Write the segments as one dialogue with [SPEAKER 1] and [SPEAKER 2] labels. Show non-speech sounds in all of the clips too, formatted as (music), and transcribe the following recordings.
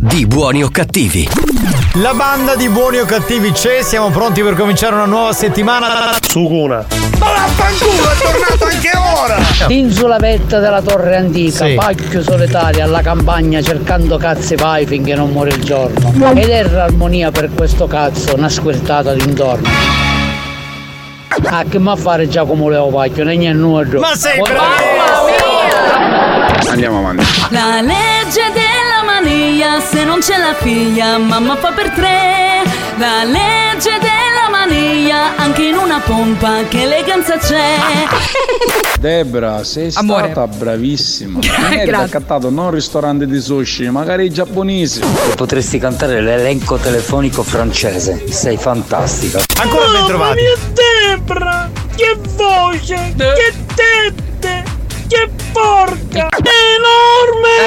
[SPEAKER 1] di buoni o cattivi.
[SPEAKER 2] La banda di buoni o cattivi c'è, siamo pronti per cominciare una nuova settimana. Sucuna.
[SPEAKER 3] Ma vaffanculo, è tornato anche ora!
[SPEAKER 4] In sulla vetta della torre antica,
[SPEAKER 2] Sì.
[SPEAKER 4] pacchio solitario alla campagna cercando cazzi vai finché non muore il giorno. Ed erra armonia per questo cazzo, una squirtata d'intorno. Ah, che ma fare Giacomo Leopacchio, né niente nudo.
[SPEAKER 2] Ma sei
[SPEAKER 5] Andiamo avanti.
[SPEAKER 6] La legge della mania, se non c'è la figlia, mamma fa per tre. La legge della mania, anche in una pompa, che eleganza c'è.
[SPEAKER 5] Debra, sei
[SPEAKER 7] Amore.
[SPEAKER 5] stata
[SPEAKER 8] (laughs)
[SPEAKER 5] bravissima. Mi hai
[SPEAKER 7] Grazie.
[SPEAKER 5] raccattato non un ristorante di sushi, magari giapponese.
[SPEAKER 9] Potresti cantare l'elenco telefonico francese. Sei fantastica.
[SPEAKER 2] Ancora ben trovati.
[SPEAKER 3] Debra! Che voce! Che tette! Che porca! Enorme!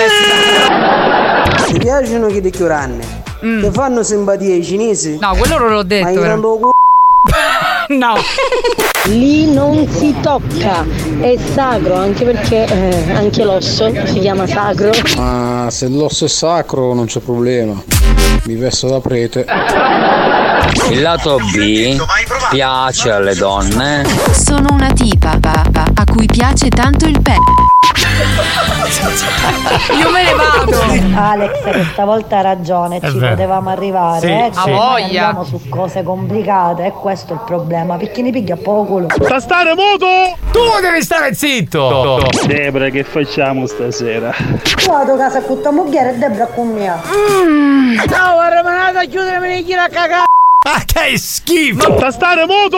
[SPEAKER 7] Eh
[SPEAKER 10] Ti piacciono che ti chiuranne? Ti fanno simpatia i cinesi?
[SPEAKER 7] Mm. No, quello non l'ho
[SPEAKER 10] Ma
[SPEAKER 7] detto.
[SPEAKER 10] io
[SPEAKER 7] però.
[SPEAKER 10] non lo c***o
[SPEAKER 7] No.
[SPEAKER 4] (laughs) Lì non si tocca, è sacro, anche perché eh, anche l'osso si chiama sacro.
[SPEAKER 9] Ma se l'osso è sacro non c'è problema. Mi vesto da prete. Il lato B piace alle donne.
[SPEAKER 11] Sono una tipa papa, a cui piace tanto il pe.
[SPEAKER 3] (laughs)
[SPEAKER 7] Io me ne vado.
[SPEAKER 4] (laughs) Alex, questa volta ha ragione,
[SPEAKER 2] È
[SPEAKER 4] ci
[SPEAKER 2] vero.
[SPEAKER 4] potevamo arrivare.
[SPEAKER 2] Sì,
[SPEAKER 4] eh, che
[SPEAKER 2] sì.
[SPEAKER 7] Ha
[SPEAKER 4] ormai
[SPEAKER 7] voglia.
[SPEAKER 4] andiamo su cose complicate, e questo è il problema, perché ne piglia poco.
[SPEAKER 3] Sta stare muto!
[SPEAKER 2] Tu devi stare zitto.
[SPEAKER 3] Debra, che facciamo stasera?
[SPEAKER 4] Vado a casa con tua moglie e Debra con mia.
[SPEAKER 2] Ah, che schifo.
[SPEAKER 3] Sta stare muto!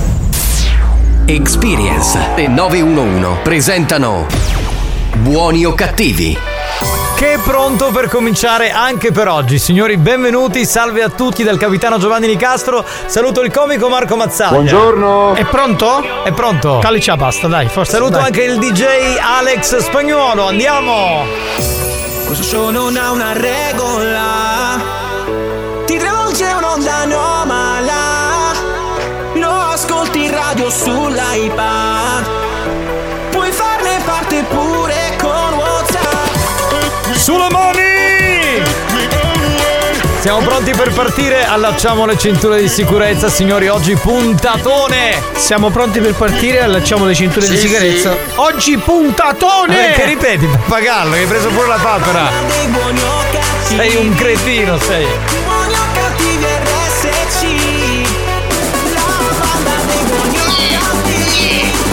[SPEAKER 1] Experience e 911 presentano Buoni o cattivi?
[SPEAKER 2] Che è pronto per cominciare anche per oggi. Signori, benvenuti. Salve a tutti dal capitano Giovanni Nicastro. Saluto il comico Marco Mazzani.
[SPEAKER 5] Buongiorno!
[SPEAKER 12] È pronto?
[SPEAKER 2] È pronto?
[SPEAKER 12] Calicia basta, dai, forza.
[SPEAKER 2] Saluto
[SPEAKER 12] dai.
[SPEAKER 2] anche il DJ Alex Spagnuolo. Andiamo!
[SPEAKER 9] Questo show non ha una regola. Ti travolge un'onda anomala. Lo ascolti in radio sull'iPad. Puoi farne parte pure con WhatsApp.
[SPEAKER 2] Sulle mani! Siamo pronti per partire, allacciamo le cinture di sicurezza, signori, oggi puntatone!
[SPEAKER 12] Siamo pronti per partire, allacciamo le cinture di sicurezza. Oggi puntatone!
[SPEAKER 2] Perché ripeti, pappagallo, che hai preso pure la papera!
[SPEAKER 9] Dei buoni o cattivi.
[SPEAKER 2] Sei un cretino, sei!
[SPEAKER 9] Buoni o cattivi RSC. La banda dei buoni o cattivi.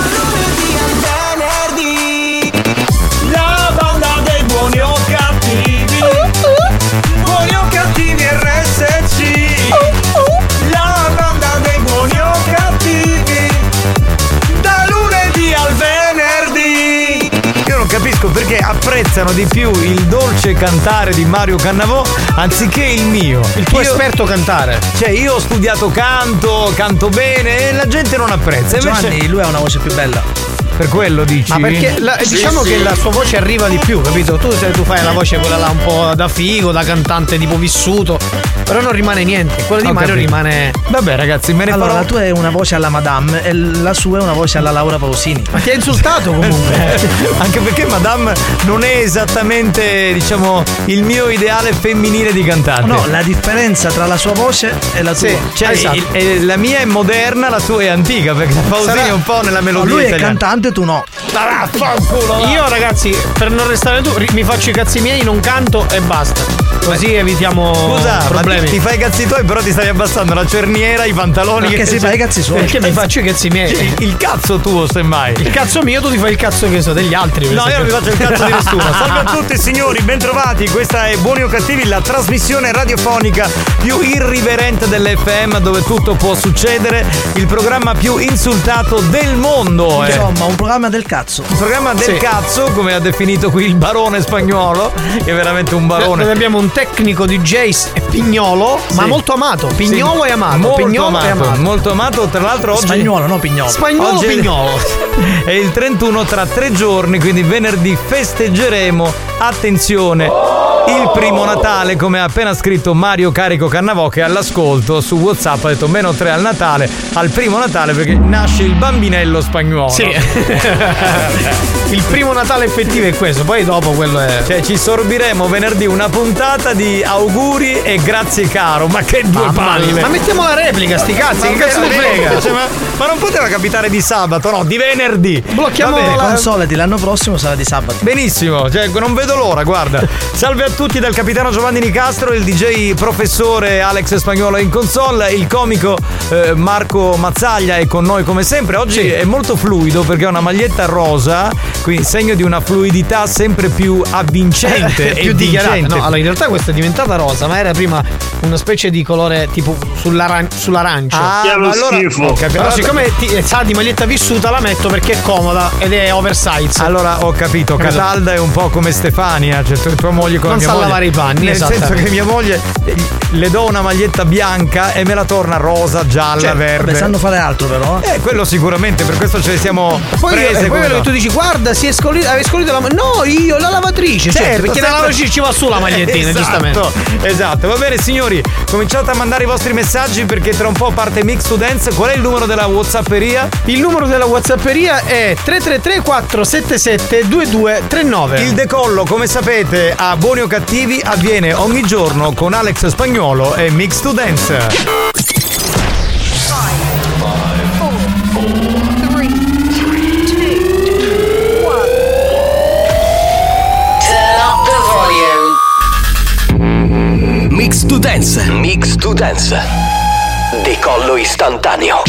[SPEAKER 9] Da lunedì al venerdì.
[SPEAKER 2] La banda dei buoni o cattivi! Buoni o cattivi RSC! La banda dei buoni o cattivi! Da lunedì al venerdì! Io non capisco perché apprezzano di più il dolce cantare di Mario Cannavò anziché il mio.
[SPEAKER 12] Il tuo
[SPEAKER 2] Io-
[SPEAKER 12] esperto cantare.
[SPEAKER 2] Cioè, io ho studiato canto, canto bene e la gente non apprezza. Invece,
[SPEAKER 12] Giovanni, lui ha una voce più bella.
[SPEAKER 2] per quello dici.
[SPEAKER 12] Ma perché la- diciamo che la sua voce arriva di più, capito? Tu, se tu fai la voce quella là un po' da figo, da cantante tipo vissuto, però non rimane niente. Quella di
[SPEAKER 2] Ho
[SPEAKER 12] Mario
[SPEAKER 2] capito.
[SPEAKER 12] rimane.
[SPEAKER 2] Vabbè, ragazzi, me ne
[SPEAKER 12] Allora,
[SPEAKER 2] farò
[SPEAKER 12] la tua è una voce alla Madame e la sua è una voce alla Laura Pausini. Ma ti ha insultato (laughs) comunque.
[SPEAKER 2] Anche perché Madame non è esattamente, diciamo, il mio ideale femminile di cantante.
[SPEAKER 12] No, la differenza tra la sua voce e la tua.
[SPEAKER 2] Sì, cioè,
[SPEAKER 12] Esatto.
[SPEAKER 2] il- eh, la mia è moderna, la tua è antica, perché Pausini
[SPEAKER 12] Sarà-
[SPEAKER 2] è un po' nella melodia
[SPEAKER 12] No, lui è
[SPEAKER 2] italiana.
[SPEAKER 12] cantante,
[SPEAKER 2] mentre tu no.
[SPEAKER 12] Ma vaffanculo! Io ragazzi, per non restare tu, ri- mi faccio i cazzi miei, non canto e basta. Così evitiamo
[SPEAKER 2] Scusa, ma
[SPEAKER 12] problemi.
[SPEAKER 2] ti fai i cazzi tuoi, però ti stai abbassando la cerniera, i pantaloni.
[SPEAKER 12] Perché si fa i cazzi suoi.
[SPEAKER 2] Perché mi faccio i cazzi miei? Il, il cazzo tuo, semmai.
[SPEAKER 12] Il cazzo mio, tu ti fai il cazzo che so, degli altri. per
[SPEAKER 2] No, io non mi
[SPEAKER 12] esempio.
[SPEAKER 2] faccio il cazzo
[SPEAKER 12] (laughs)
[SPEAKER 2] di nessuno. Salve a tutti signori, bentrovati. Questa è Buoni o Cattivi, la trasmissione radiofonica più irriverente dell'FM dove tutto può succedere. Il programma più insultato del mondo. eh. Insomma, un programma del cazzo. Il programma del Sì. cazzo, come ha definito qui il barone spagnolo, che è veramente un barone.
[SPEAKER 12] Noi abbiamo un tecnico di Jace e Pignolo, ma molto amato. Pignolo
[SPEAKER 2] Sì.
[SPEAKER 12] è amato.
[SPEAKER 2] Molto
[SPEAKER 12] Pignolo
[SPEAKER 2] amato,
[SPEAKER 12] è amato.
[SPEAKER 2] Molto amato, tra l'altro oggi.
[SPEAKER 12] Spagnolo, no Pignolo. Spagnolo
[SPEAKER 2] Oggi è-
[SPEAKER 12] Pignolo. (laughs)
[SPEAKER 2] (laughs) È il 31 tra tre giorni, quindi venerdì festeggeremo. Attenzione! Il primo Natale, come ha appena scritto Mario Carico Cannavò, che è all'ascolto su WhatsApp ha detto meno 3 al Natale, al primo Natale perché nasce il bambinello spagnolo. (laughs)
[SPEAKER 12] Sì. Il primo Natale effettivo è questo, poi dopo quello è.
[SPEAKER 2] Cioè, ci sorbiremo venerdì una puntata di auguri e grazie caro. Ma che due
[SPEAKER 12] Mamma mia.
[SPEAKER 2] palle!
[SPEAKER 12] Ma mettiamo la replica, sti cazzi, che cazzo
[SPEAKER 2] me la
[SPEAKER 12] mi frega?
[SPEAKER 2] replica, cioè, ma, ma non poteva capitare di sabato, no, di venerdì.
[SPEAKER 12] Blocchiamo
[SPEAKER 2] Va bene,
[SPEAKER 12] la-
[SPEAKER 2] consolati, l'anno prossimo sarà di sabato. Benissimo, cioè, non vedo l'ora, guarda. Salve a tutti dal capitano Giovanni Nicastro, il DJ professore Alex Spagnolo in console, il comico eh, Marco Mazzaglia è con noi come sempre. Oggi è molto fluido perché ha una maglietta rosa, quindi segno di una fluidità sempre più avvincente
[SPEAKER 12] (laughs)
[SPEAKER 2] e
[SPEAKER 12] più dichiarata.
[SPEAKER 2] vincente.
[SPEAKER 12] No, allora in realtà questa è diventata rosa, ma era prima una specie di colore tipo sull'aran- sull'arancio.
[SPEAKER 2] Ah, Chiaro ma allora- schifo. ho capito.
[SPEAKER 12] Però siccome ti- eh, sa di maglietta vissuta la metto perché è comoda ed è oversize.
[SPEAKER 2] Allora ho capito, Catalda è un po' come Stefania, cioè tu- tua moglie con
[SPEAKER 12] Non
[SPEAKER 2] mia
[SPEAKER 12] sa
[SPEAKER 2] moglie.
[SPEAKER 12] lavare i panni, esatto.
[SPEAKER 2] Nel
[SPEAKER 12] esattamente.
[SPEAKER 2] senso che mia moglie eh, le do una maglietta bianca e me la torna rosa, gialla,
[SPEAKER 12] Cioè,
[SPEAKER 2] verde.
[SPEAKER 12] vabbè, sanno
[SPEAKER 2] fare altro però. Eh, quello sicuramente, per questo ce ne siamo
[SPEAKER 12] Poi, io-
[SPEAKER 2] prese
[SPEAKER 12] e poi
[SPEAKER 2] come
[SPEAKER 12] quello
[SPEAKER 2] no.
[SPEAKER 12] che tu dici, guarda, si è scolito, avevi scolito la maglietta. No, io, la lavatrice. Certo, Eh,
[SPEAKER 2] Certo,
[SPEAKER 12] perché la
[SPEAKER 2] sempre-
[SPEAKER 12] lavatrice ci va su la magliettina,
[SPEAKER 2] Esatto,
[SPEAKER 12] giustamente.
[SPEAKER 2] Esatto, va bene signori, cominciate a mandare i vostri messaggi perché tra un po' parte Mix to Dance. Qual è il numero della Whatsapperia?
[SPEAKER 12] Il numero della Whatsapperia è 333 477 2239.
[SPEAKER 2] Il decollo, come sapete, a Buoni o Cattivi avviene ogni giorno con Alex Spagnolo e Mix to Dance.
[SPEAKER 1] Mix to dance. Mix to dance. Decollo istantaneo.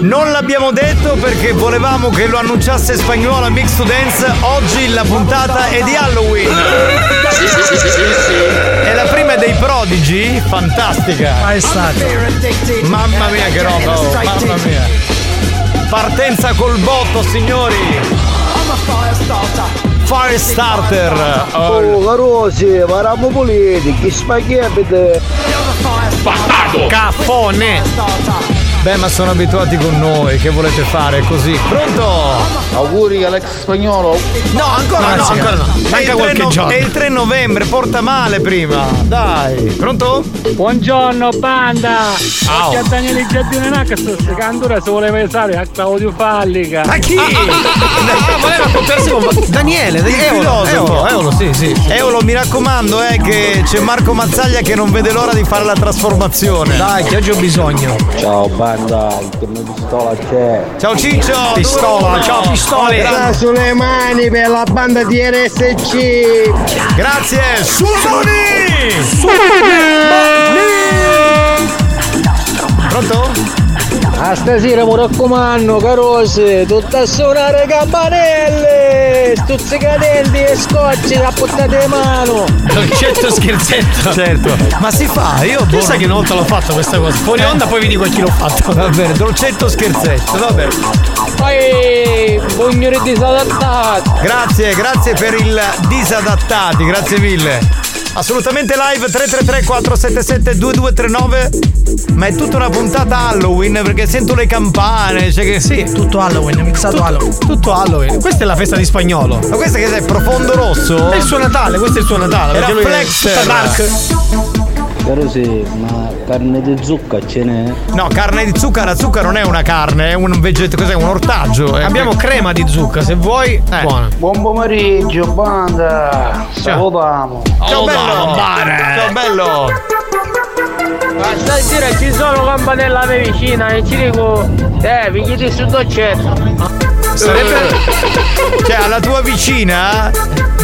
[SPEAKER 2] Non l'abbiamo detto perché volevamo che lo annunciasse spagnola Mix to Dance. Oggi la puntata è di Halloween. È la prima dei prodigi, fantastica. Ma è stato. Mamma mia che roba, oh, mamma mia. Partenza col botto, signori. Fire starter.
[SPEAKER 13] Oh, carosi, varamo puliti, chi spaghetti?
[SPEAKER 2] Bastardo! Caffone! Beh, ma sono abituati con noi, che volete fare così? Pronto?
[SPEAKER 14] Auguri Alex Spagnolo.
[SPEAKER 2] No, ancora
[SPEAKER 14] no, ancora no. Manca
[SPEAKER 2] È il tre
[SPEAKER 14] qualche
[SPEAKER 2] no-
[SPEAKER 14] giorno.
[SPEAKER 2] È il 3 novembre, porta male prima. Dai. Pronto?
[SPEAKER 3] Buongiorno banda!
[SPEAKER 2] Ciao.
[SPEAKER 3] Oggi a Daniele Giardino Nac sto secando ora se voleva pensare a Claudio Fallica.
[SPEAKER 2] Ma
[SPEAKER 3] (laughs)
[SPEAKER 2] chi?
[SPEAKER 12] voleva portarsi con- Daniele,
[SPEAKER 2] Il
[SPEAKER 12] Daniele, Eolo,
[SPEAKER 2] filosofo,
[SPEAKER 12] Eolo.
[SPEAKER 2] Eolo, sì, sì. Eolo, mi raccomando, eh, che c'è Marco Mazzaglia che non vede l'ora di fare la trasformazione.
[SPEAKER 12] Dai, che oggi ho bisogno.
[SPEAKER 13] Ciao banda, come pistola c'è?
[SPEAKER 2] Ciao Ciccio!
[SPEAKER 13] Pistola,
[SPEAKER 2] numero uno.
[SPEAKER 13] ciao,
[SPEAKER 2] pistole.
[SPEAKER 13] sulle mani per la banda di RSC!
[SPEAKER 2] Grazie! Suoni! Pronto?
[SPEAKER 13] A stasera mi raccomando, carose, tutta a suonare campanelle! Stuzzicadenti e scocci, a portate di mano!
[SPEAKER 12] Dolcetto scherzetto.
[SPEAKER 2] Certo. Ma si fa, io. boh. Eh.
[SPEAKER 12] Tu sai che una volta l'ho fatto questa cosa. Fuori onda poi vi dico a chi l'ho fatto.
[SPEAKER 2] Va bene, dolcetto scherzetto, va bene.
[SPEAKER 13] Poi, bugnore disadattato!
[SPEAKER 2] Grazie, grazie per il disadattati, grazie mille. Assolutamente live 333 477 2239. Ma è tutta una puntata Halloween perché sento le campane. Cioè che sì,
[SPEAKER 15] tutto Halloween, mixato Halloween. Tutto Halloween. Questa è la festa di spagnolo.
[SPEAKER 2] Ma questa che è profondo rosso?
[SPEAKER 15] È il suo Natale, questo è il suo Natale.
[SPEAKER 2] Era
[SPEAKER 15] perché lui è
[SPEAKER 2] Flexter.
[SPEAKER 15] tutta dark.
[SPEAKER 16] Caro sì, ma carne di zucca ce n'è?
[SPEAKER 2] No, carne di zucca, la zucca non è una carne, è un vegetale, cos'è? Un ortaggio. eh.
[SPEAKER 15] Abbiamo crema di zucca, se vuoi. Eh. Buona.
[SPEAKER 16] Buon pomeriggio, banda! Salutiamo!
[SPEAKER 15] Oh,
[SPEAKER 2] Ciao bello! Ciao bello!
[SPEAKER 12] Ma stasera ci sono campanella a me vicina e ci dico, eh, vi chiedi su dolcetto.
[SPEAKER 2] Sarebbe- Cioè, alla tua vicina,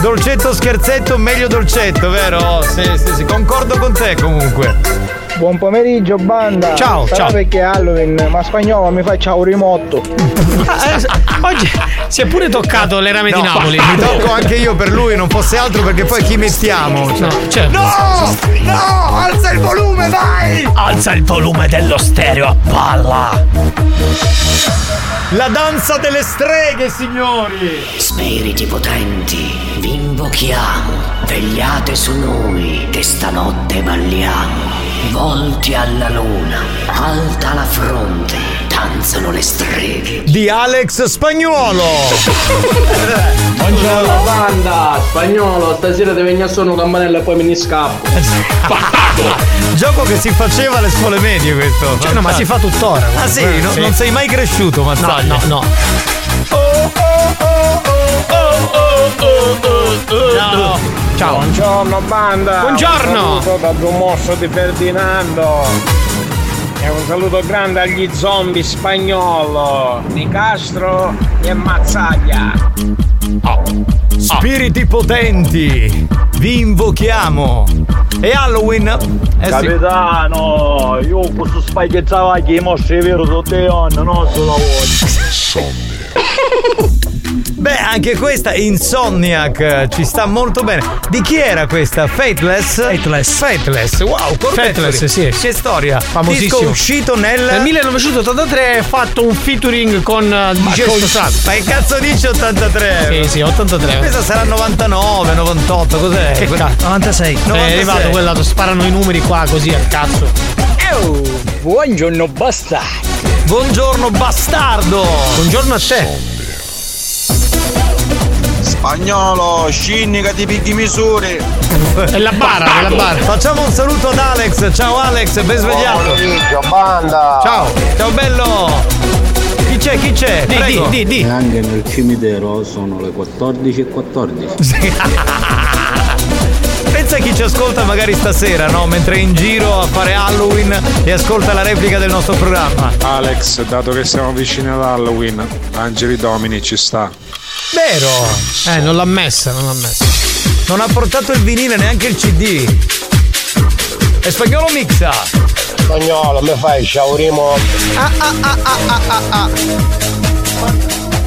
[SPEAKER 2] dolcetto scherzetto, meglio dolcetto, vero? Sì, sì, sì, concordo con te comunque.
[SPEAKER 12] Buon pomeriggio banda.
[SPEAKER 2] Ciao,
[SPEAKER 12] Sarà
[SPEAKER 2] ciao.
[SPEAKER 12] perché è Halloween, ma spagnolo mi faccia un rimotto.
[SPEAKER 15] eh, Oggi si è pure toccato le rame di
[SPEAKER 2] No,
[SPEAKER 15] Napoli.
[SPEAKER 2] Mi tocco anche io per lui, non fosse altro perché poi chi mettiamo? Cioè-
[SPEAKER 15] certo.
[SPEAKER 17] No! No! Alza il volume, vai!
[SPEAKER 15] Alza il volume dello stereo a palla.
[SPEAKER 2] La danza delle streghe, signori!
[SPEAKER 18] Spiriti potenti, vi invochiamo. Vegliate su noi, che stanotte balliamo. Volti alla luna, alta la fronte, danzano le streghe.
[SPEAKER 2] Di Alex Spagnuolo!
[SPEAKER 12] Buongiorno banda, spagnolo, stasera ti venga solo campanella e poi me ne scappo.
[SPEAKER 2] Gioco che si faceva alle scuole medie questo.
[SPEAKER 15] Cioè, no, ma si fa tuttora.
[SPEAKER 2] Ah sì, No- non sei mai cresciuto, Mazzaglia.
[SPEAKER 15] No, no,
[SPEAKER 2] Oh,
[SPEAKER 12] Ciao. Ciao. Buongiorno banda.
[SPEAKER 15] Buongiorno.
[SPEAKER 12] Un saluto da Dumosso di Ferdinando. E un saluto grande agli zombie spagnolo, Nicastro e Mazzaglia.
[SPEAKER 2] Spiriti potenti, vi invochiamo. E Halloween? Eh sì.
[SPEAKER 19] Capitano, io questo spaghettava che i mostri vero sotto le onde, non solo voi.
[SPEAKER 2] Beh, anche questa Insomniac eh, ci sta molto bene. Di chi era questa? Fateless? Fateless. Fateless, wow, con
[SPEAKER 15] Fateless,
[SPEAKER 2] Fateless,
[SPEAKER 15] sì.
[SPEAKER 2] Che storia.
[SPEAKER 15] famosissimo.
[SPEAKER 2] Disco uscito nel...
[SPEAKER 15] Nel 1983 ha fatto un featuring con eh,
[SPEAKER 2] Ma
[SPEAKER 15] DJ
[SPEAKER 2] col-
[SPEAKER 15] Sosato.
[SPEAKER 2] Ma che cazzo dice 83?
[SPEAKER 15] Sì, sì, 83.
[SPEAKER 2] Questa sarà 99, 98, cos'è?
[SPEAKER 15] Che
[SPEAKER 2] Quella-
[SPEAKER 15] cazzo? 96. È
[SPEAKER 2] 96.
[SPEAKER 15] arrivato quella sparano i numeri qua così al cazzo.
[SPEAKER 12] Buongiorno bastardo.
[SPEAKER 2] Buongiorno bastardo. Buongiorno a te.
[SPEAKER 17] Spagnolo, scinni che ti picchi misure.
[SPEAKER 2] È
[SPEAKER 15] la bara, è la bara.
[SPEAKER 2] Facciamo un saluto ad Alex. Ciao Alex, ben svegliato.
[SPEAKER 16] banda!
[SPEAKER 2] Ciao, ciao bello. Chi c'è? Chi c'è? Prego.
[SPEAKER 16] E anche nel cimitero sono le 14 e 14.
[SPEAKER 2] Pensa a chi ci ascolta magari stasera, no? Mentre è in giro a fare Halloween e ascolta la replica del nostro programma.
[SPEAKER 5] Alex, dato che siamo vicini ad Halloween, Angeli Domini ci sta.
[SPEAKER 2] Vero?
[SPEAKER 15] Eh, non l'ha messa, non l'ha messa.
[SPEAKER 2] Non ha portato il vinile, neanche il CD. E spagnolo mixa.
[SPEAKER 16] Spagnolo, mi fai sciaurimo.
[SPEAKER 15] Ah,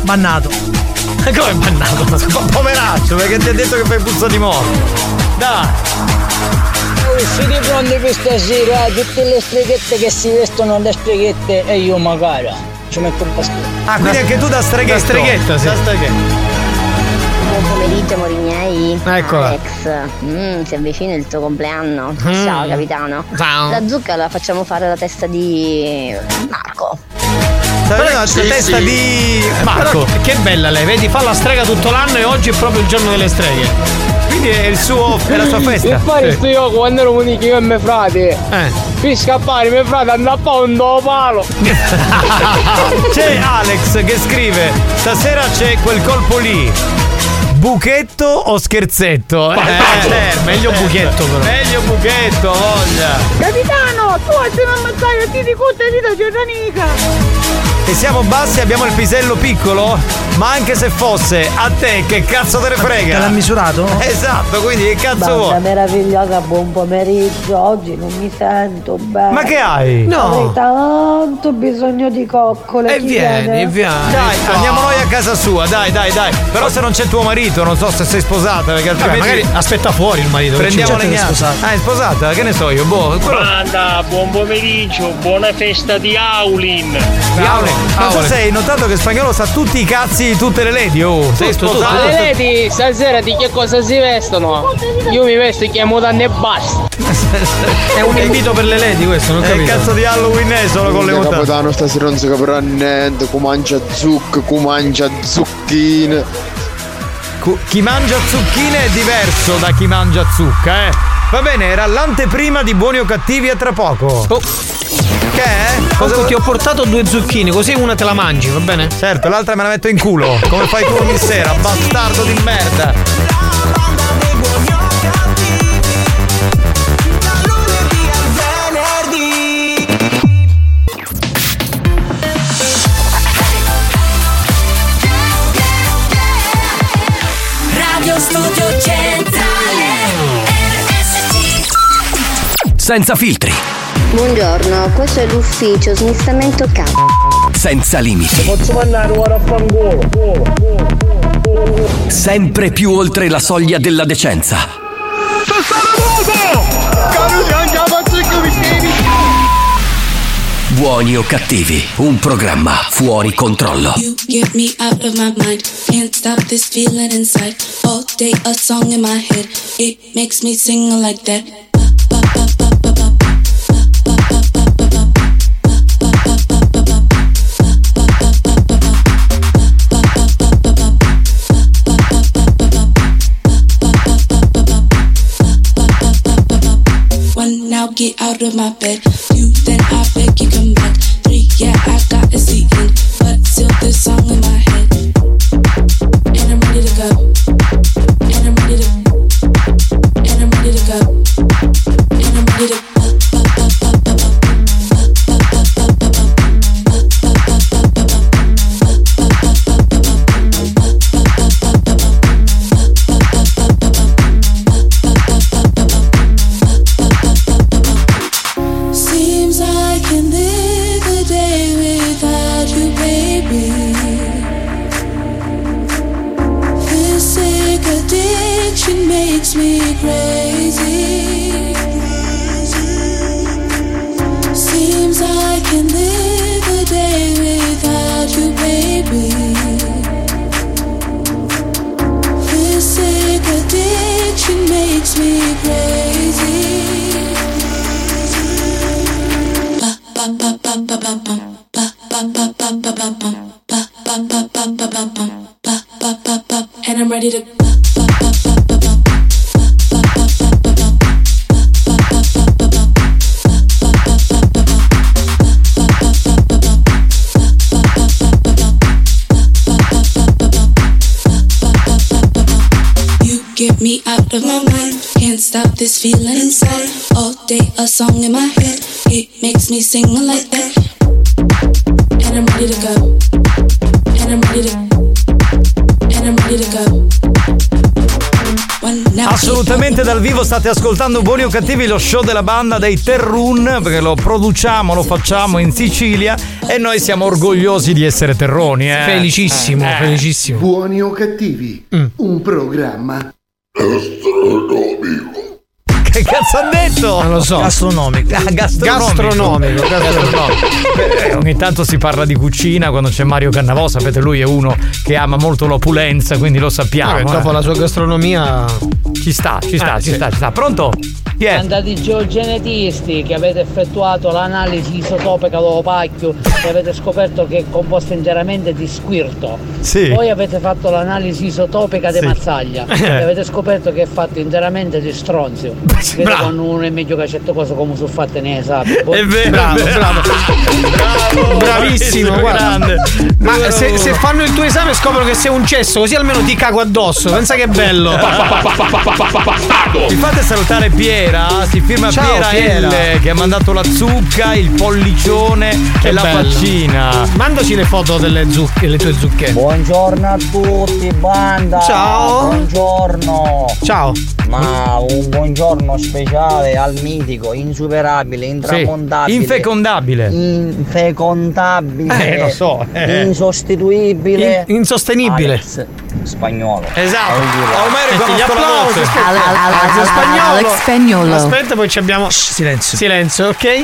[SPEAKER 15] Bannato. (laughs)
[SPEAKER 2] Come bannato? Ma Poveraccio, perché ti ha detto che fai puzza di morto. Dai.
[SPEAKER 4] Siete pronti per stasera? eh, Tutte le streghette che si vestono da streghette e io magari ci metto un paschino.
[SPEAKER 2] Ah, quindi anche tu da streghetto.
[SPEAKER 15] Da streghetta, sì.
[SPEAKER 2] Da streghetto.
[SPEAKER 20] Buon pomeriggio amori miei Ah,
[SPEAKER 15] Eccola.
[SPEAKER 20] Alex mm, Si avvicina il tuo compleanno
[SPEAKER 6] Mm.
[SPEAKER 20] Ciao capitano
[SPEAKER 15] Ciao.
[SPEAKER 20] La zucca la facciamo fare la testa di Marco
[SPEAKER 2] Però la testa di
[SPEAKER 15] Marco. che bella lei, vedi, fa la strega tutto l'anno e oggi è proprio il giorno delle streghe.
[SPEAKER 2] Quindi è il suo. è la sua
[SPEAKER 12] E
[SPEAKER 2] festa.
[SPEAKER 12] poi
[SPEAKER 2] Sì. Eh.
[SPEAKER 12] sto io quando ero unico io e mio frate. Per scappare mio frate andava a fare un nuovo
[SPEAKER 2] (laughs)
[SPEAKER 12] palo.
[SPEAKER 2] C'è Alex che scrive: Stasera c'è quel colpo lì. Buchetto o scherzetto? Eh, eh, meglio buchetto però. Meglio buchetto, voglia.
[SPEAKER 6] Capitano, tu oggi non ammazzai e ti dico te vita giornanica.
[SPEAKER 2] E siamo bassi, abbiamo il pisello piccolo? Ma anche se fosse, a te che cazzo te ne frega?
[SPEAKER 15] Te l'ha misurato?
[SPEAKER 2] Esatto, quindi che cazzo
[SPEAKER 11] Banda
[SPEAKER 2] vuoi?
[SPEAKER 11] meravigliosa, buon pomeriggio. Oggi non mi sento bene.
[SPEAKER 2] Ma che hai? No.
[SPEAKER 11] Avrei tanto bisogno di coccole.
[SPEAKER 2] E
[SPEAKER 11] Chi
[SPEAKER 2] vieni,
[SPEAKER 11] viene?
[SPEAKER 2] vieni. Dai, andiamo noi a casa sua, dai, dai, dai. Però se non c'è tuo marito, non so se sei sposata, perché altrimenti.
[SPEAKER 15] magari aspetta fuori il marito, che
[SPEAKER 2] Prendiamo
[SPEAKER 15] ci
[SPEAKER 2] le
[SPEAKER 15] interessa
[SPEAKER 2] mia.
[SPEAKER 15] che è sposata.
[SPEAKER 2] Ah, è sposata, che ne so io, boh. quello-
[SPEAKER 12] Banda, buon
[SPEAKER 3] pomeriggio, buona festa di Aulin.
[SPEAKER 2] Non so se hai notato che spagnolo sa tutti i cazzi di tutte le lady. Oh, tutto, tutto.
[SPEAKER 21] Ma le lady stasera di che cosa si vestono? Io mi vesto che mutande e basta.
[SPEAKER 2] (laughs) È un invito per le lady questo, non
[SPEAKER 12] capito.
[SPEAKER 2] Che cazzo di Halloween è solo con le
[SPEAKER 22] Minchia,
[SPEAKER 2] mutande?
[SPEAKER 22] Capodanno stasera non si capirà niente, chi mangia zucche, chi mangia zucchine.
[SPEAKER 2] Cu- Chi mangia zucchine è diverso da chi mangia zucca, eh. Va bene, era l'anteprima di buoni o cattivi a tra poco. Che è?
[SPEAKER 12] Comunque ti ho portato due zucchine, così una te la mangi, va bene?
[SPEAKER 2] Certo, l'altra me la metto in culo. Come fai tu ogni sera, bastardo di merda.
[SPEAKER 23] Radio Studio Centrale RSC
[SPEAKER 1] Senza filtri,
[SPEAKER 24] Buongiorno, questo è l'ufficio smistamento c***o.
[SPEAKER 1] senza limiti,
[SPEAKER 24] Posso mandare ora a fangolo?
[SPEAKER 1] sempre più oltre la soglia della decenza. Buoni o cattivi, un programma fuori controllo.
[SPEAKER 23] You get me out of my mind. Can't stop this feeling inside. All day a song in my head. It makes me sing like that. One now get out of my bed. You then I beg you come back. Three yeah I got is the end, but still this song in my head. And I'm ready to go. And I'm ready to. And I'm ready to go. And I'm ready to. Seems I can live a day without you, baby. This sick addiction makes me crazy. Seems I can live a day without you, baby. This sick addiction makes me crazy. And I'm ready to. You Get me out of my mind. Can't stop this feeling inside. All day a song in my head. It makes me sing like that. And I'm ready to go. And I'm ready to. And I'm ready to go. One now.
[SPEAKER 2] Assolutamente dal vivo state ascoltando Buoni o Cattivi, lo show della banda dei Terrun, perché lo produciamo, lo facciamo in Sicilia e noi siamo orgogliosi di essere Terroni. Eh.
[SPEAKER 12] Felicissimo,
[SPEAKER 2] Eh.
[SPEAKER 12] felicissimo. Mm.
[SPEAKER 25] Buoni o cattivi, un programma
[SPEAKER 2] Che cazzo ha detto? Non lo so. Gastronomico. gastronomico.
[SPEAKER 12] Gastronomico, gastronomico.
[SPEAKER 2] Eh, ogni tanto si parla di cucina quando c'è Mario Cannavò, sapete lui è uno che ama molto l'opulenza, quindi lo sappiamo.
[SPEAKER 12] Vabbè, dopo
[SPEAKER 2] eh.
[SPEAKER 12] la sua gastronomia
[SPEAKER 2] ci sta, ci sta,
[SPEAKER 12] Eh,
[SPEAKER 2] ci
[SPEAKER 12] sì.
[SPEAKER 2] sta, ci sta. Pronto? Chi è?
[SPEAKER 4] Andati geogenetisti che avete effettuato l'analisi isotopica d'opacchio e avete scoperto che è composto interamente di squirto.
[SPEAKER 2] Sì.
[SPEAKER 4] Poi avete fatto l'analisi isotopica di
[SPEAKER 2] Sì. (laughs)
[SPEAKER 4] mazzaglia
[SPEAKER 2] Eh.
[SPEAKER 4] e avete scoperto che è fatto interamente di stronzio. Vedo
[SPEAKER 2] (laughs) bravo.
[SPEAKER 4] quando uno è meglio che certe cose come sono fatte nei sappi. Poi-
[SPEAKER 2] È vero,
[SPEAKER 4] Bravo,
[SPEAKER 2] è vero.
[SPEAKER 4] bravo.
[SPEAKER 12] Bravissimo,
[SPEAKER 2] Bravo, bravissimo,
[SPEAKER 12] guarda.
[SPEAKER 2] grande.
[SPEAKER 12] Ma
[SPEAKER 2] Numero
[SPEAKER 12] se,
[SPEAKER 2] uno.
[SPEAKER 12] se fanno il tuo esame e scoprono che sei un cesso, così almeno ti cago addosso. Pensa che è (laughs) bello.
[SPEAKER 2] Mi fate salutare Piera, si firma
[SPEAKER 12] Ciao,
[SPEAKER 2] Piera,
[SPEAKER 12] Piera.
[SPEAKER 2] L che ha mandato la zucca, il pollicione e la
[SPEAKER 12] bello.
[SPEAKER 2] faccina.
[SPEAKER 12] Mandaci le foto delle zucche, le tue zucche.
[SPEAKER 25] Buongiorno a tutti, banda!
[SPEAKER 12] Ciao.
[SPEAKER 25] Buongiorno!
[SPEAKER 12] Ciao!
[SPEAKER 25] Ma un buongiorno speciale al mitico, insuperabile, intramontabile.
[SPEAKER 2] infecondabile.
[SPEAKER 25] Infecondabile.
[SPEAKER 12] Eh, lo so, eh.
[SPEAKER 25] Mm. Insostituibile.
[SPEAKER 12] In- insostenibile.
[SPEAKER 25] Alex spagnolo.
[SPEAKER 12] Esatto.
[SPEAKER 25] Ormai
[SPEAKER 12] Senti,
[SPEAKER 25] riconosco
[SPEAKER 12] gli
[SPEAKER 25] la
[SPEAKER 12] applausi,
[SPEAKER 25] voce.
[SPEAKER 12] aspetta.
[SPEAKER 25] Alla- alla- alla-
[SPEAKER 12] Spagnolo.
[SPEAKER 25] Alex Spagnolo.
[SPEAKER 12] Aspetta, poi ci abbiamo. silenzio. Silenzio, ok?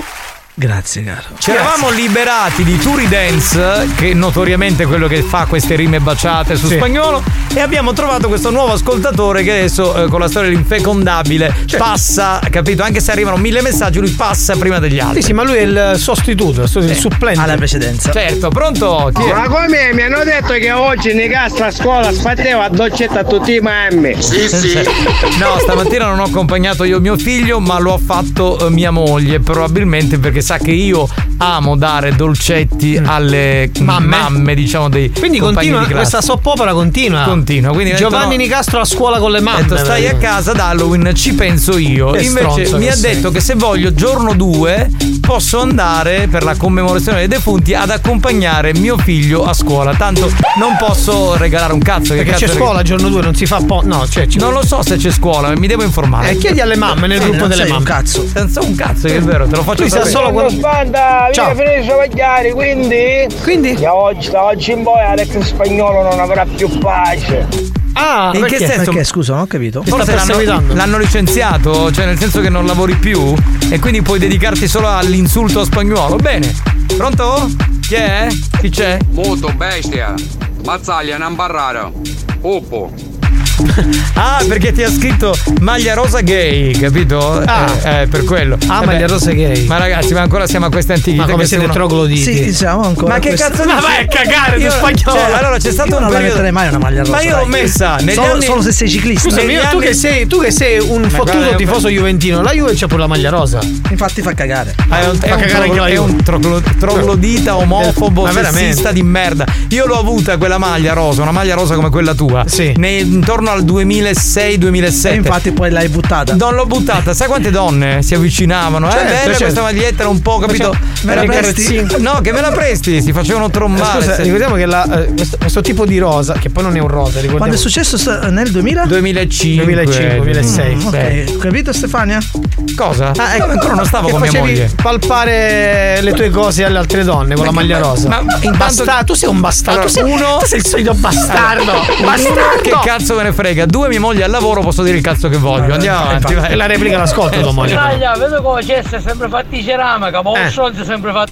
[SPEAKER 12] Grazie, caro.
[SPEAKER 2] Ci eravamo liberati di Turi Dance, che è notoriamente quello che fa queste rime baciate su
[SPEAKER 12] Sì.
[SPEAKER 2] spagnolo, e abbiamo trovato questo nuovo ascoltatore che adesso eh, con la storia dell'infecondabile passa, capito? Anche se arrivano mille messaggi, lui passa prima degli altri.
[SPEAKER 12] Sì, sì, ma lui è il sostituto, il sost- il supplente. Alla precedenza.
[SPEAKER 2] Certo, pronto? Chi è?
[SPEAKER 21] Ma come mi hanno detto che oggi nei cassa a scuola sbatteva a doccetta a tutti i mammi? Sì,
[SPEAKER 2] No, stamattina non ho accompagnato io mio figlio, ma lo ha fatto eh, mia moglie, probabilmente perché sa che io amo dare dolcetti alle mamme, diciamo, dei
[SPEAKER 12] Quindi
[SPEAKER 2] compagni
[SPEAKER 12] continua,
[SPEAKER 2] di classe.
[SPEAKER 12] questa soppopera continua.
[SPEAKER 2] Continua, quindi ha detto
[SPEAKER 12] Giovanni
[SPEAKER 2] no.
[SPEAKER 12] Nicastro a scuola con le
[SPEAKER 2] Ha
[SPEAKER 12] mamme.
[SPEAKER 2] detto, stai a casa ad Halloween, ci penso io.
[SPEAKER 12] Che
[SPEAKER 2] Invece
[SPEAKER 12] stronzo
[SPEAKER 2] mi
[SPEAKER 12] che
[SPEAKER 2] ha
[SPEAKER 12] sei.
[SPEAKER 2] detto che se voglio giorno 2 posso andare per la commemorazione dei defunti ad accompagnare mio figlio a scuola. Tanto non posso regalare un cazzo. che
[SPEAKER 12] Perché
[SPEAKER 2] cazzo
[SPEAKER 12] c'è
[SPEAKER 2] regalo?
[SPEAKER 12] scuola giorno 2, non si fa po'. No, cioè, ci-
[SPEAKER 2] Non lo so se c'è scuola, mi devo informare.
[SPEAKER 12] Eh, chiedi alle mamme nel
[SPEAKER 2] Sì,
[SPEAKER 12] gruppo
[SPEAKER 2] non
[SPEAKER 12] delle
[SPEAKER 2] sei
[SPEAKER 12] mamme.
[SPEAKER 2] un cazzo. Senza un cazzo, che è vero, te lo faccio
[SPEAKER 12] Lui sa
[SPEAKER 2] sapere.
[SPEAKER 12] solo quando-
[SPEAKER 21] Banda,
[SPEAKER 12] Ciao.
[SPEAKER 21] vieni finire di travagliare, quindi?
[SPEAKER 12] Quindi?
[SPEAKER 21] Da oggi, da oggi in poi Alex Spagnolo non avrà più pace.
[SPEAKER 12] Ah,
[SPEAKER 2] in che
[SPEAKER 12] perché?
[SPEAKER 2] senso?
[SPEAKER 12] Perché, scusa, non ho capito.
[SPEAKER 2] Forse l'hanno, l'hanno licenziato, cioè nel senso che non lavori più e quindi puoi dedicarti solo all'insulto a spagnolo. Bene, pronto? Chi è? Chi c'è?
[SPEAKER 26] Molto bestia. Mazzaglia, non barrara. Oppo.
[SPEAKER 2] Ah, perché ti ha scritto maglia rosa gay, capito?
[SPEAKER 26] Ah.
[SPEAKER 2] Eh, eh, per quello.
[SPEAKER 26] Ah,
[SPEAKER 2] Eh
[SPEAKER 26] maglia
[SPEAKER 2] beh,
[SPEAKER 26] rosa gay.
[SPEAKER 2] Ma ragazzi, ma ancora siamo a queste antichità.
[SPEAKER 12] Ma come
[SPEAKER 2] che
[SPEAKER 12] siete
[SPEAKER 2] sono-
[SPEAKER 12] trogloditi? Sì, siamo ancora
[SPEAKER 2] Ma che
[SPEAKER 12] a queste-
[SPEAKER 2] cazzo
[SPEAKER 12] Ma vai a cagare, tu
[SPEAKER 2] Io-
[SPEAKER 12] spagnolo.
[SPEAKER 2] cioè, allora c'è stato
[SPEAKER 12] Io
[SPEAKER 2] un
[SPEAKER 12] non la
[SPEAKER 2] periodo-
[SPEAKER 12] metterei mai una maglia rosa,
[SPEAKER 2] Ma io l'ho
[SPEAKER 12] dai.
[SPEAKER 2] messa negli
[SPEAKER 12] Solo-
[SPEAKER 2] anni-
[SPEAKER 12] solo se sei ciclista. Scusami,
[SPEAKER 2] Negli
[SPEAKER 12] tu che sei- tu che sei un
[SPEAKER 2] Ma
[SPEAKER 12] fottuto
[SPEAKER 2] guarda,
[SPEAKER 12] tifoso juventino, la Juve c'ha pure la maglia rosa. Infatti fa cagare.
[SPEAKER 2] Ah, è un, è
[SPEAKER 12] fa
[SPEAKER 2] un
[SPEAKER 12] cagare anche
[SPEAKER 2] troglo-
[SPEAKER 12] la
[SPEAKER 2] è
[SPEAKER 12] Juve.
[SPEAKER 2] un troglo- troglodita omofobo
[SPEAKER 12] Ma veramente.
[SPEAKER 2] sessista di merda io l'ho avuta quella maglia rosa una maglia rosa come quella tua ne- intorno al 2006-2007
[SPEAKER 12] Eh,
[SPEAKER 2] e infatti poi l'hai buttata non l'ho buttata sai quante donne si avvicinavano eh
[SPEAKER 12] Certo,
[SPEAKER 2] bella
[SPEAKER 12] certo.
[SPEAKER 2] questa maglietta era un po' capito
[SPEAKER 12] Me la
[SPEAKER 2] Le
[SPEAKER 12] presti? Eh,
[SPEAKER 2] carezzine. no che me la presti si facevano trombare
[SPEAKER 12] Scusa,
[SPEAKER 2] se-
[SPEAKER 12] ricordiamo che la- eh, questo, questo tipo di rosa, che poi non è un rosa, ricordiamo.
[SPEAKER 9] Quando è successo sta- nel 2000?
[SPEAKER 2] 2005
[SPEAKER 12] 2005, 2006.
[SPEAKER 9] Mm, ok, capito Stefania?
[SPEAKER 2] Cosa?
[SPEAKER 12] Ah, ecco,
[SPEAKER 2] ancora non stavo
[SPEAKER 12] che
[SPEAKER 2] con mia
[SPEAKER 12] facevi
[SPEAKER 2] moglie.
[SPEAKER 12] palpare le tue cose alle altre donne con la
[SPEAKER 2] Ma che-
[SPEAKER 12] maglia rosa.
[SPEAKER 2] ma- ma intanto-
[SPEAKER 12] Bastardo, tu sei un bastardo.
[SPEAKER 2] Allora,
[SPEAKER 12] tu sei,
[SPEAKER 2] uno-
[SPEAKER 12] tu sei il solito
[SPEAKER 2] (laughs)
[SPEAKER 12] bastardo.
[SPEAKER 2] Allora, uno,
[SPEAKER 12] bastardo.
[SPEAKER 2] Che cazzo me ne frega? Due, mia moglie al lavoro, posso dire il cazzo che voglio. Andiamo avanti.
[SPEAKER 12] infatti,
[SPEAKER 2] vai.
[SPEAKER 12] e la replica l'ascolto tua moglie.
[SPEAKER 21] Taglia, vedo come c'è, sei sempre fatti ceramica, ma
[SPEAKER 12] Eh.
[SPEAKER 21] un stronzo è sempre fatto.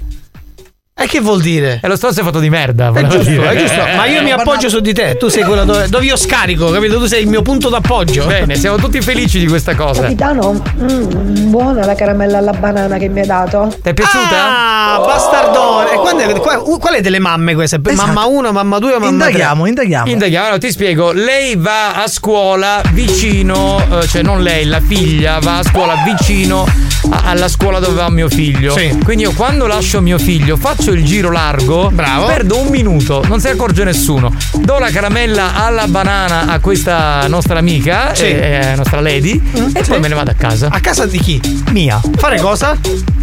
[SPEAKER 12] E che vuol dire?
[SPEAKER 2] E Eh, lo stronzo è fatto di merda.
[SPEAKER 12] È
[SPEAKER 2] volevo
[SPEAKER 12] giusto,
[SPEAKER 2] dire.
[SPEAKER 12] è giusto. Ma io mi appoggio su di te. Tu sei quello dove, dove io scarico, capito? Tu sei il mio punto d'appoggio.
[SPEAKER 2] Bene, siamo tutti felici di questa cosa. Ti
[SPEAKER 9] Capitano, mm, buona la caramella alla banana che mi hai dato.
[SPEAKER 2] è piaciuta? Oh.
[SPEAKER 12] Ah, bastardone. E quando è- qua- u- qual è delle mamme queste? Mamma 1, mamma 2, mamma 3.
[SPEAKER 2] Esatto. Indaghiamo, Indaghiamo, allora ti spiego. Lei va a scuola vicino, eh, cioè non lei, la figlia va a scuola vicino a- alla scuola dove va mio figlio.
[SPEAKER 12] Sì.
[SPEAKER 2] Quindi io quando lascio mio figlio faccio il giro largo,
[SPEAKER 12] Bravo.
[SPEAKER 2] perdo un minuto, non se ne accorge nessuno. Do la caramella alla banana a questa nostra amica,
[SPEAKER 12] Sì. Mm.
[SPEAKER 2] eh, eh, nostra lady, e poi me ne vado a casa.
[SPEAKER 12] A casa di chi? Mia. Fare cosa?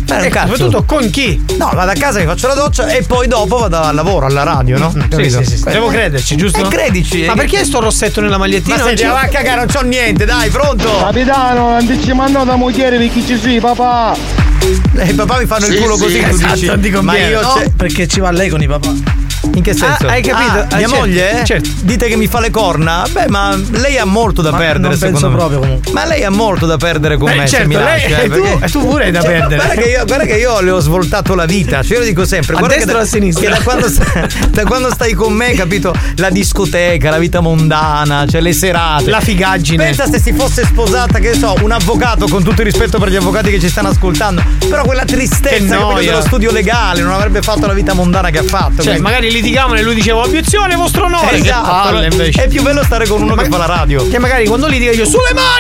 [SPEAKER 2] Fare un
[SPEAKER 12] E
[SPEAKER 2] Eh, cazzo.
[SPEAKER 12] Eh, soprattutto con chi?
[SPEAKER 2] No, vado a casa, mi faccio la doccia e poi dopo vado al lavoro, alla radio, no?
[SPEAKER 12] Mm, Sì,
[SPEAKER 2] Capito?
[SPEAKER 12] sì, sì, sì. Devo crederci, giusto?
[SPEAKER 2] Eh, credici.
[SPEAKER 12] Ma perché sto rossetto nella magliettina?
[SPEAKER 2] Ma senti, va a cagare, non c'ho niente, dai, pronto?
[SPEAKER 21] Capitano, non dici mandato da mogliere perché ci sei, papà.
[SPEAKER 2] E i eh, papà mi fanno il culo così, tu
[SPEAKER 9] esatto,
[SPEAKER 2] dici,
[SPEAKER 9] non ti
[SPEAKER 2] ma
[SPEAKER 9] conviene,
[SPEAKER 2] io cioè,
[SPEAKER 9] no?
[SPEAKER 2] c'è-
[SPEAKER 9] Perché ci va lei con i papà.
[SPEAKER 2] In che senso?
[SPEAKER 9] Ah, hai capito?
[SPEAKER 2] Ah,
[SPEAKER 9] Ah,
[SPEAKER 2] mia
[SPEAKER 9] certo,
[SPEAKER 2] moglie?
[SPEAKER 9] certo.
[SPEAKER 2] Dite che mi fa le corna? Beh, ma lei ha molto da
[SPEAKER 9] Ma
[SPEAKER 2] perdere,
[SPEAKER 9] non
[SPEAKER 2] secondo
[SPEAKER 9] penso
[SPEAKER 2] me.
[SPEAKER 9] proprio, comunque.
[SPEAKER 2] Ma lei ha molto da perdere con
[SPEAKER 12] Eh,
[SPEAKER 2] me, se
[SPEAKER 12] certo,
[SPEAKER 2] mi
[SPEAKER 12] lei-
[SPEAKER 2] lascia. Cioè,
[SPEAKER 12] e tu- e tu pure hai da perdere.
[SPEAKER 2] Guarda che, io, guarda che io le ho svoltato la vita. Cioè, io lo dico sempre.
[SPEAKER 12] A
[SPEAKER 2] guarda che
[SPEAKER 12] destra
[SPEAKER 2] da-
[SPEAKER 12] o a sinistra?
[SPEAKER 2] Che da quando, sta- da quando stai con me, capito? La discoteca, la vita mondana, cioè le serate.
[SPEAKER 12] La figaggine.
[SPEAKER 2] Pensa se si fosse sposata, che ne so, un avvocato, con tutto il rispetto per gli avvocati che ci stanno ascoltando. Però quella
[SPEAKER 12] Che
[SPEAKER 2] tristezza, capito,
[SPEAKER 12] noia.
[SPEAKER 2] dello studio legale, non avrebbe fatto la vita mondana che ha fatto.
[SPEAKER 12] Cioè,
[SPEAKER 2] quindi-
[SPEAKER 12] magari litigavano e lui diceva obiezione, vostro onore.
[SPEAKER 2] Esatto.
[SPEAKER 12] Che palle, invece.
[SPEAKER 2] È più bello stare con uno che fa la radio.
[SPEAKER 12] Che magari quando litiga io sulle mani!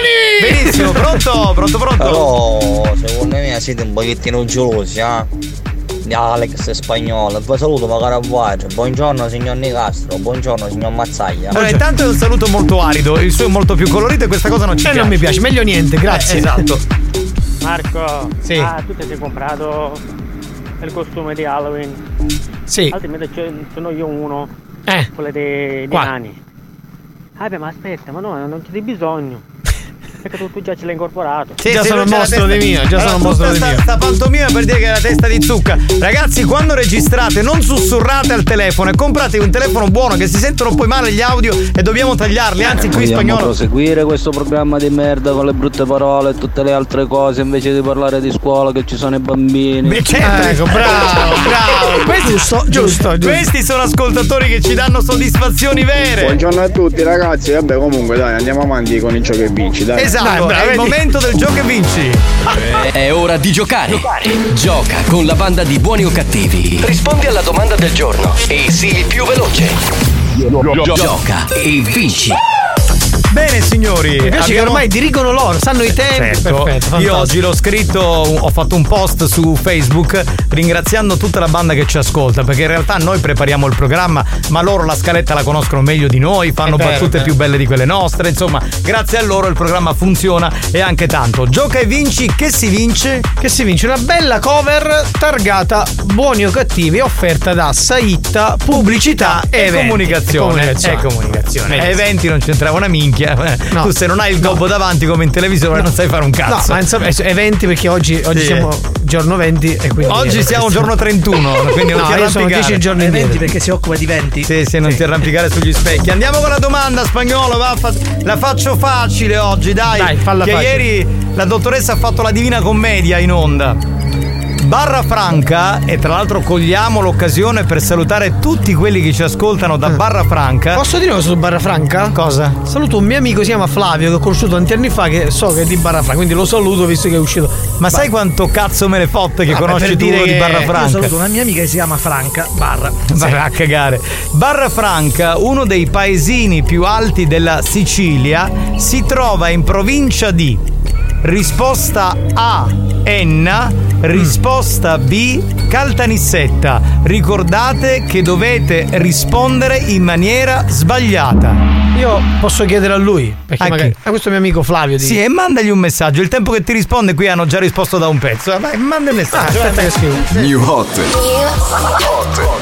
[SPEAKER 2] Benissimo, pronto, pronto, pronto.
[SPEAKER 25] Però secondo me siete un pochettino gelosi, eh? Di Alex spagnolo, vi saluto magari a voi. Buongiorno signor Nicastro, buongiorno signor Mazzaglia.
[SPEAKER 2] Allora, intanto è un saluto molto arido, il suo è molto più colorito e questa cosa non ci
[SPEAKER 12] Eh,
[SPEAKER 2] piace.
[SPEAKER 12] non mi piace, meglio niente, grazie.
[SPEAKER 2] Eh, esatto.
[SPEAKER 27] Marco,
[SPEAKER 12] Sì.
[SPEAKER 27] ah, tu ti sei comprato il costume di Halloween?
[SPEAKER 12] Sì.
[SPEAKER 27] Altrimenti c'è, sono io uno,
[SPEAKER 12] Eh.
[SPEAKER 27] quello dei, dei
[SPEAKER 12] Qua.
[SPEAKER 27] nani. Ah beh, ma aspetta, ma no, non c'è bisogno. Perché tu, tu già ce l'hai incorporato.
[SPEAKER 12] già sono un mostro di mio, già
[SPEAKER 2] Allora,
[SPEAKER 12] sono un mostro
[SPEAKER 2] tutta
[SPEAKER 12] di
[SPEAKER 2] sta,
[SPEAKER 12] mio.
[SPEAKER 2] Sta pantomima per dire che è la testa di zucca. Ragazzi, quando registrate, non sussurrate al telefono e comprate un telefono buono che si sentono poi male gli audio e dobbiamo tagliarli. Anzi, qui in
[SPEAKER 20] Vogliamo
[SPEAKER 2] spagnolo.
[SPEAKER 20] proseguire questo programma di merda con le brutte parole e tutte le altre cose invece di parlare di scuola che ci sono i bambini.
[SPEAKER 2] Ecco, bravo, bravo. Questi, giusto, giusto, Questi sono ascoltatori che ci danno soddisfazioni vere.
[SPEAKER 5] Buongiorno a tutti ragazzi, vabbè comunque dai andiamo avanti con il gioco che vinci
[SPEAKER 12] Eh,
[SPEAKER 5] dai.
[SPEAKER 2] Esatto, è il momento del gioco e vinci.
[SPEAKER 1] È ora di giocare. Gioca con la banda di buoni o cattivi. Rispondi alla domanda del giorno e sii il più veloce. Gioca e vinci.
[SPEAKER 2] Bene signori,
[SPEAKER 12] Mi piace che ormai dirigono loro, sanno i tempi. Perfetto,
[SPEAKER 2] Perfetto. Io
[SPEAKER 12] fantastico.
[SPEAKER 2] oggi l'ho scritto, ho fatto un post su Facebook ringraziando tutta la banda che ci ascolta, perché in realtà noi prepariamo il programma, ma loro la scaletta la conoscono meglio di noi, fanno
[SPEAKER 12] È vero,
[SPEAKER 2] battute
[SPEAKER 12] è vero.
[SPEAKER 2] più belle di quelle nostre, insomma, grazie a loro il programma funziona e anche tanto. Gioca e vinci, che si vince?
[SPEAKER 12] Che si vince una bella cover targata Buoni o Cattivi offerta da Saitta Pubblicità e,
[SPEAKER 2] E
[SPEAKER 12] Eventi. E
[SPEAKER 2] comunicazione. E comunicazione.
[SPEAKER 12] comunicazione. Eh,
[SPEAKER 2] E eventi non c'entrava una minchia.
[SPEAKER 12] No.
[SPEAKER 2] Tu se non hai il gobbo davanti come in televisione non sai fare un
[SPEAKER 12] No,
[SPEAKER 2] cazzo.
[SPEAKER 12] ma insomma, es- eventi perché oggi, oggi
[SPEAKER 2] Sì.
[SPEAKER 12] siamo giorno 20 e quindi.
[SPEAKER 2] Oggi siamo
[SPEAKER 12] (laughs)
[SPEAKER 2] giorno 31, quindi non
[SPEAKER 12] No,
[SPEAKER 2] ti
[SPEAKER 12] io sono
[SPEAKER 2] arrampicare.
[SPEAKER 12] 10 giorni
[SPEAKER 2] Eh,
[SPEAKER 12] indietro.
[SPEAKER 2] 20
[SPEAKER 12] perché si occupa di 20.
[SPEAKER 2] Sì, sì, non ti arrampicare sugli specchi. Andiamo con la domanda, spagnolo. va, fa- la faccio facile oggi, dai.
[SPEAKER 12] Dai, falla
[SPEAKER 2] che
[SPEAKER 12] facile.
[SPEAKER 2] ieri la dottoressa ha fatto la divina commedia in onda. Barra Franca, e tra l'altro cogliamo l'occasione per salutare tutti quelli che ci ascoltano da Barra Franca.
[SPEAKER 12] Mm. Posso dire una cosa su Barra Franca? Cosa? Saluto un mio amico, si chiama Flavio, che ho conosciuto tanti anni fa, che so che è di Barra Franca, quindi lo saluto visto che è uscito.
[SPEAKER 2] Ma sai quanto cazzo me ne fotte che conosci tu di Barra Franca?
[SPEAKER 28] Io saluto una mia amica che si chiama Franca Barra.
[SPEAKER 2] (laughs) Vai a cagare. Barra Franca, uno dei paesini più alti della Sicilia, si trova in provincia di risposta A Enna,
[SPEAKER 12] Mm.
[SPEAKER 2] risposta B Caltanissetta. Ricordate che dovete rispondere in maniera sbagliata.
[SPEAKER 12] Io posso chiedere a lui, perché
[SPEAKER 2] A chi?
[SPEAKER 12] magari. A questo mio amico Flavio.
[SPEAKER 2] Sì, e mandagli un messaggio. Il tempo che ti risponde, qui hanno già risposto da un pezzo. Eh, Vai, manda il
[SPEAKER 12] Ah,
[SPEAKER 2] messaggio.
[SPEAKER 12] aspetta che scrivo.
[SPEAKER 18] New Hot.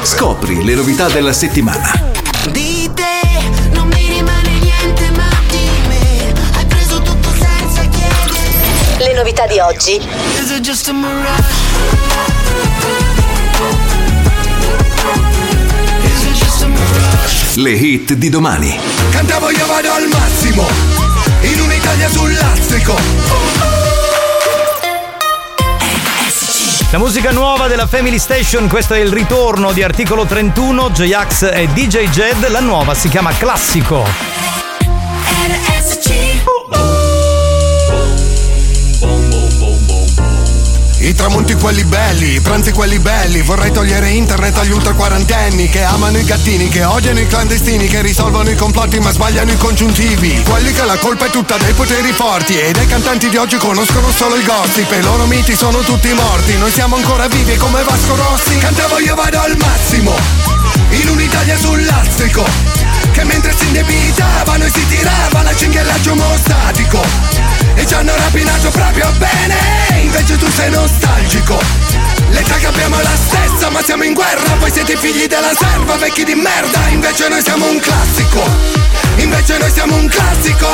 [SPEAKER 18] Scopri le novità della settimana.
[SPEAKER 6] Di te non mi rimane niente ma di me Hai preso tutto senza chiedere Le novità di oggi Is it just a mirage? Is it just a mirage?
[SPEAKER 18] Le hit di domani.
[SPEAKER 29] Cantavo io vado al massimo In un'Italia sul lastrico
[SPEAKER 2] La musica nuova della Family Station, questo è il ritorno di articolo 31, J-Ax e DJ Jed, la nuova si chiama Classico.
[SPEAKER 29] I tramonti quelli belli, i pranzi quelli belli Vorrei togliere internet agli ultra quarantenni Che amano i gattini, che odiano i clandestini Che risolvono i complotti ma sbagliano i congiuntivi Quelli che la colpa è tutta dei poteri forti E dei cantanti di oggi conoscono solo il gossip E i loro miti sono tutti morti Noi siamo ancora vivi come Vasco Rossi Cantavo io vado al massimo In un'Italia sul lastrico Che mentre si indebitavano e si tirava La cinghiellaggia omostatico e ci hanno rapinato proprio bene Invece tu sei nostalgico L'età che abbiamo è la stessa ma siamo in guerra Voi siete figli della serva, vecchi di merda Invece noi siamo un classico Invece noi siamo un classico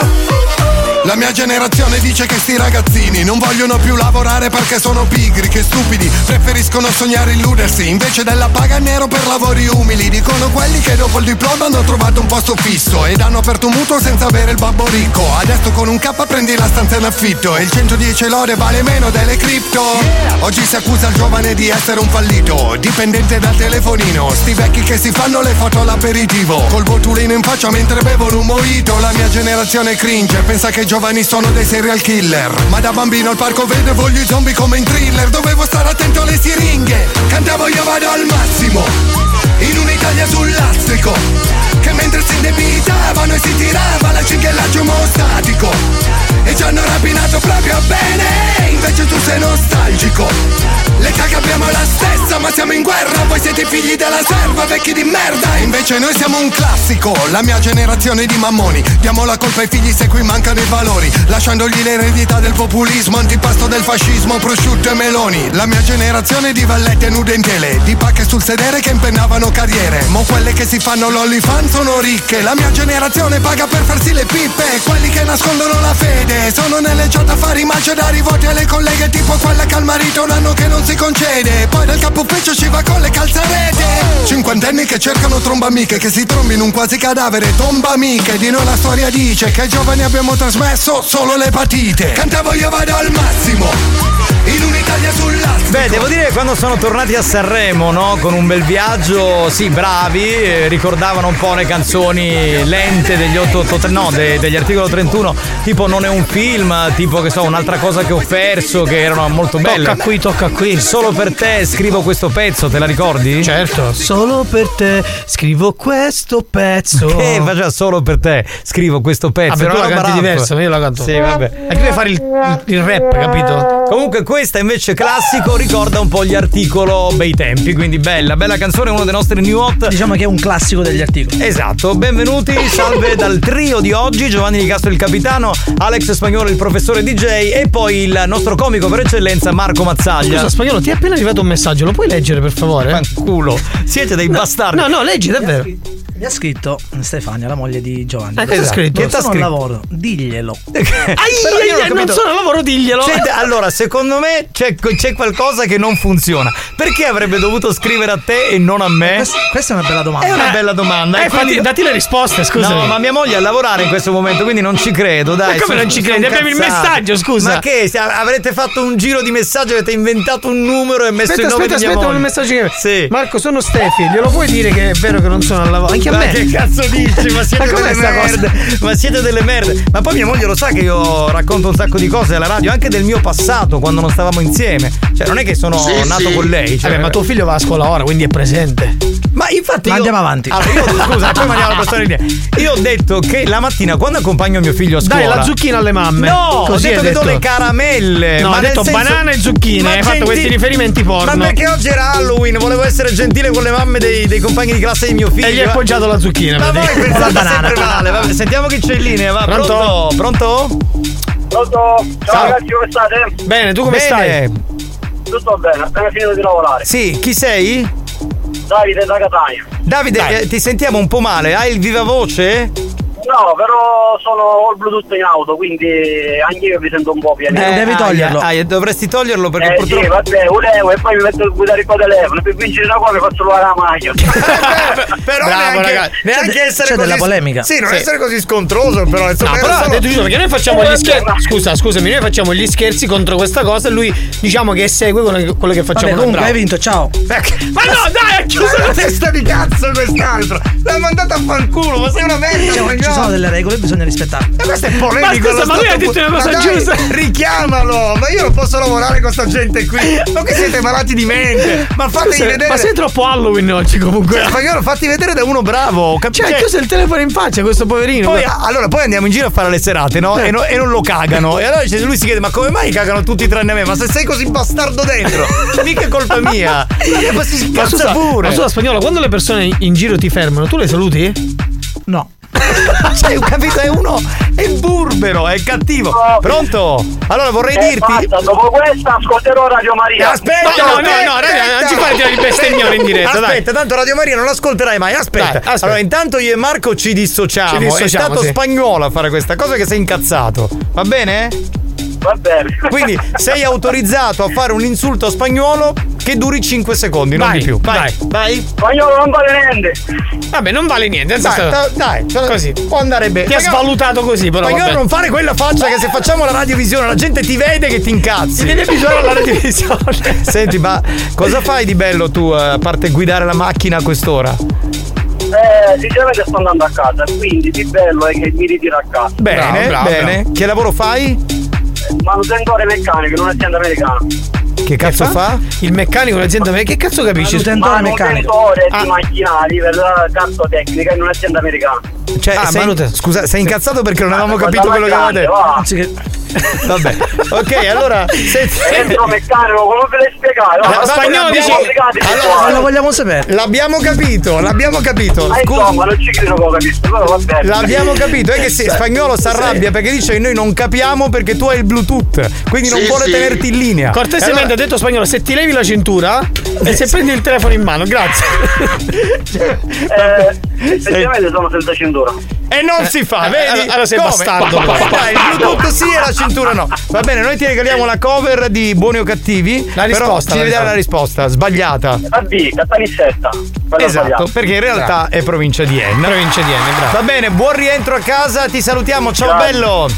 [SPEAKER 29] La mia generazione dice che sti ragazzini non vogliono più lavorare perché sono pigri, che stupidi, preferiscono sognare e illudersi, invece della paga in nero per lavori umili, dicono quelli che dopo il diploma hanno trovato un posto fisso ed hanno aperto un mutuo senza avere il babbo ricco, adesso con un K prendi la stanza in affitto e il 110 lode vale meno delle cripto. Oggi si accusa il giovane di essere un fallito, dipendente dal telefonino, sti vecchi che si fanno le foto all'aperitivo, col botulino in faccia mentre bevono un mojito, la mia generazione cringe, pensa che i giovani sono dei serial killer, ma da bambino al parco vedevo gli zombie come in thriller, dovevo stare attento alle siringhe, cantavo io vado al massimo, in un'Italia sul lastrico, che mentre si indebitavano e si tirava la cinghiellaggia omostatico, e ci hanno rapinato proprio bene, invece tu sei nostalgico, l'età che abbiamo è la stessa ma siamo in guerra, voi Voi siete figli della serva, vecchi di merda E Invece noi siamo un classico, la mia generazione di mammoni. Diamo la colpa ai figli se qui mancano i valori, lasciandogli l'eredità del populismo, antipasto del fascismo, prosciutto e meloni. La mia generazione di vallette nude in tele, di pacche sul sedere che impennavano carriere. Mo quelle che si fanno l'olifan sono ricche, la mia generazione paga per farsi le pippe. Quelli che nascondono la fede, sono nelle giornate a fare i macerari voti alle colleghe, tipo quella che al marito un anno che non si concede. Poi dal capo ufficio ci va con le calzarete. Cinquantenni che cercano tromba amiche, che si trombi in un quasi cadavere, tomba amiche. Di noi la storia dice che ai giovani abbiamo trasmesso solo l'epatite. Cantavo io vado al massimo, in un'Italia sull'asse.
[SPEAKER 2] Beh, devo dire che quando sono tornati a Sanremo, no? Con un bel viaggio, sì, bravi, eh, ricordavano un po' le canzoni lente degli 883, no, de- degli articolo 31, tipo non è un film, tipo che so, un'altra cosa che ho perso, che erano molto belle. Tocca qui, tocca qui. Solo per te scrivo questo pezzo, te la ricordi? Certo.
[SPEAKER 28] Solo per te scrivo questo pezzo.
[SPEAKER 2] Che faceva Eh, solo per te, scrivo questo pezzo.
[SPEAKER 12] Ah, beh, tu
[SPEAKER 2] Era
[SPEAKER 12] la
[SPEAKER 2] una
[SPEAKER 12] canti
[SPEAKER 2] rap.
[SPEAKER 12] diversa, ma io la canto.
[SPEAKER 2] Sì, vabbè.
[SPEAKER 12] E qui devi fare il, il rap, capito?
[SPEAKER 2] Comunque questa invece classico ricorda un po' gli articolo bei tempi, quindi bella, bella canzone, uno dei nostri new hot.
[SPEAKER 28] Diciamo che è un classico degli articoli.
[SPEAKER 2] Esatto, benvenuti, salve dal trio di oggi, Giovanni Di Castro il capitano, Alex Spagnolo il professore DJ e poi il nostro comico per eccellenza Marco Mazzaglia.
[SPEAKER 12] Scusa, spagnolo, ti è appena arrivato un messaggio, lo puoi leggere per favore?
[SPEAKER 2] Fanculo, siete dei bastardi.
[SPEAKER 12] No, no, leggi davvero.
[SPEAKER 28] Mi ha scritto Stefania, la moglie di Giovanni.
[SPEAKER 12] Eh, cosa ha scritto?
[SPEAKER 28] Che
[SPEAKER 12] Che t'ha
[SPEAKER 28] sono al
[SPEAKER 12] scritto?
[SPEAKER 28] lavoro,
[SPEAKER 12] (laughs)
[SPEAKER 28] diglielo.
[SPEAKER 12] Però io non ho capito- (laughs)
[SPEAKER 2] C'è- allora, secondo me c'è, c'è qualcosa che non funziona. Perché avrebbe dovuto scrivere a te e non a me?
[SPEAKER 28] Questa è una bella domanda.
[SPEAKER 2] È una bella domanda.
[SPEAKER 12] Eh,
[SPEAKER 2] E quindi-
[SPEAKER 12] fatti- datti le risposte, scusami.
[SPEAKER 2] No, ma mia moglie è a lavorare in questo momento, quindi non ci credo, dai.
[SPEAKER 12] Ma come non ci
[SPEAKER 2] sono
[SPEAKER 12] credi? Abbiamo il
[SPEAKER 2] cazzate.
[SPEAKER 12] messaggio, scusa.
[SPEAKER 2] Ma che? se a- avrete fatto un giro di messaggio, avete inventato un numero e messo
[SPEAKER 12] Aspetta,
[SPEAKER 2] il nome
[SPEAKER 12] aspetta,
[SPEAKER 2] di mia
[SPEAKER 12] aspetta
[SPEAKER 2] moglie.
[SPEAKER 12] un messaggio che
[SPEAKER 2] Sì.
[SPEAKER 12] Marco, sono Stefi, glielo puoi dire che è vero che non sono al lavoro? Anche a
[SPEAKER 2] Ma
[SPEAKER 12] me.
[SPEAKER 2] che cazzo dici? Ma siete
[SPEAKER 12] Ma com'è
[SPEAKER 2] delle
[SPEAKER 12] sta cosa?
[SPEAKER 2] merde. Ma siete delle merde. Ma poi mia moglie lo sa che io racconto un sacco di cose alla radio, anche del mio passato quando non stavamo insieme. Cioè, non è che sono
[SPEAKER 12] Sì,
[SPEAKER 2] nato
[SPEAKER 12] sì.
[SPEAKER 2] con lei. Cioè,
[SPEAKER 12] Eh, Vabbè, ma tuo figlio va a scuola ora, quindi è presente.
[SPEAKER 2] Ma infatti.
[SPEAKER 12] Ma
[SPEAKER 2] io-
[SPEAKER 12] andiamo avanti.
[SPEAKER 2] Allora,
[SPEAKER 12] (laughs)
[SPEAKER 2] io, scusa, poi mandiamo la persona in linea. Io ho detto che la mattina quando accompagno mio figlio a scuola.
[SPEAKER 12] Dai la zucchina alle mamme.
[SPEAKER 2] No,
[SPEAKER 12] Così
[SPEAKER 2] ho detto
[SPEAKER 12] hai
[SPEAKER 2] che do le caramelle.
[SPEAKER 12] No,
[SPEAKER 2] ma
[SPEAKER 12] hai
[SPEAKER 2] nel
[SPEAKER 12] detto
[SPEAKER 2] senso-
[SPEAKER 12] banana e zucchine.
[SPEAKER 2] Ma
[SPEAKER 12] hai fatto
[SPEAKER 2] genti-
[SPEAKER 12] questi riferimenti porno.
[SPEAKER 2] Ma perché oggi era Halloween? Volevo essere gentile con le mamme dei, dei compagni di classe di mio figlio.
[SPEAKER 12] E gli hai
[SPEAKER 2] eh.
[SPEAKER 12] appoggiato la zucchina.
[SPEAKER 2] Ma voi
[SPEAKER 12] praticamente.
[SPEAKER 2] pensate
[SPEAKER 12] La banana.
[SPEAKER 2] sempre male. Vabbè, sentiamo chi c'è in linea. Va, pronto?
[SPEAKER 12] Pronto?
[SPEAKER 2] Pronto?
[SPEAKER 11] Pronto? Ciao,
[SPEAKER 2] Ciao.
[SPEAKER 11] ragazzi, come state?
[SPEAKER 12] Bene, tu come
[SPEAKER 2] Bene.
[SPEAKER 12] stai?
[SPEAKER 11] Tutto bene, appena finito di lavorare.
[SPEAKER 2] Sì, chi sei?
[SPEAKER 11] Davide da Catania.
[SPEAKER 2] Davide, eh, ti sentiamo un po' male. Hai il viva voce?
[SPEAKER 11] No, però sono ho il Bluetooth in auto, quindi anche io mi sento un po' pieno.
[SPEAKER 2] Eh, aia, aia, dovresti toglierlo perché
[SPEAKER 11] Eh
[SPEAKER 2] purtroppo.
[SPEAKER 11] sì, vabbè, un euro e poi mi metto a guidare il mio telefono. Per vincere una cosa mi faccio lavare la
[SPEAKER 2] (laughs)
[SPEAKER 11] macchina. Bravo,
[SPEAKER 2] però neanche, cioè,
[SPEAKER 11] ragazzi.
[SPEAKER 2] neanche
[SPEAKER 11] C'è de-
[SPEAKER 2] essere
[SPEAKER 11] c'è
[SPEAKER 2] così
[SPEAKER 11] della polemica.
[SPEAKER 2] Sì, non
[SPEAKER 11] Sì.
[SPEAKER 2] essere così scontroso, però insomma.
[SPEAKER 12] No,
[SPEAKER 2] era
[SPEAKER 12] però ha
[SPEAKER 2] solo-
[SPEAKER 12] detto giusto perché noi facciamo gli scherzi. Scusa, scusami, noi facciamo gli scherzi contro questa cosa e lui diciamo che segue quello che, quello che
[SPEAKER 28] Vabbè,
[SPEAKER 12] facciamo. noi.
[SPEAKER 28] comunque hai
[SPEAKER 12] Bravo.
[SPEAKER 28] vinto, ciao.
[SPEAKER 2] Ma
[SPEAKER 12] no, dai, ha chiuso
[SPEAKER 28] (laughs)
[SPEAKER 2] la testa di cazzo quest'altro! L'ha mandato a fanculo, ma sei una merda!
[SPEAKER 28] Diciamo, ci
[SPEAKER 2] coglione.
[SPEAKER 28] sono delle regole, bisogna rispettarle.
[SPEAKER 2] Ma questo è polemico!
[SPEAKER 28] Ma scusa,
[SPEAKER 2] lo
[SPEAKER 28] ma lui
[SPEAKER 2] stato
[SPEAKER 28] ha detto
[SPEAKER 2] pu-
[SPEAKER 28] una cosa
[SPEAKER 2] Ma dai,
[SPEAKER 28] giusta.
[SPEAKER 2] Richiamalo! Ma io non posso lavorare con sta gente qui! Ma che siete malati di mente! Ma fatemi
[SPEAKER 12] Scusa,
[SPEAKER 2] vedere!
[SPEAKER 12] Ma sei troppo Halloween oggi comunque.
[SPEAKER 2] Cioè, spagnolo, fatti vedere da uno bravo, cap-
[SPEAKER 12] Cioè,
[SPEAKER 2] cioè-
[SPEAKER 12] ha chiuso il telefono in faccia questo poverino.
[SPEAKER 2] Poi, a- allora, poi andiamo in giro a fare le serate, no? E, no- e non lo cagano. E allora dice- lui si chiede: Ma come mai cagano tutti tranne me? Ma se sei così bastardo dentro, mica è colpa mia. Ma poi si
[SPEAKER 12] Ma
[SPEAKER 2] scazza
[SPEAKER 12] scusa,
[SPEAKER 2] pure.
[SPEAKER 12] ma scusa spagnolo, quando le persone in giro ti fermano, tu le saluti?
[SPEAKER 28] No.
[SPEAKER 2] (laughs) Cioè, ho capito, è uno. È burbero, è cattivo. Pronto? Allora vorrei
[SPEAKER 11] Eh,
[SPEAKER 2] dirti.
[SPEAKER 11] basta, dopo questa ascolterò Radio Maria.
[SPEAKER 2] Eh, Aspetta,
[SPEAKER 11] No, no, no,
[SPEAKER 2] aspetta,
[SPEAKER 11] no, raga, non
[SPEAKER 2] aspetta.
[SPEAKER 11] ci fare tirare il bestemmione in diretta, dai.
[SPEAKER 2] Aspetta, tanto Radio Maria non l'ascolterai mai. Aspetta.
[SPEAKER 12] Dai, aspetta.
[SPEAKER 2] Allora, intanto io e Marco ci dissociamo.
[SPEAKER 12] Ci dissociamo,
[SPEAKER 2] è stato
[SPEAKER 12] sì.
[SPEAKER 2] spagnolo a fare questa cosa che sei incazzato. Va bene?
[SPEAKER 11] Va bene.
[SPEAKER 2] Quindi sei autorizzato a fare un insulto a spagnolo che duri 5 secondi, non
[SPEAKER 12] Vai,
[SPEAKER 2] di più.
[SPEAKER 12] vai.
[SPEAKER 2] vai.
[SPEAKER 11] Spagnolo non vale niente.
[SPEAKER 12] Vabbè, non vale niente. nel
[SPEAKER 2] Dai,
[SPEAKER 12] senso-
[SPEAKER 2] da- dai, cioè,
[SPEAKER 12] così.
[SPEAKER 2] può andare bene.
[SPEAKER 12] Ti ha
[SPEAKER 2] Spagnolo-
[SPEAKER 12] svalutato così, però.
[SPEAKER 2] Spagnolo,
[SPEAKER 12] vabbè.
[SPEAKER 2] non fare quella faccia che se facciamo la radiovisione la gente ti vede che ti
[SPEAKER 12] Ti
[SPEAKER 2] incazzi.
[SPEAKER 12] vede visuale alla radiovisione.
[SPEAKER 2] (laughs) Senti, ma cosa fai di bello tu eh, a parte guidare la macchina a quest'ora?
[SPEAKER 11] Eh, sinceramente sto andando a casa, quindi di bello è che mi ritiro a casa.
[SPEAKER 2] Bene, bene. Che lavoro fai?
[SPEAKER 11] Manutentore meccanico, non essendo americano.
[SPEAKER 2] Che cazzo fa?
[SPEAKER 12] Il meccanico, l'azienda me- Che cazzo capisci?
[SPEAKER 11] Manutentore
[SPEAKER 2] Ah.
[SPEAKER 11] di macchinari per la cartotecnica in
[SPEAKER 2] (laughs)
[SPEAKER 11] un'azienda americana.
[SPEAKER 2] Cioè,
[SPEAKER 11] Ah,
[SPEAKER 2] sei-
[SPEAKER 11] Manute- Ah,
[SPEAKER 2] scusa, sei incazzato perché non avevamo capito
[SPEAKER 11] guarda
[SPEAKER 2] quello che
[SPEAKER 11] la grande,
[SPEAKER 2] aveva detto.
[SPEAKER 11] va.
[SPEAKER 2] Anzi che- (laughs) Vabbè.
[SPEAKER 11] (laughs)
[SPEAKER 2] Ok, allora. Senti.
[SPEAKER 11] Dentro meccanico, come ve le spiegare?
[SPEAKER 2] Eh, spagnolo dice-
[SPEAKER 11] Allora,
[SPEAKER 2] lo vogliamo sapere. L'abbiamo capito, l'abbiamo capito.
[SPEAKER 11] Eh,
[SPEAKER 2] Scusa.
[SPEAKER 11] insomma, non ci credo che ho capito, però va bene.
[SPEAKER 2] L'abbiamo capito, è che se
[SPEAKER 11] Sì.
[SPEAKER 2] spagnolo si arrabbia perché dice noi non capiamo perché tu hai il Bluetooth, quindi non
[SPEAKER 12] Sì,
[SPEAKER 2] vuole
[SPEAKER 12] sì.
[SPEAKER 2] tenerti in linea.
[SPEAKER 12] Cortesemente
[SPEAKER 2] E allora- Eh,
[SPEAKER 12] ha detto spagnolo, se ti levi la cintura e se prendi il telefono in mano, grazie.
[SPEAKER 2] Cioè,
[SPEAKER 11] Eh, effettivamente sono senza cintura.
[SPEAKER 2] E non si fa,
[SPEAKER 12] Eh,
[SPEAKER 2] vedi?
[SPEAKER 12] allora- allora sei
[SPEAKER 2] Come?
[SPEAKER 12] bastardo.
[SPEAKER 2] Dai, il Bluetooth sì e la cintura no. Va bene, noi ti regaliamo la cover di Buoni o Cattivi.
[SPEAKER 12] La
[SPEAKER 2] Però
[SPEAKER 12] risposta,
[SPEAKER 2] ci
[SPEAKER 12] la
[SPEAKER 2] devi dare la risposta, sbagliata.
[SPEAKER 11] A B, Catanissetta. Quello
[SPEAKER 2] Esatto,
[SPEAKER 11] sbagliato.
[SPEAKER 2] perché in realtà è provincia di Enna. Provincia di Enna,
[SPEAKER 12] bravo.
[SPEAKER 2] Va bene, buon rientro a casa, ti salutiamo, ciao
[SPEAKER 12] Grazie.
[SPEAKER 2] bello.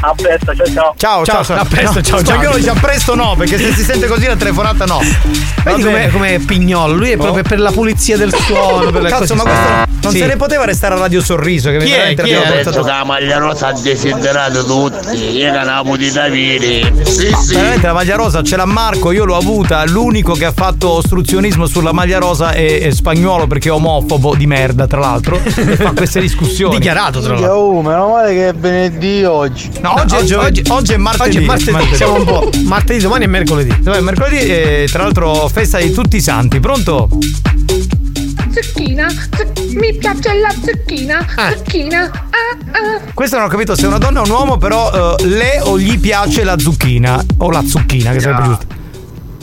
[SPEAKER 11] A presto, ciao ciao.
[SPEAKER 2] Ciao, ciao, ciao.
[SPEAKER 12] a presto, ciao,
[SPEAKER 2] No,
[SPEAKER 12] ciao.
[SPEAKER 2] Spagnolo dice a presto no, perché se si sente così la telefonata no.
[SPEAKER 12] Vedi
[SPEAKER 2] Va
[SPEAKER 12] com'è,
[SPEAKER 2] bene. Oh.
[SPEAKER 12] com'è pignolo, lui è proprio per la pulizia del suolo, per le cose-
[SPEAKER 2] Cazzo,
[SPEAKER 12] Ah.
[SPEAKER 2] ma questo non
[SPEAKER 12] Sì.
[SPEAKER 2] se ne poteva restare a Radio Sorriso che
[SPEAKER 12] Chi è?
[SPEAKER 2] veramente
[SPEAKER 12] Chi è?
[SPEAKER 2] abbiamo
[SPEAKER 12] Adesso
[SPEAKER 2] portato-
[SPEAKER 12] da-
[SPEAKER 30] La maglia rosa ha desiderato tutti, io non la potuto avere. Sì,
[SPEAKER 2] Ma
[SPEAKER 30] sì.
[SPEAKER 2] veramente la maglia rosa ce l'ha Marco, io l'ho avuta, l'unico che ha fatto ostruzionismo sulla maglia rosa è, è spagnolo perché è omofobo di merda, tra l'alttro. e fa queste discussioni. Dichiarato, tra l'altro.
[SPEAKER 31] Oh, meno male che è venerdì oggi.
[SPEAKER 2] No, oggi è giovedì.
[SPEAKER 12] Ah, oggi,
[SPEAKER 2] oggi è martedì.
[SPEAKER 12] Oggi è martedì,
[SPEAKER 2] Martedì.
[SPEAKER 12] siamo un
[SPEAKER 2] (laughs)
[SPEAKER 12] po'. Martedì, domani è mercoledì.
[SPEAKER 2] Dov'è? Mercoledì, eh, tra l'altro, festa di tutti i santi, pronto?
[SPEAKER 32] Zucchina, zuc- mi piace la zucchina, zucchina, ah ah.
[SPEAKER 2] Questo non ho capito se è una donna o un uomo, però eh, le o gli piace la zucchina. O la zucchina, che sarebbe giusto.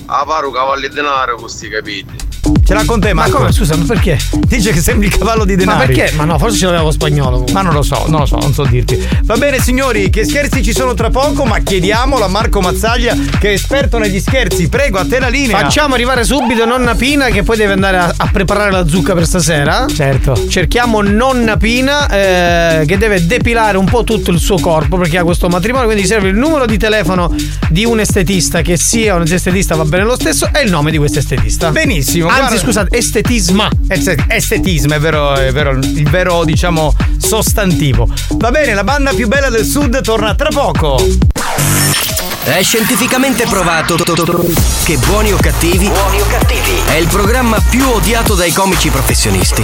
[SPEAKER 33] A Ah, paru cavalli di denaro questi capiti.
[SPEAKER 2] Ce l'ha con te, Marco.
[SPEAKER 12] come? Scusa,
[SPEAKER 2] ma perché? Dice che sembri il cavallo di denaro.
[SPEAKER 12] Ma perché? Ma no, forse ce l'aveva con spagnolo. comunque.
[SPEAKER 2] Ma non lo so, non lo so, non so dirti. Va bene signori, che scherzi ci sono tra poco, ma chiediamolo a Marco Mazzaglia che è esperto negli scherzi. Prego, a te la linea.
[SPEAKER 12] Facciamo arrivare subito nonna Pina che poi deve andare a, a preparare la zucca per stasera.
[SPEAKER 2] Certo.
[SPEAKER 12] Cerchiamo nonna Pina eh, che deve depilare un po' tutto il suo corpo perché ha questo matrimonio, quindi serve il numero di telefono di un estetista che sia un estetista va bene lo stesso e il nome di questo estetista.
[SPEAKER 2] Benissimo.
[SPEAKER 12] Anzi,
[SPEAKER 2] guarda-
[SPEAKER 12] scusate, estetisma.
[SPEAKER 2] Est- Estetismo è vero, è vero, il vero diciamo sostantivo. Va bene, la banda più bella del sud torna tra poco.
[SPEAKER 1] È scientificamente provato che Buoni o Cattivi è il programma più odiato dai comici professionisti.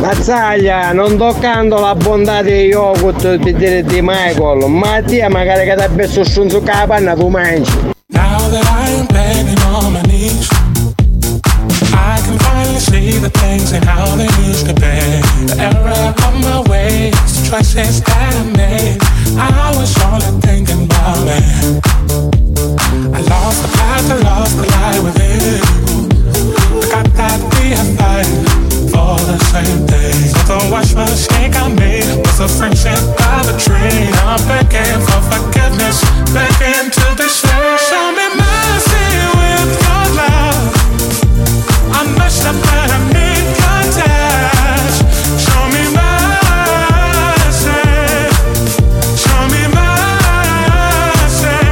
[SPEAKER 34] Mazzaglia, non toccando la bontà di yogurt di, di, di Michael, ma ti magari che ti ha messo su su la panna tu mangi.
[SPEAKER 22] Now that I am begging on my knees I can finally see the things and how they used to be The error of my ways, the choices that I made I was only thinking about me I lost the path, I lost the light within I got that we are fighting for the same things So don't watch my shake I made was a friendship by the tree I'm begging for forgiveness, begging to be saved Show me mercy with your love I messed up and I made contact Show me mercy Show me mercy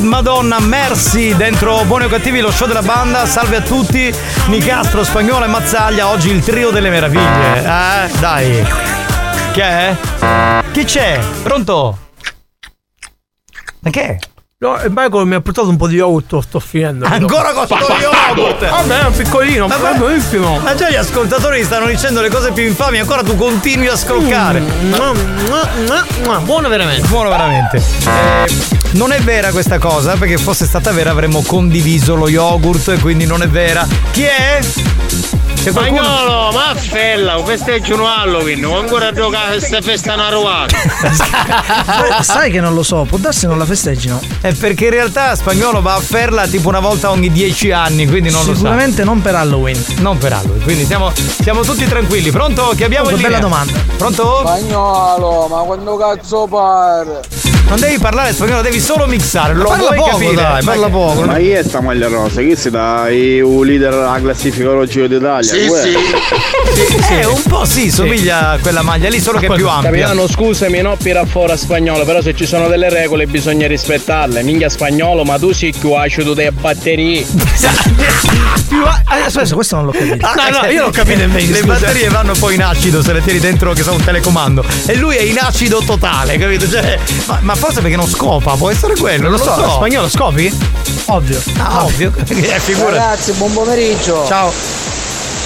[SPEAKER 2] Madonna, Merci dentro Buoni o Cattivi, lo show della banda. Salve a tutti, Nicastro, Spagnolo e Mazzaglia. Oggi il trio delle meraviglie. Eh, dai. Che è? Chi c'è? Pronto? Ma che è?
[SPEAKER 3] No, e Michael mi ha portato un po' di yogurt, lo sto finendo.
[SPEAKER 2] Ancora con sto yogurt!
[SPEAKER 3] Vabbè, è un piccolino,
[SPEAKER 2] Ma
[SPEAKER 3] ma è
[SPEAKER 2] beh-
[SPEAKER 3] buonissimo.
[SPEAKER 2] Ma già gli ascoltatori stanno dicendo le cose più infami, ancora tu continui a scroccare.
[SPEAKER 3] Mm, Buono veramente.
[SPEAKER 2] Buono veramente. Eh, non è vera questa cosa, perché fosse stata vera avremmo condiviso lo yogurt e quindi non è vera. Chi è? C'è qualcuno?
[SPEAKER 24] Spagnolo, ma fella, festeggio un Halloween, non ancora giocare questa festa una rovata.
[SPEAKER 35] Eh, Sai che non lo so, può darsi non la festeggino.
[SPEAKER 2] È perché in realtà spagnolo va a ferla tipo una volta ogni dieci anni, (laughs) quindi non lo so.
[SPEAKER 35] Sicuramente non per Halloween.
[SPEAKER 2] Non per Halloween, quindi siamo, siamo tutti tranquilli. Pronto? Che abbiamo
[SPEAKER 35] Pronto,
[SPEAKER 2] in linea?
[SPEAKER 35] bella domanda.
[SPEAKER 2] Pronto?
[SPEAKER 22] Spagnolo, ma quando cazzo pare?
[SPEAKER 2] Non devi parlare spagnolo, devi solo mixare. Lo
[SPEAKER 22] Parla
[SPEAKER 2] vuoi
[SPEAKER 22] poco,
[SPEAKER 2] capire? Cioè,
[SPEAKER 22] dai,
[SPEAKER 2] Ma che-
[SPEAKER 5] Ma chi è sta maglia rosa? Chi si dà il leader alla classifica Euro Giro d'Italia?
[SPEAKER 2] Sì,
[SPEAKER 5] Uè.
[SPEAKER 2] sì. Eh, un po' sì, somiglia a quella maglia lì, solo che è più ampia.
[SPEAKER 32] Capitano, scusami, non pirafora spagnolo, però se ci sono delle regole bisogna rispettarle. Minchia spagnolo, ma tu sei più acido delle batterie.
[SPEAKER 35] Aspetta, questo non l'ho capito.
[SPEAKER 2] Ah, Le
[SPEAKER 35] scusa.
[SPEAKER 2] batterie vanno poi in acido se le tieni dentro che sono un telecomando. E lui è in acido totale, capito? Cioè, ma, ma forse perché non scopa, può essere quello.
[SPEAKER 12] Lo
[SPEAKER 2] non
[SPEAKER 12] so, spagnolo
[SPEAKER 2] scopi?
[SPEAKER 35] Ovvio.
[SPEAKER 2] Ah, ovvio. (laughs) (laughs) Eh, figura.
[SPEAKER 22] Ragazzi, buon pomeriggio.
[SPEAKER 2] Ciao.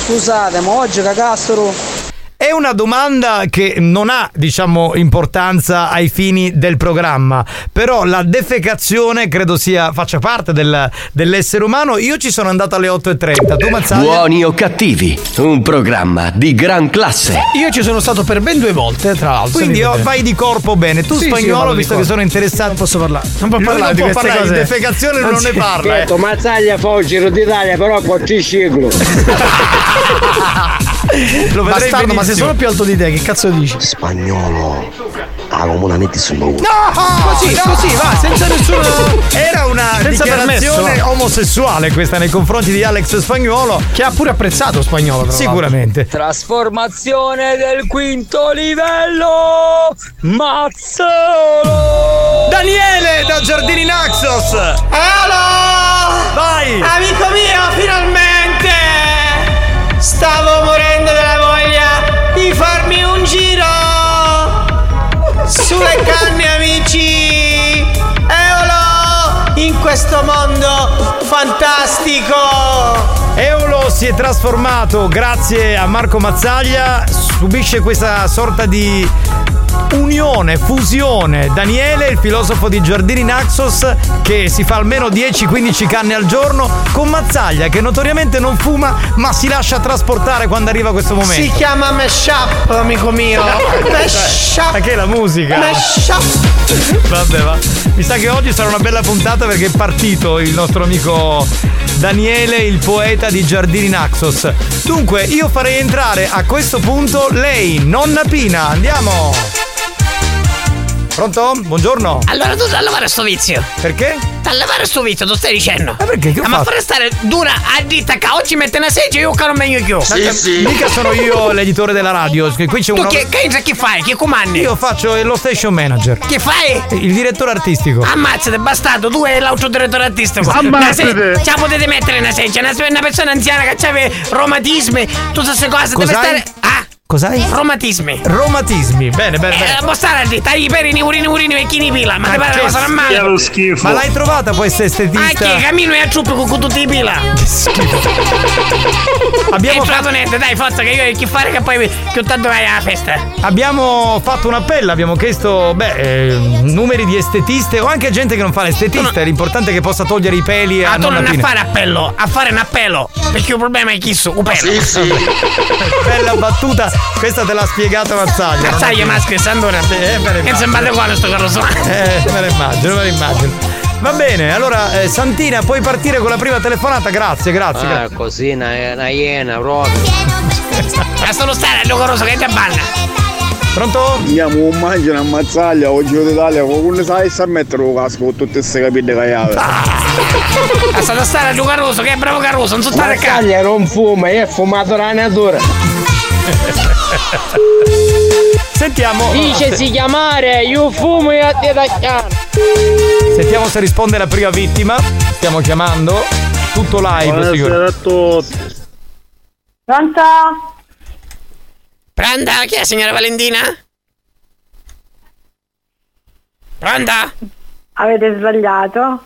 [SPEAKER 22] Scusate, ma oggi cacastro.
[SPEAKER 2] È una domanda che non ha, diciamo, importanza ai fini del programma, però la defecazione credo sia, faccia parte del- dell'essere umano. Io ci sono andato alle 8.30, tu Mazzaglia?
[SPEAKER 1] Buoni o cattivi, un programma di gran classe.
[SPEAKER 2] (laughs)
[SPEAKER 12] Io ci sono stato per ben due volte, tra l'altro.
[SPEAKER 2] Quindi oh,
[SPEAKER 12] Sapete
[SPEAKER 2] vai di corpo bene. Tu
[SPEAKER 12] Sì, sì,
[SPEAKER 2] spagnolo,
[SPEAKER 12] parlo di
[SPEAKER 2] visto che
[SPEAKER 12] corpo.
[SPEAKER 2] sono interessato. Non
[SPEAKER 35] posso parlare.
[SPEAKER 12] Non può
[SPEAKER 2] Lui
[SPEAKER 12] parlare
[SPEAKER 2] non
[SPEAKER 12] di
[SPEAKER 2] può
[SPEAKER 12] queste
[SPEAKER 2] parlare
[SPEAKER 12] cose.
[SPEAKER 2] di defecazione
[SPEAKER 12] Non
[SPEAKER 2] non
[SPEAKER 12] si-
[SPEAKER 2] ne parla. eh.
[SPEAKER 21] Ecco, Mazzaglia fa il giro d'Italia, però con ciclo.
[SPEAKER 2] Lo vedrei
[SPEAKER 35] Bastardo, ma se
[SPEAKER 2] benissimo.
[SPEAKER 35] sono più alto di te, che cazzo dici?
[SPEAKER 23] Spagnolo. Ah, comune metti sul muro.
[SPEAKER 2] No!
[SPEAKER 12] Così, così, va, senza nessuno.
[SPEAKER 6] (laughs)
[SPEAKER 2] Era una
[SPEAKER 12] Senza
[SPEAKER 2] dichiarazione
[SPEAKER 12] permesso, va.
[SPEAKER 2] omosessuale questa nei confronti di Alex Spagnolo.
[SPEAKER 12] Che ha pure apprezzato spagnolo, tra l'altro.
[SPEAKER 2] Sicuramente.
[SPEAKER 36] Trasformazione del quinto livello! Mazzolo!
[SPEAKER 2] Daniele da Giardini Naxos!
[SPEAKER 6] Eh?
[SPEAKER 36] Eolo!
[SPEAKER 2] Vai!
[SPEAKER 36] Amico mio, finalmente!
[SPEAKER 6] Stavo morendo della voglia di farmi un giro sulle canne, amici. Eolo in questo mondo fantastico.
[SPEAKER 2] Eolo si è trasformato grazie a Marco Mazzaglia, subisce questa sorta di unione, fusione. Daniele, il filosofo di Giardini Naxos, che si fa almeno 10-15 canne al giorno, con Mazzaglia, che notoriamente non fuma, ma si lascia trasportare quando arriva questo momento.
[SPEAKER 6] Si chiama mashup, amico
[SPEAKER 12] (laughs)
[SPEAKER 6] mio. Mashup.
[SPEAKER 2] Ma che è la musica?
[SPEAKER 6] Mashup.
[SPEAKER 2] (laughs) Vabbè, va. Mi sa che oggi sarà una bella puntata perché è partito il nostro amico Daniele, il poeta di Giardini Naxos. Dunque, io farei entrare a questo punto lei, nonna Pina. Andiamo! Pronto? Buongiorno.
[SPEAKER 8] Allora tu allora sto vizio.
[SPEAKER 2] Perché?
[SPEAKER 8] Allora sto vizio, tu stai dicendo.
[SPEAKER 2] Ma perché? Che ho
[SPEAKER 8] ma
[SPEAKER 2] fatto?
[SPEAKER 8] fare stare dura a ditta che oggi mette una seggia io caro meglio io.
[SPEAKER 2] Ma che- eh, Mica sono io l'editore della radio, che qui (laughs) c'è
[SPEAKER 8] Tu
[SPEAKER 2] uno.
[SPEAKER 8] che, che, che fai? Che comandi?
[SPEAKER 2] Io faccio lo station manager.
[SPEAKER 8] Che fai?
[SPEAKER 2] Il direttore artistico.
[SPEAKER 8] Ammazzate, bastardo, tu e l'altro direttore artistico.
[SPEAKER 2] Ammazzate.
[SPEAKER 8] Una se- Ce la potete mettere una seggia, una, una persona anziana che aveva romatismi, tutte queste cose, deve
[SPEAKER 2] Cos'hai?
[SPEAKER 8] stare. Ah!
[SPEAKER 2] Cos'hai?
[SPEAKER 8] Romatismi.
[SPEAKER 2] Romatismi, bene, bene, bene.
[SPEAKER 8] Eh, può stare a ditta, i perini, urini, urini, vecchini pila, ma, ti pare
[SPEAKER 2] Ah, che
[SPEAKER 8] che sarà male?
[SPEAKER 2] schifo. Ma l'hai trovata poi questa
[SPEAKER 8] Ah,
[SPEAKER 2] estetista?
[SPEAKER 8] che cammino e a ciuppe con tutti i pila.
[SPEAKER 2] Abbiamo
[SPEAKER 8] Abbiamo fatto niente, dai, forza che io ho che fare che poi più tanto vai alla
[SPEAKER 2] Ah,
[SPEAKER 8] festa.
[SPEAKER 2] Abbiamo fatto un appello, abbiamo chiesto beh, eh, numeri di estetiste o anche gente che non fa l'estetista. L'importante è che possa togliere i peli a
[SPEAKER 8] Ma Ah, tu
[SPEAKER 2] nonna
[SPEAKER 8] non a
[SPEAKER 2] Pina.
[SPEAKER 8] fare appello, a fare un appello. Perché il problema è chi su, un pelo.
[SPEAKER 2] Ah, Bella battuta, questa te l'ha spiegata Mazzaglia.
[SPEAKER 8] Mazzaglia, ma
[SPEAKER 2] maschera,
[SPEAKER 8] scherzandone. Che sembra qua questo carrozzone.
[SPEAKER 2] Eh, me la immagino, me la immagino. Va bene, allora eh, Santina, puoi partire con la prima telefonata? Grazie, grazie.
[SPEAKER 37] Ah,
[SPEAKER 2] grazie.
[SPEAKER 37] così, una, una iena, proprio.
[SPEAKER 8] Lascialo stare, è logoroso che ti abbanna.
[SPEAKER 2] Pronto?
[SPEAKER 5] Andiamo un maggio, una mazzaglia, o Giro d'Italia, qualcuno sa e sa mettere lo casco con tutte queste capite caiate.
[SPEAKER 8] Lascialo stare, è logoroso che è bravo caroso, non so stare a cazzo.
[SPEAKER 21] Mazzaglia
[SPEAKER 8] (laughs)
[SPEAKER 21] non fuma, è fumato la natura.
[SPEAKER 2] Sentiamo.
[SPEAKER 35] Dicesi chiamare, io fumo e a te tagliano.
[SPEAKER 2] Sentiamo se risponde la prima vittima. Stiamo chiamando. Tutto live, signore.
[SPEAKER 3] a tutti.
[SPEAKER 18] Pronto?
[SPEAKER 8] Pronta? Chi è signora Valentina? Pronta?
[SPEAKER 18] Avete sbagliato?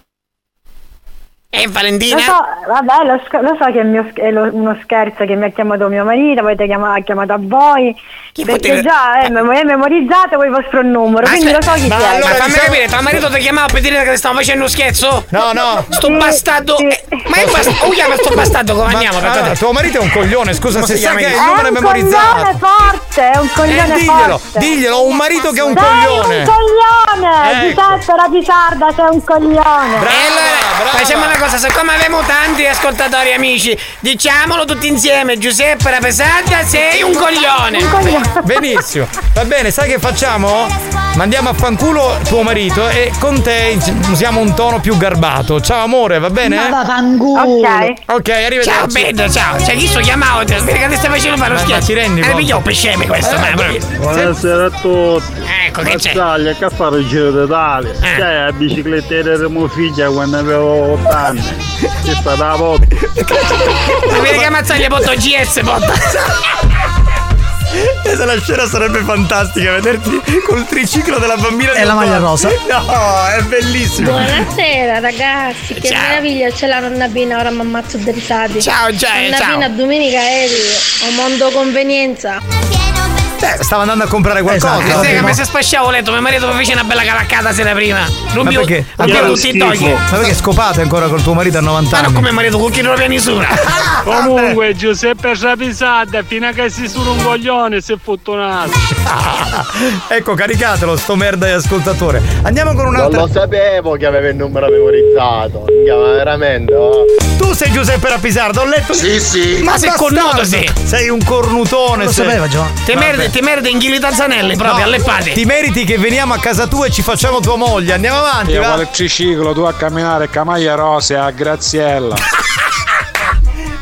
[SPEAKER 8] È
[SPEAKER 18] Lo
[SPEAKER 8] Valentina?
[SPEAKER 18] so, vabbè, lo, sc- lo so che è, mio sch- è lo- uno scherzo che mi ha chiamato mio marito, poi ti ha chiama- ha chiamato a voi. perché
[SPEAKER 8] poteva-
[SPEAKER 18] già eh, mem- è memorizzato poi il vostro
[SPEAKER 2] Ah,
[SPEAKER 18] numero, quindi lo so
[SPEAKER 2] cioè,
[SPEAKER 18] chi
[SPEAKER 8] ma
[SPEAKER 18] siete.
[SPEAKER 8] allora fammi capire, tuo marito ti chiamava per dire che ti stavo facendo uno scherzo?
[SPEAKER 2] diciamo- No, no.
[SPEAKER 8] Sto bastardo. eh, ma è bastardo. Oh, chiama sto bastardo come andiamo?
[SPEAKER 2] Ma, ah, allora,
[SPEAKER 8] aspettate.
[SPEAKER 2] tuo marito è un coglione, scusa,
[SPEAKER 8] Come
[SPEAKER 2] se
[SPEAKER 8] si
[SPEAKER 2] sa
[SPEAKER 8] chiama il-
[SPEAKER 2] che il numero è
[SPEAKER 18] È un
[SPEAKER 2] memorizzato.
[SPEAKER 18] coglione forte, è un coglione
[SPEAKER 2] Eh, diglielo,
[SPEAKER 18] forte.
[SPEAKER 2] diglielo, ho un marito che è un
[SPEAKER 18] Sei
[SPEAKER 2] coglione.
[SPEAKER 18] un coglione!
[SPEAKER 2] Ecco.
[SPEAKER 18] Giuseppe era di sarda, sei un coglione!
[SPEAKER 8] Facciamo una cosa, siccome abbiamo tanti ascoltatori amici, diciamolo tutti insieme, Giuseppe la pesata, sei un coglione.
[SPEAKER 2] Benissimo. Va bene, sai che facciamo? Mandiamo a fanculo tuo marito e con te ins- usiamo un tono più garbato. Ciao amore, va bene?
[SPEAKER 8] Ma
[SPEAKER 18] Ok.
[SPEAKER 2] Ok, arrivederci.
[SPEAKER 8] Ciao Pedro, ciao. Cioè, chi sto chiamavo? Te vedi che ti stai facendo fare lo
[SPEAKER 2] Ma- ma
[SPEAKER 8] scherzo.
[SPEAKER 2] ti rendi
[SPEAKER 8] Eh,
[SPEAKER 2] conto?
[SPEAKER 8] pigliò per scemi questo,
[SPEAKER 2] Eh,
[SPEAKER 8] ma proprio.
[SPEAKER 3] Buonasera a tutti.
[SPEAKER 8] Ecco che c'è.
[SPEAKER 3] Mazzaglia, che fare il giro d'Italia? Sai, la bicicletta era mia figlia quando avevo 8 anni. Che sta da volta.
[SPEAKER 8] Ma vedi che ammazzaglia botto GS, botto.
[SPEAKER 5] Questa la scena sarebbe fantastica, vederti col triciclo della bambina. E la maglia rosa. No, è bellissimo.
[SPEAKER 11] Buonasera ragazzi, che meraviglia, c'è la nonna Pina, ora mi ammazzo dei risati.
[SPEAKER 8] Ciao
[SPEAKER 2] eh,
[SPEAKER 11] Gianni,
[SPEAKER 8] ciao.
[SPEAKER 11] Nonna Pina, domenica eri, ho mondo convenienza.
[SPEAKER 2] Eh, stava andando a comprare qualcosa.
[SPEAKER 5] Esatto.
[SPEAKER 8] Eh, sai che mi si spasciavo letto, mio marito mi fece una bella cavaccata sera prima.
[SPEAKER 2] Ma
[SPEAKER 8] Rubio,
[SPEAKER 2] perché?
[SPEAKER 8] ancora tutti i togli.
[SPEAKER 2] Ma perché scopate ancora col tuo marito a 90 anni?
[SPEAKER 8] Come marito, con chi non la
[SPEAKER 2] (laughs)
[SPEAKER 8] misura?
[SPEAKER 2] Ah,
[SPEAKER 38] Comunque Giuseppe Trapisata fino a che si sono un coglione si è fortunato.
[SPEAKER 2] ecco, caricatelo, sto merda di ascoltatore. Andiamo con
[SPEAKER 12] Non
[SPEAKER 2] un'altra.
[SPEAKER 12] lo sapevo che aveva il numero memorizzato. Minchia, ma veramente. oh.
[SPEAKER 2] Tu sei Giuseppe Rapisardo, ho letto. Sì, sì.
[SPEAKER 8] Ma sei cornuto, sì.
[SPEAKER 2] Sei un cornutone.
[SPEAKER 8] Lo
[SPEAKER 2] sei.
[SPEAKER 8] sapeva, Giovanni. Te
[SPEAKER 2] Vabbè.
[SPEAKER 8] merda- te merda in ghili tazzanelli, proprio, alleppate.
[SPEAKER 2] Ti meriti che veniamo a casa tua e ci facciamo tua moglie. Andiamo avanti,
[SPEAKER 3] Io
[SPEAKER 2] va?
[SPEAKER 3] vado il triciclo, tu a camminare, Camaglia Rosea,
[SPEAKER 2] (laughs)
[SPEAKER 3] Graziella.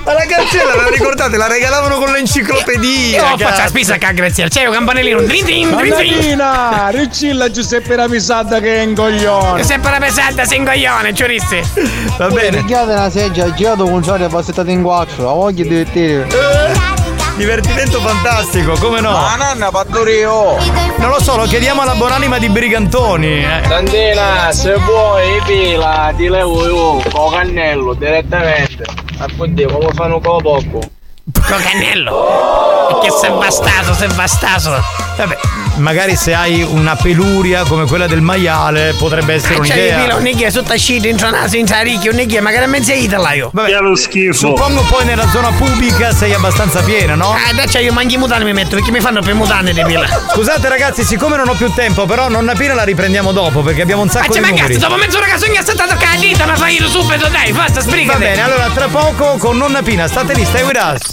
[SPEAKER 5] Ma la cancella, la ricordate? La regalavano con
[SPEAKER 8] Io
[SPEAKER 5] l'enciclopedia.
[SPEAKER 8] faccio la spesa che a Graziella. C'è un campanellino. Drin, drin, drin, drin.
[SPEAKER 3] Bambina, ricilla Giuseppe Rapisata che è un coglione.
[SPEAKER 8] Sempre la pesata, sei un coglione, giuristi.
[SPEAKER 2] Va bene.
[SPEAKER 12] Picchiate una seggia, girato con Giorgio e passate in quattro. La voglio divertire.
[SPEAKER 2] Eh, Divertimento fantastico, come no?
[SPEAKER 3] Ma
[SPEAKER 2] nonna, patturio! Non lo so, lo chiediamo alla buonanima di Brigantoni. eh.
[SPEAKER 3] Sandina, se vuoi pila, ti levo io con cannello direttamente. Ma oddio, come fanno con poco?
[SPEAKER 8] Cocanello. Che sei bastato, sei bastato.
[SPEAKER 2] Vabbè, magari se hai una peluria come quella del maiale potrebbe essere
[SPEAKER 8] C'è
[SPEAKER 2] un'idea.
[SPEAKER 8] un nicchia sottoscito, in naso, in saricchio, un nicchia, ma che era mezza itala io.
[SPEAKER 2] Vabbè, Suppongo poi nella zona pubblica sei abbastanza piena, no?
[SPEAKER 8] Ah, adesso io mangi i mutande mi metto perché mi fanno per mutande di pila.
[SPEAKER 2] Scusate ragazzi, siccome non ho più tempo, però nonna Pina la riprendiamo dopo perché abbiamo un
[SPEAKER 8] Ma
[SPEAKER 2] sacco
[SPEAKER 8] c'è
[SPEAKER 2] di
[SPEAKER 8] ma
[SPEAKER 2] numeri.
[SPEAKER 8] cazzo, dopo mezz'ora che sogna stata toccata la dita, ma fai io subito, dai, forza,
[SPEAKER 2] Va
[SPEAKER 8] sbrigati.
[SPEAKER 2] bene, allora tra poco con nonna Pina, state lì, stai with us.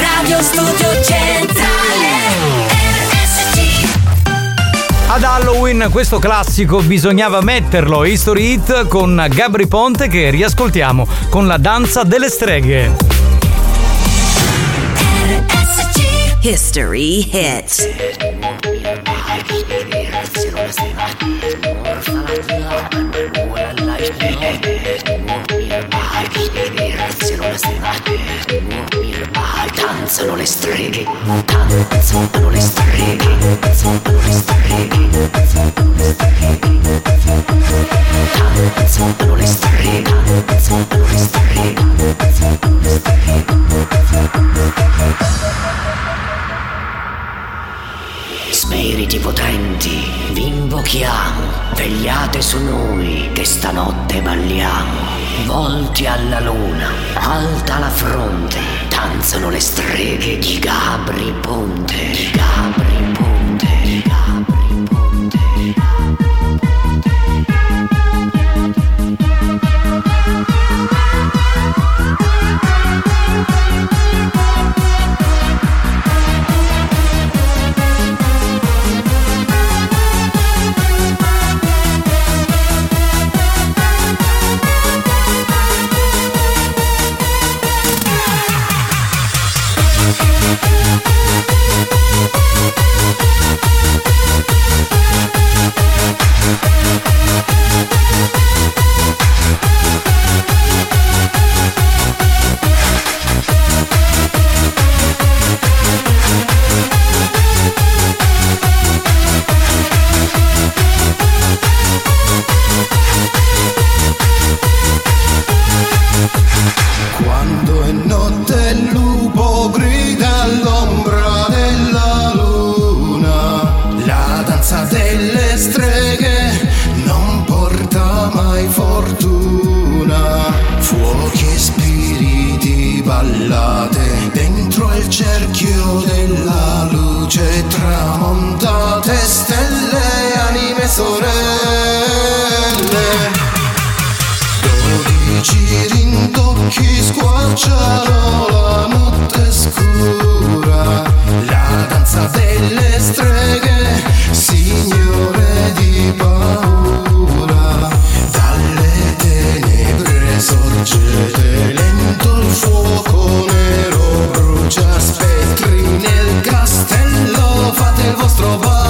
[SPEAKER 6] Radio Studio Centrale RSC
[SPEAKER 2] Ad Halloween questo classico bisognava metterlo, History Hit con Gabri Ponte che riascoltiamo con la danza delle streghe.
[SPEAKER 6] History Hits
[SPEAKER 18] Danzano le streghe, danzano le streghe, danzano le streghe, danzano le streghe, danzano le streghe, danzano le streghe, danzano le streghe. Spiriti potenti, vi invochiamo, vegliate su noi che stanotte balliamo. Volti alla luna, alta la fronte, danzano le streghe di Gabri Ponte. Di Gabri Ponte. Di Gabri
[SPEAKER 29] streghe non porta mai fortuna. Fuochi e spiriti ballate dentro il cerchio della luce tramontate stelle anime sorelle. Dodici rintocchi squarciano la notte scura, la danza delle streghe, signore di paura. Dalle tenebre sorgete lento il fuoco nero, brucia spettri nel castello, fate il vostro ballo.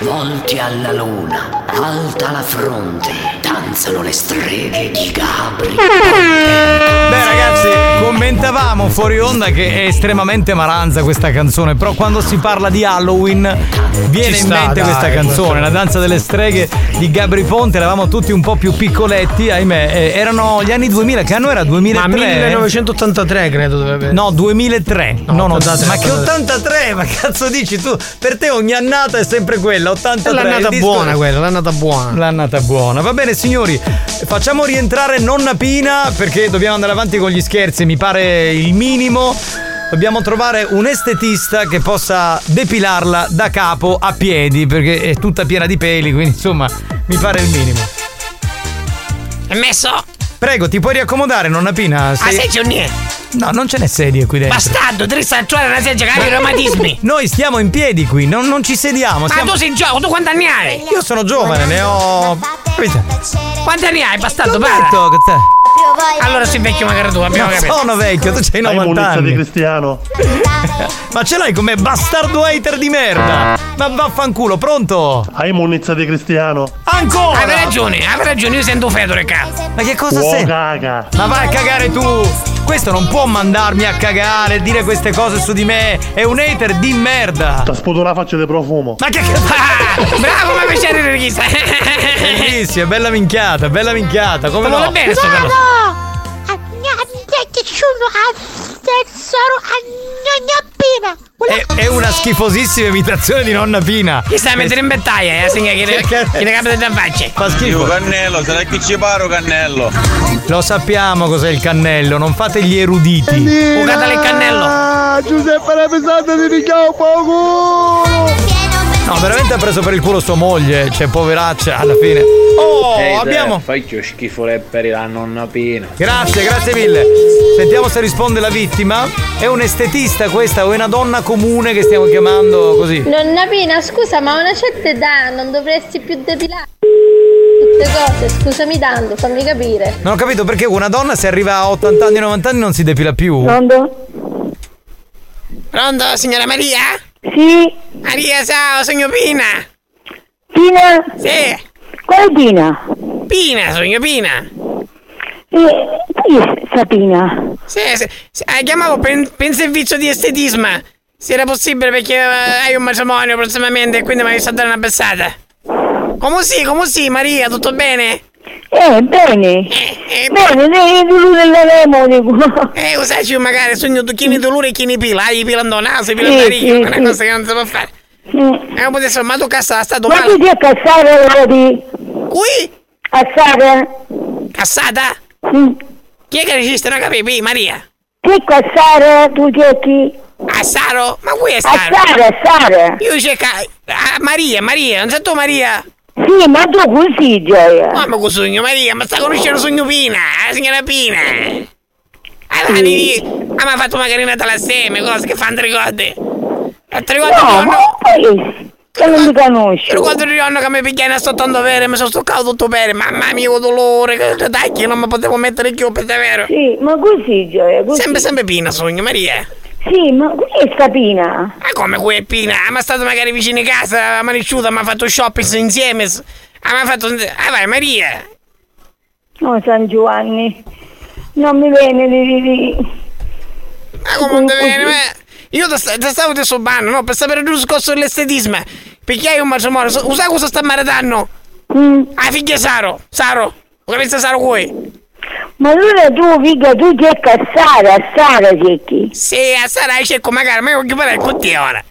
[SPEAKER 6] Volti alla luna, alta la fronte, danzano le streghe di Gabri.
[SPEAKER 2] Beh ragazzi, commentavamo fuori onda che è estremamente maranza questa canzone, però quando si parla di Halloween viene
[SPEAKER 39] Ci
[SPEAKER 2] in
[SPEAKER 39] sta,
[SPEAKER 2] mente
[SPEAKER 39] dai,
[SPEAKER 2] questa canzone,
[SPEAKER 39] questa-
[SPEAKER 2] la danza delle streghe di Gabri Ponte, eravamo tutti un po' più piccoletti, ahimè, eh, erano gli anni 2000, che anno era 2003?
[SPEAKER 12] Ma 1983 credo dovrebbe
[SPEAKER 2] No, 2003. No, no,
[SPEAKER 12] 83,
[SPEAKER 2] ma che
[SPEAKER 12] 83?
[SPEAKER 2] 83? Ma cazzo dici tu? Per te ogni annata è sempre quella, 83.
[SPEAKER 12] È l'annata
[SPEAKER 2] il disco-
[SPEAKER 12] buona quella, l'annata buona.
[SPEAKER 2] L'annata buona. Va bene signori, facciamo rientrare nonna Pina perché dobbiamo andare avanti con gli scherzi, mi pare il minimo. Dobbiamo trovare un estetista che possa depilarla da capo a piedi perché è tutta piena di peli, quindi insomma mi pare il minimo.
[SPEAKER 8] Messo.
[SPEAKER 2] Prego, ti puoi riaccomodare nonna Pina?
[SPEAKER 8] Ma sei c'è un niente?
[SPEAKER 2] No, non ce n'è sedie qui dentro.
[SPEAKER 8] Bastardo, trista ciuola, una seggia, cavi i romatismi.
[SPEAKER 2] (laughs) Noi stiamo in piedi qui, non, non ci sediamo.
[SPEAKER 8] Ma
[SPEAKER 2] stiamo-
[SPEAKER 8] tu sei gioco, tu quanti anni hai?
[SPEAKER 2] Io sono giovane, ne ho. Capito?
[SPEAKER 8] Quanti anni hai, bastardo? Parla.
[SPEAKER 2] Detto, che te-
[SPEAKER 8] Allora sei vecchio magari tu, abbiamo
[SPEAKER 2] Non
[SPEAKER 8] capito.
[SPEAKER 2] sono vecchio, tu c'hai 90 anni. Cristiano. (laughs) Ma ce l'hai come bastardo hater di merda. Ma vaffanculo, pronto? Ah, Hai munizia di Cristiano. Ancora!
[SPEAKER 8] Avevi ragione, avevi ragione, io sento Fedore, cazzo.
[SPEAKER 2] Ma che cosa sei? Ma vai a cagare tu! Questo non può mandarmi a cagare, dire queste cose su di me. È un hater di merda. Ti sputo la faccia di profumo. Ma che cazzo?
[SPEAKER 8] Ah, Bravo, ma piace il
[SPEAKER 2] (laughs)
[SPEAKER 8] regista.
[SPEAKER 2] Bellissima, bella minchiata, bella minchiata.
[SPEAKER 8] Ma
[SPEAKER 2] Come no?
[SPEAKER 8] vuole bene sto
[SPEAKER 40] Sono!
[SPEAKER 2] però.
[SPEAKER 40] Sono tesoro a gna gna
[SPEAKER 2] È, è una schifosissima imitazione di nonna Pina.
[SPEAKER 8] Chi sta a mettere in battaglia, eh, signora, che ne, che ne capita da faccia.
[SPEAKER 2] Fa schifo.
[SPEAKER 41] Io cannello, sarà chi ci paro cannello.
[SPEAKER 2] Lo sappiamo cos'è il cannello, non fate gli eruditi.
[SPEAKER 8] Bucatale il cannello.
[SPEAKER 29] Ah, Giuseppe la pesante di richiamo poco!
[SPEAKER 2] No, veramente ha preso per il culo sua moglie, cioè poveraccia alla fine. Oh, abbiamo.
[SPEAKER 42] Fai che schifo le per la nonna Pina.
[SPEAKER 2] Grazie, grazie mille. Sentiamo se risponde la vittima. È un estetista questa o è una donna comune che stiamo chiamando così?
[SPEAKER 11] Nonna Pina, scusa, ma a una certa età non dovresti più depilare tutte cose. Scusami tanto, fammi capire.
[SPEAKER 2] Non ho capito perché una donna se arriva a 80 anni, 90 anni non si depila più.
[SPEAKER 11] Pronto?
[SPEAKER 8] Pronto, signora Maria?
[SPEAKER 14] Sì.
[SPEAKER 8] Maria, ciao, signor Pina.
[SPEAKER 14] Pina?
[SPEAKER 8] Sì.
[SPEAKER 14] Qual è Pina?
[SPEAKER 8] Pina, signor Pina.
[SPEAKER 14] Eh, chi è sta Pina?
[SPEAKER 8] Sì, sì, sì, eh, chiamavo per, per un servizio di estetisma. Se era possibile perché eh, hai un matrimonio prossimamente e quindi mi hai a dare una bessata. Come si, come si, Maria, tutto bene?
[SPEAKER 14] Eh, bene. bene, ne ne ne lemonico. (laughs)
[SPEAKER 8] Eh, usaci magari, sogno tu chini dolore e chini pila, hai pila in naso, pila in
[SPEAKER 14] Sì,
[SPEAKER 8] narice,
[SPEAKER 14] sì,
[SPEAKER 8] una
[SPEAKER 14] sì.
[SPEAKER 8] cosa che non si può fare. Eh, un po' adesso, ma tu cassa, sta
[SPEAKER 14] Ma
[SPEAKER 8] domani.
[SPEAKER 14] tu ti a cassare allora di...
[SPEAKER 8] Qui?
[SPEAKER 14] Cassare?
[SPEAKER 8] Cassata? Chi è che resiste? Non capivi, Maria?
[SPEAKER 14] Che cazzare tu giochi?
[SPEAKER 8] Assaro? Ma qui è Saro?
[SPEAKER 14] Cazzare, assare.
[SPEAKER 8] Io cerca... Ah, Maria, Maria, non sei tu Maria?
[SPEAKER 14] Sì, ma tu così gioia.
[SPEAKER 8] Ma con sogno Maria, ma sta conoscendo sogno Pina, eh, la signora Pina. Allora, lì, ah, mi ha fatto una carinata all'assieme, cose che fanno tre cose. A tre cose
[SPEAKER 14] No,
[SPEAKER 8] giorno,
[SPEAKER 14] ma poi che non mi conosci.
[SPEAKER 8] tre cose giorno che mi picchiano sotto un dovere, mi sono stoccato tutto bene, mamma mia, che dolore, che dai, che non mi potevo mettere più, per davvero.
[SPEAKER 14] Sì, ma così gioia, così.
[SPEAKER 8] Sempre, sempre Pina, sogno Maria.
[SPEAKER 14] Sì, ma cos'è sta pina?
[SPEAKER 8] Ma come qui è Pina? Ah, Ma è stato magari vicino a casa, mi ha riuscito, mi ha fatto shopping insieme. Ah, mi ha fatto... Ah, vai, Maria.
[SPEAKER 14] No, San Giovanni. Non mi viene di... di, di.
[SPEAKER 8] Ma Ah, come non deve venire? Ma Io ti sta- ti stavo te sobbando, no? Per sapere il discorso dell'estetismo. Perché hai un matrimonio? So- Usa cosa sta maritando?
[SPEAKER 14] Mm.
[SPEAKER 8] Ah, figlia Saro, Saro. Lo capisci Saro qui?
[SPEAKER 14] Ma allora tu, figa, tu c'è cazzare, assare secchi.
[SPEAKER 8] Sì, a Sara cerco magari, ma io voglio parlare con te ora.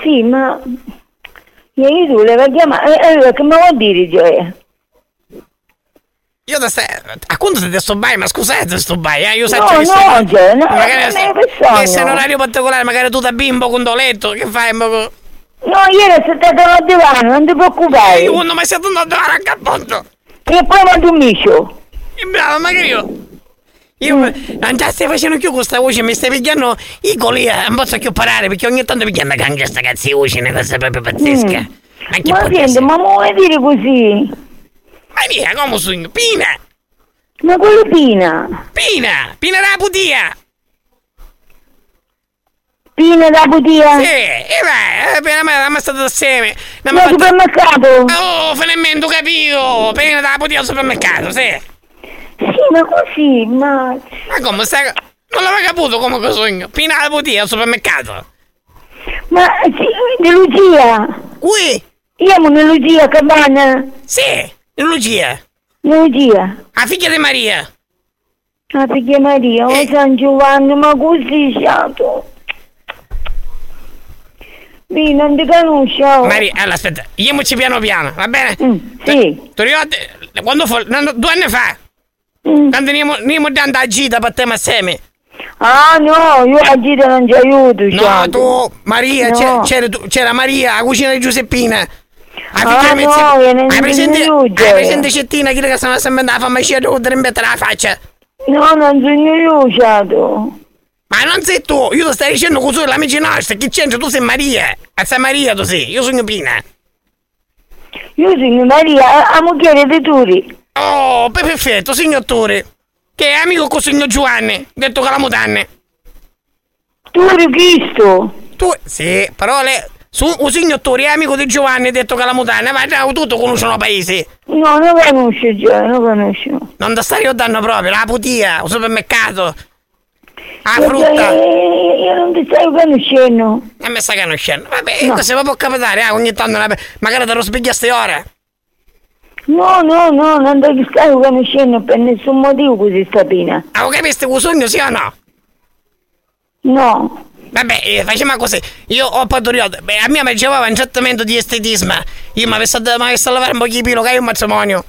[SPEAKER 14] Sì, ma... Ieri tu le vai a chiamare... eh, Allora, che mi vuoi dire, gioia?
[SPEAKER 8] Io ti sta... A quanto ti sobbai? Ma scusate se sobbai, eh? Io
[SPEAKER 14] No,
[SPEAKER 8] sento che
[SPEAKER 14] no,
[SPEAKER 8] sto-
[SPEAKER 14] Gio, no,
[SPEAKER 8] magari
[SPEAKER 14] non
[SPEAKER 8] sto-
[SPEAKER 14] è per
[SPEAKER 8] che sei in
[SPEAKER 14] sogno.
[SPEAKER 8] orario particolare, magari tu da bimbo con doletto, che fai? Ma...
[SPEAKER 14] No, ieri sono stato al divano, non ti preoccupare.
[SPEAKER 8] Io quando mi sei andato a trovare a cappotto.
[SPEAKER 14] E poi vado un micio.
[SPEAKER 8] E bravo, magari io. Io non già stai facendo più questa voce, mi stai pigliando i coli, eh, non posso più parare perché ogni tanto pigliando anche questa cazzo di voce, una cosa proprio pazzesca.
[SPEAKER 14] Mm.
[SPEAKER 8] Ma che
[SPEAKER 14] Ma senti, ma mi vuoi dire così?
[SPEAKER 8] Maria, come sogno? Pina!
[SPEAKER 14] Ma quello pina.
[SPEAKER 8] Pina! Pina la putia!
[SPEAKER 14] Pina da putia.
[SPEAKER 8] Sì, e vai, eh, pena me la stata assieme.
[SPEAKER 14] Ma al supermercato.
[SPEAKER 8] Oh, finalmente ho capito! Pena la putia al supermercato, sì.
[SPEAKER 14] Sì, ma così, ma...
[SPEAKER 8] Ma come stai... Non l'avevo capito come che sogno. Pina la putia al supermercato.
[SPEAKER 14] Ma sì, di Lucia.
[SPEAKER 8] Ui.
[SPEAKER 14] Io amo di Lucia Cabana.
[SPEAKER 8] Sì, Lucia.
[SPEAKER 14] Di Lucia.
[SPEAKER 8] La figlia di Maria.
[SPEAKER 14] Ma perché Maria, oh San Giovanni, ma così è stato. Sì, non ti conosco.
[SPEAKER 8] Maria, eh. allora aspetta, andiamoci piano piano, va bene?
[SPEAKER 14] Oh. Mm,
[SPEAKER 8] Eh,
[SPEAKER 14] sì.
[SPEAKER 8] Tu ricordi, quando fu, no, no, due anni fa,
[SPEAKER 14] Mm.
[SPEAKER 8] quando andiamo dando a gita per te assieme.
[SPEAKER 14] Ah no, io a Gita non ti aiuto.
[SPEAKER 8] No,
[SPEAKER 14] Giacomo.
[SPEAKER 8] tu, Maria, c'è-
[SPEAKER 14] No.
[SPEAKER 8] c'era, tu- c'era Maria, la cucina di Giuseppina. La
[SPEAKER 14] Ah,
[SPEAKER 8] figlia di mia
[SPEAKER 14] no,
[SPEAKER 8] zia-
[SPEAKER 14] io non-
[SPEAKER 8] Hai presente,
[SPEAKER 14] non
[SPEAKER 8] hai
[SPEAKER 14] aiuto.
[SPEAKER 8] presente Cettina, chi che sono sempre andata a farmacia, devo mettere la faccia.
[SPEAKER 14] No, non sono io, Giacomo.
[SPEAKER 8] Ma non sei tu, io ti stai dicendo che sono l'amici nostri, chi c'entra? Tu sei Maria, a San Maria tu sei, io sono Pina.
[SPEAKER 14] Io sono Maria, la- la moglie di Turi.
[SPEAKER 8] Oh, per- perfetto, signor Tore. Che è amico con signor Giovanni, detto Calamutanne.
[SPEAKER 14] Turi Cristo.
[SPEAKER 8] Tu, sì, parole. Su, un signor Tore è amico di Giovanni, detto Calamutanne, ma già tutto conoscono paese.
[SPEAKER 14] No, non conosco, Giacomo, non conosco.
[SPEAKER 8] Non da stare io danno proprio, la putia, il supermercato. La
[SPEAKER 14] Io-
[SPEAKER 8] Ah, frutta. Eh,
[SPEAKER 14] Io, io- io non ti stai conoscendo.
[SPEAKER 8] E me sta conoscendo. Vabbè,
[SPEAKER 14] No.
[SPEAKER 8] così può capitare, eh, ogni tanto una- magari te lo spieghiaste ora.
[SPEAKER 14] No, no, no, non ti stai conoscendo per nessun motivo così sta pena.
[SPEAKER 8] Ah, lo capiste un sogno, sì o no?
[SPEAKER 14] No.
[SPEAKER 8] Vabbè, eh, facciamo così. Io ho partorito. Beh, a me mi diceva un trattamento di estetismo. Io mi avessi mi avessi a lavare un po' di pilo che è un matrimonio.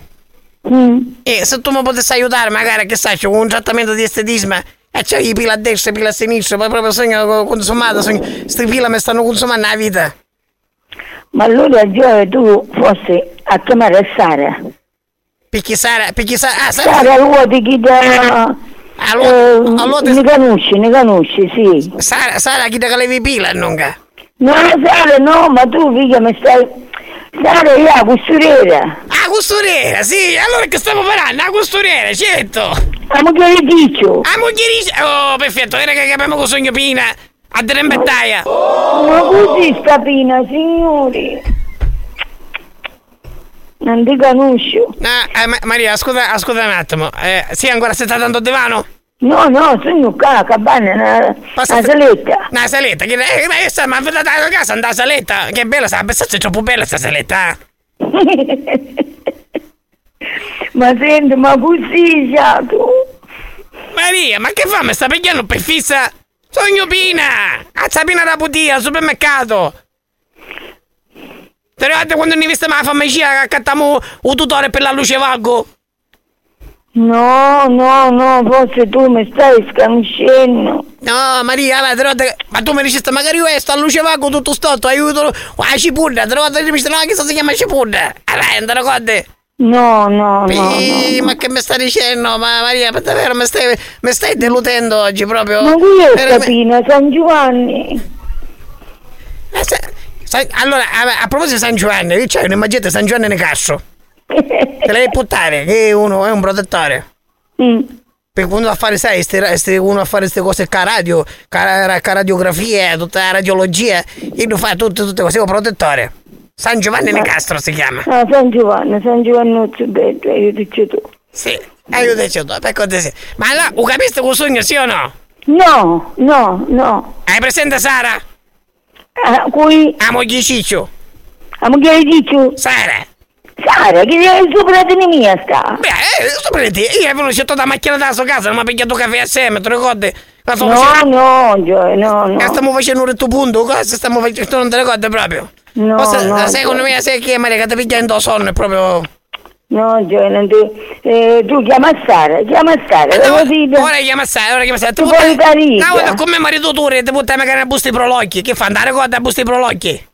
[SPEAKER 14] Mm.
[SPEAKER 8] E se tu mi potessi aiutare, magari, che sai, c'è un trattamento di estetismo. E c'è i pila a destra, i pila a sinistra, ma proprio sogno co- consumato, sogno. Sti pila mi stanno consumando la vita.
[SPEAKER 14] Ma allora Gioia tu fossi a chiamare Sara.
[SPEAKER 8] Perché Sara, perché Sara, ah, Sara, Ah,
[SPEAKER 14] Sara lui ti chiede...
[SPEAKER 8] Allora- allora ti-
[SPEAKER 14] Eh, ne conosci, ne conosci, sì.
[SPEAKER 8] Sara, Sara, chi te che levi pila, non che?
[SPEAKER 14] No, Sara, no, ma tu figa mi stai... Sara è la costuriera.
[SPEAKER 8] Ah, costuriera, sì, allora che stiamo parlando? La costuriera, certo.
[SPEAKER 14] La moglie di Ticcio.
[SPEAKER 8] Ah, moglierice! Oh, perfetto, era che abbiamo con sogno pina! A Dreambettaia! Ah.
[SPEAKER 14] Ma così sta pena, signori. Non ti conosco.
[SPEAKER 8] Ah, eh, Ma- Maria, ascolta, ascolta un attimo. Eh, sì, ancora stai dando al divano?
[SPEAKER 14] No, no, sono qua, a cabana, una, una saletta. (laughs)
[SPEAKER 8] Una saletta, che eh, ma io sta, ma da da casa andare a saletta. Che bella sta, pensate, è troppo bella sta saletta. eh.
[SPEAKER 14] ma senti, ma così già tu.
[SPEAKER 8] Maria, ma che fa? Mi sta pigliando per fissa? Sogno pina! A Sabina da Putia, al supermercato! Ti ricordate quando ne vista la farmacia che accattamo un tutore per la luce valgo?
[SPEAKER 14] No, no, no, forse tu mi stai scaniscendo.
[SPEAKER 8] No, Maria, allora, trovate... ma tu mi dicesti magari questo, a luce vago tutto stotto, aiuto, la cipolla, trovate mi dice, no, che si chiama Ah, cipolla. Allora, andano conte.
[SPEAKER 14] No, no, no,
[SPEAKER 8] Ehi,
[SPEAKER 14] no.
[SPEAKER 8] ma che mi stai dicendo? Ma Maria, per davvero mi stai, mi stai deludendo oggi proprio.
[SPEAKER 14] Ma qui è
[SPEAKER 8] Veramente-
[SPEAKER 14] Stapina, San
[SPEAKER 8] (laughs)
[SPEAKER 14] Giovanni.
[SPEAKER 8] Eh, se- sai- allora, a, a proposito di San Giovanni, lì c'è un'immagetta di San Giovanni Nicasso. Te la devi buttare, che è uno è un protettore. Per quando va a fare, sai, ste, ste- uno va a fare queste cose ca radio, ca, ra- ca radiografie, tutta la radiologia, e lo fa tutte, tutte cose, è un protettore. San Giovanni
[SPEAKER 14] Ma-
[SPEAKER 8] Nicastro si chiama.
[SPEAKER 14] No, Ah, San Giovanni, San Giovannuccio, bello, aiutaci tu.
[SPEAKER 8] Sì, aiutaci tu, per cortesia. Ma là, ho capito che sogno, sì o no?
[SPEAKER 14] No, no, no.
[SPEAKER 8] Hai presente Sara?
[SPEAKER 14] Ah, qui,
[SPEAKER 8] La moglie di Ciccio.
[SPEAKER 14] a me che dici?
[SPEAKER 8] Sara.
[SPEAKER 14] Sara, che è il suo fratello mio sta?
[SPEAKER 8] Beh, eh, sto prendendo, io avevo scelto la macchina da sua casa, non mi ha pigliato caffè assieme, te lo ricordi? La sto
[SPEAKER 14] No,
[SPEAKER 8] facendo-
[SPEAKER 14] no, Gio- no, no.
[SPEAKER 8] Eh, stiamo facendo un retto punto, cosa stiamo facendo? Tu Non te lo ricordi proprio?
[SPEAKER 14] No,
[SPEAKER 8] Ma se-
[SPEAKER 14] no,
[SPEAKER 8] secondo
[SPEAKER 14] Gio-
[SPEAKER 8] me sai che Maria che ti pigliando sonno è proprio...
[SPEAKER 14] No, Gio, non ti... eh, tu chiama Sara, chiama Sara,
[SPEAKER 8] Eh,
[SPEAKER 14] lo
[SPEAKER 8] ora-
[SPEAKER 14] dico.
[SPEAKER 8] Ora chiama Sara, ora chiama Sara.
[SPEAKER 14] Tu puoi
[SPEAKER 8] No, guarda,
[SPEAKER 14] caricare.
[SPEAKER 8] come marito tu, ti buttare magari a busti prolocchi. Che fa? Andare con a busti prolocchi?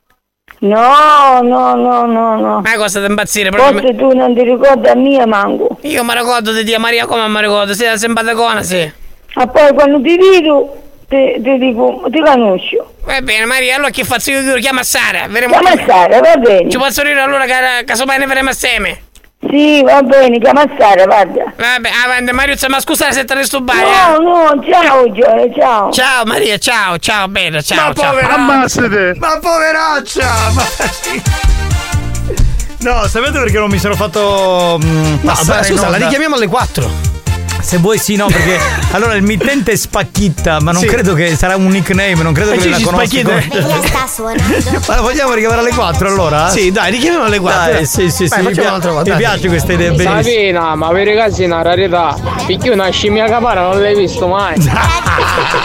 [SPEAKER 14] No, no, no, no, no.
[SPEAKER 8] Ma cosa da impazzire proprio?
[SPEAKER 14] Forse tu non ti ricordi a mia manco.
[SPEAKER 8] Io mi ricordo di Dio Maria come mi ricordo, sei simpaticona, sì.
[SPEAKER 14] Ma poi quando ti vedo, ti, ti dico, ti conosco.
[SPEAKER 8] Va bene Maria, allora che faccio io? Chiama Sara, vedremo.
[SPEAKER 14] Chiama Sara, va bene.
[SPEAKER 8] Ci posso dire allora che casomai ne faremo assieme?
[SPEAKER 14] Sì, va bene, chiama Sara, guarda.
[SPEAKER 8] Vabbè, avanti Mario, ma scusa se ti disturbare. eh.
[SPEAKER 14] No, no, ciao Gio, ciao.
[SPEAKER 8] Ciao Maria, ciao, ciao, bene, ciao.
[SPEAKER 2] Ma
[SPEAKER 8] ciao.
[SPEAKER 2] poveraccia! Ma poveraccia! Ma... No, sapete perché non mi sono fatto. mm, passare
[SPEAKER 43] beh,
[SPEAKER 2] in
[SPEAKER 43] scusa, la
[SPEAKER 2] onda?
[SPEAKER 43] richiamiamo alle 4.
[SPEAKER 2] Se vuoi sì, no, perché allora il mittente è Spacchitta, ma non
[SPEAKER 43] Sì.
[SPEAKER 2] credo che sarà un nickname, non credo
[SPEAKER 43] E
[SPEAKER 2] che
[SPEAKER 43] ci
[SPEAKER 2] la
[SPEAKER 43] dici
[SPEAKER 2] conosci.
[SPEAKER 43] Spacchitta?
[SPEAKER 2] come- (laughs)
[SPEAKER 12] (laughs)
[SPEAKER 2] ma la vogliamo richiamare alle 4 allora?
[SPEAKER 43] Sì, dai, richiamiamo alle 4,
[SPEAKER 2] Dai,
[SPEAKER 43] dai.
[SPEAKER 2] sì, sì,
[SPEAKER 43] Vai,
[SPEAKER 2] sì, mi,
[SPEAKER 43] facciamo
[SPEAKER 2] pia-
[SPEAKER 43] un'altra volta,
[SPEAKER 2] mi
[SPEAKER 43] dai.
[SPEAKER 2] piace questa idea, è bellissima.
[SPEAKER 12] Savina, ma per ragazzi è una rarità. Perché una scimmia capara non l'hai visto mai. (laughs)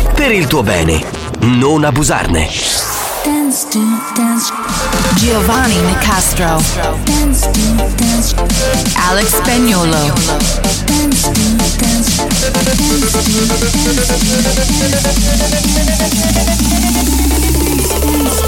[SPEAKER 1] Per il tuo bene, non abusarne.
[SPEAKER 6] Dance to dance. Giovanni Nicastro. Dance to dance. Alex Spagnolo. Dance to dance. Dance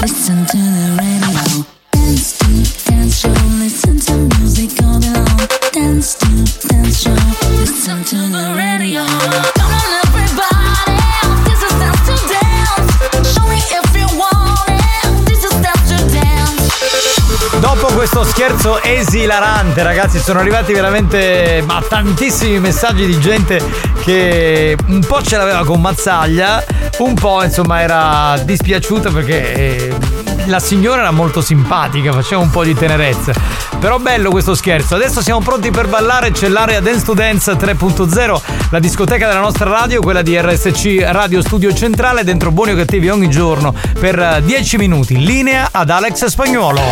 [SPEAKER 6] Listen to the radio. Dance to dance show. Listen to music all day long. Dance to dance show. Listen to the radio. Come on, everybody. This is dance to dance. Show me if you want it. This is dance to dance.
[SPEAKER 2] Dopo questo scherzo esilarante, ragazzi. Sono arrivati veramente ma tantissimi messaggi di gente che un po' ce l'aveva con Mazzaglia, un po' insomma era dispiaciuta perché eh, la signora era molto simpatica, faceva un po' di tenerezza. Però bello questo scherzo. Adesso siamo pronti per ballare, c'è l'area Dance to Dance 3.0, la discoteca della nostra radio, quella di RSC Radio Studio Centrale, dentro buoni o cattivi ogni giorno per eh, 10 minuti. Linea ad Alex Spagnuolo.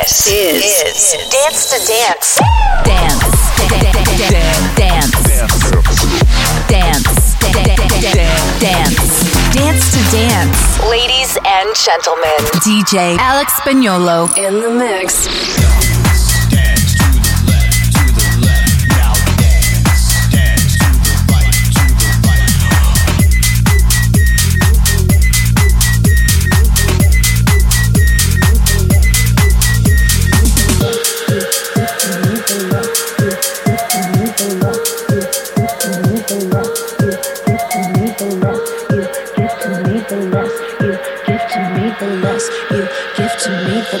[SPEAKER 15] This is, Dance to Dance. Dance. Dance. Dance. Dance. Dance. Dance to Dance. Ladies and gentlemen, DJ Alex Spagnolo in the mix.
[SPEAKER 6] give to me the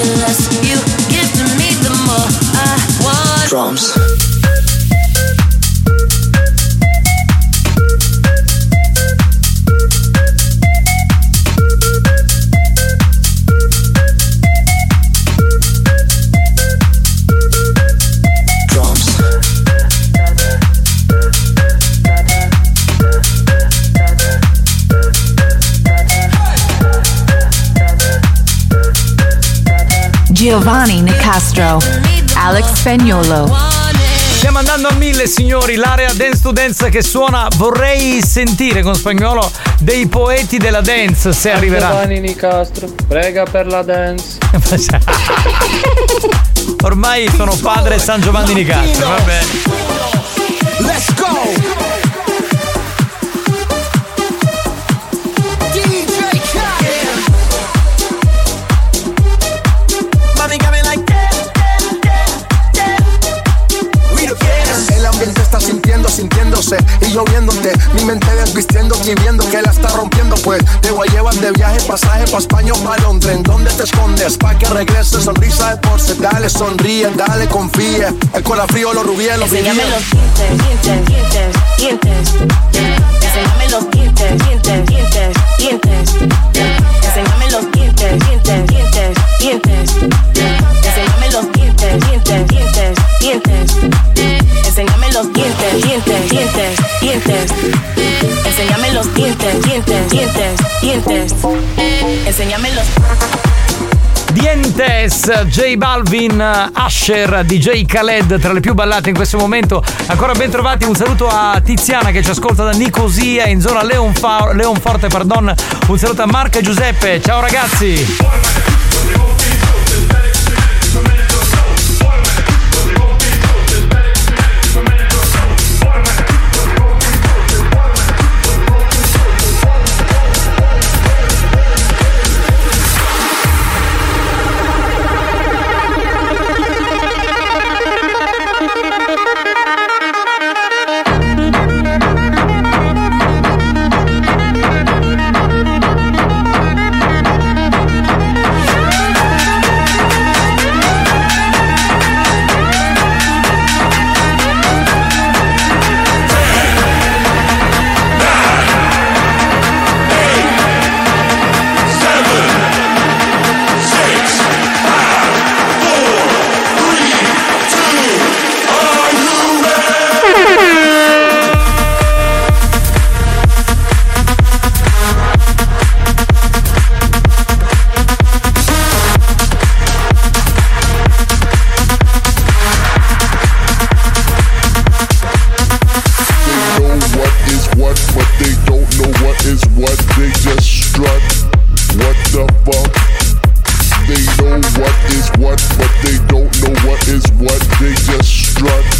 [SPEAKER 6] The less you give to me, the more I want
[SPEAKER 14] Drums.
[SPEAKER 23] Giovanni Nicastro, Alex Spagnolo.
[SPEAKER 2] Stiamo andando a mille signori, l'area dance to dance che suona, vorrei sentire con spagnolo dei poeti della dance se arriverà.
[SPEAKER 11] Giovanni Nicastro, prega per la dance.
[SPEAKER 2] (laughs) Ormai sono padre San Giovanni Nicastro, vabbè.
[SPEAKER 15] Let's go! DJ Khaled. Mami, got me like that,
[SPEAKER 29] El ambiente está sintiendo, sintiéndose y yo viéndote. Mi mente desvistiendo y viendo que la está rompiendo. Pues te voy a llevar de viaje, pasaje pa' España o pa' Londres. ¿En dónde te escondes? Pa' que regrese, sonrisa de porce. Dale, sonríe, dale, confía. El corazón frío, los rubíes, los
[SPEAKER 15] Enséñame
[SPEAKER 29] brillíes.
[SPEAKER 15] los dientes, dientes, dientes, dientes. Enséñame los dientes, dientes, dientes, dientes. Enséñame los dientes, dientes, dientes, dientes. Enséñame los dientes, dientes, dientes, dientes. Enséñame los dientes, dientes, dientes, dientes. Enséñame los dientes, dientes, dientes, dientes. Enséñame los
[SPEAKER 2] Dientes, J Balvin, Asher, DJ Khaled tra le più ballate in questo momento. Ancora ben trovati, un saluto a Tiziana che ci ascolta da Nicosia in zona Leonfa- Leonforte, pardon. Un saluto a Marco e Giuseppe. Ciao ragazzi!
[SPEAKER 44] They know what is what, but they don't know what is what. They just strut. What the fuck? They know what is what, but they don't know what is what. They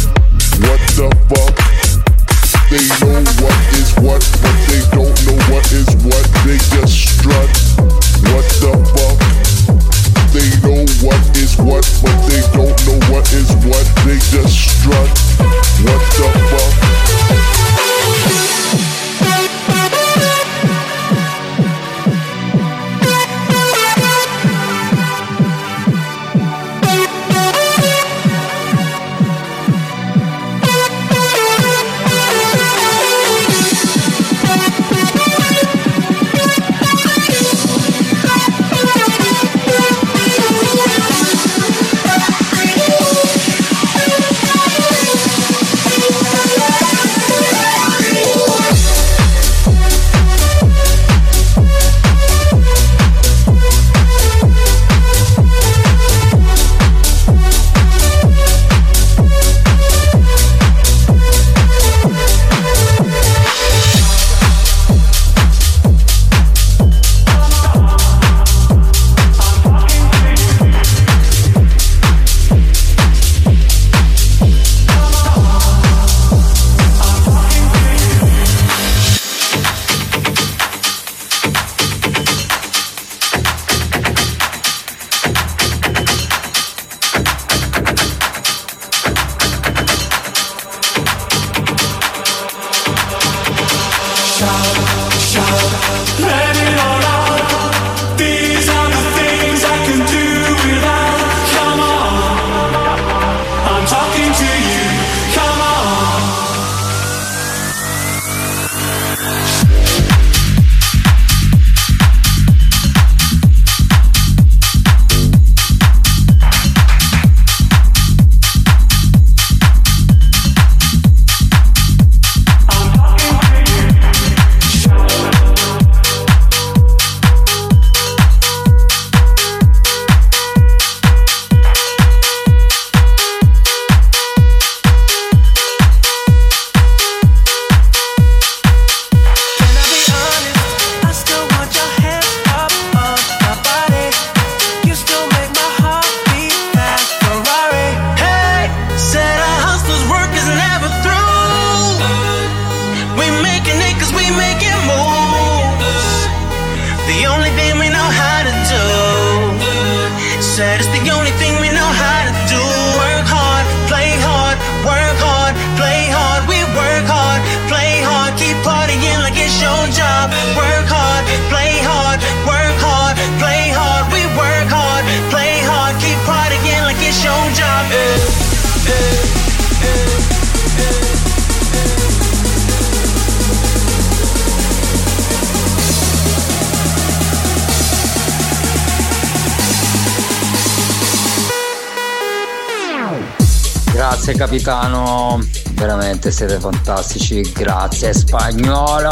[SPEAKER 6] Grazie capitano, veramente siete fantastici, grazie spagnolo!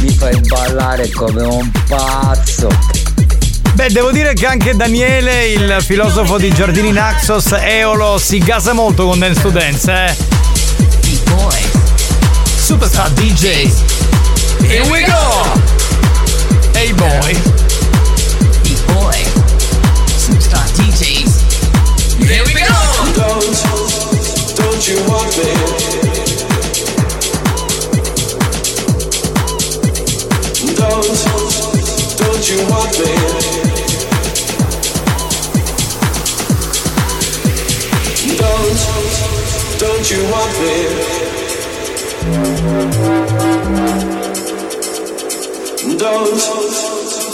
[SPEAKER 6] Mi fai ballare come un pazzo!
[SPEAKER 2] Beh, devo dire che anche Daniele, il filosofo di Giardini Naxos, Eolo, si gasa molto con Dance to Dance, eh. Superstar DJ. Here we go! Hey boy.
[SPEAKER 45] boy. Superstar DJs. Here we go. Don't, don't you want me? Don't, don't you want me? Don't, don't you want me? Don't,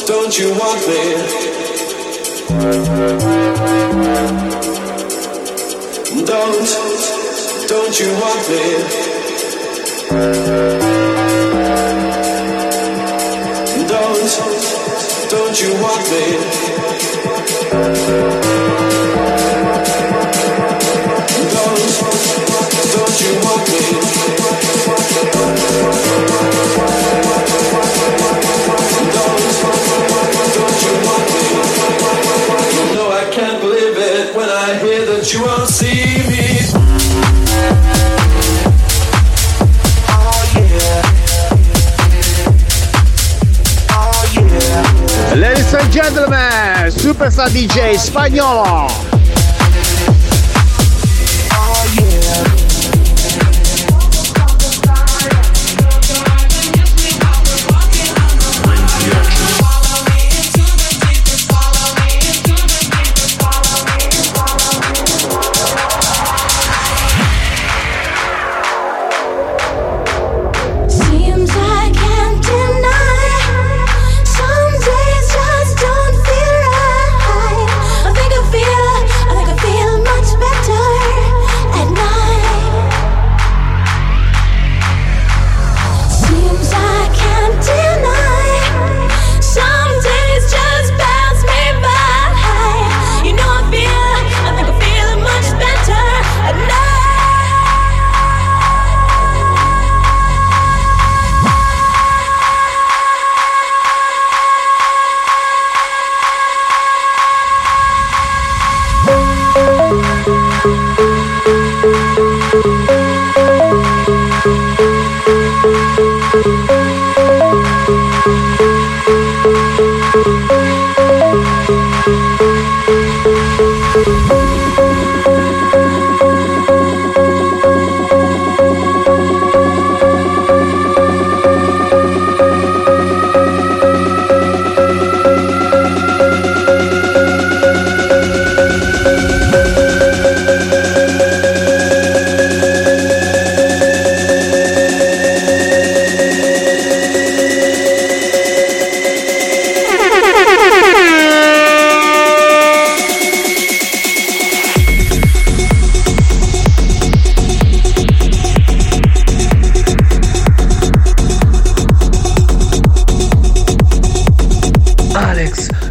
[SPEAKER 45] don't you want me? Don't, don't you want me? Don't, don't you want me? Don't, don't you want me? Don't, don't you want me? You know I can't believe it when I hear that you won't see me.
[SPEAKER 12] Ladies and gentlemen, Superstar DJ spagnolo.
[SPEAKER 46] Seems I can't deny. Some days just don't feel right. I think I feel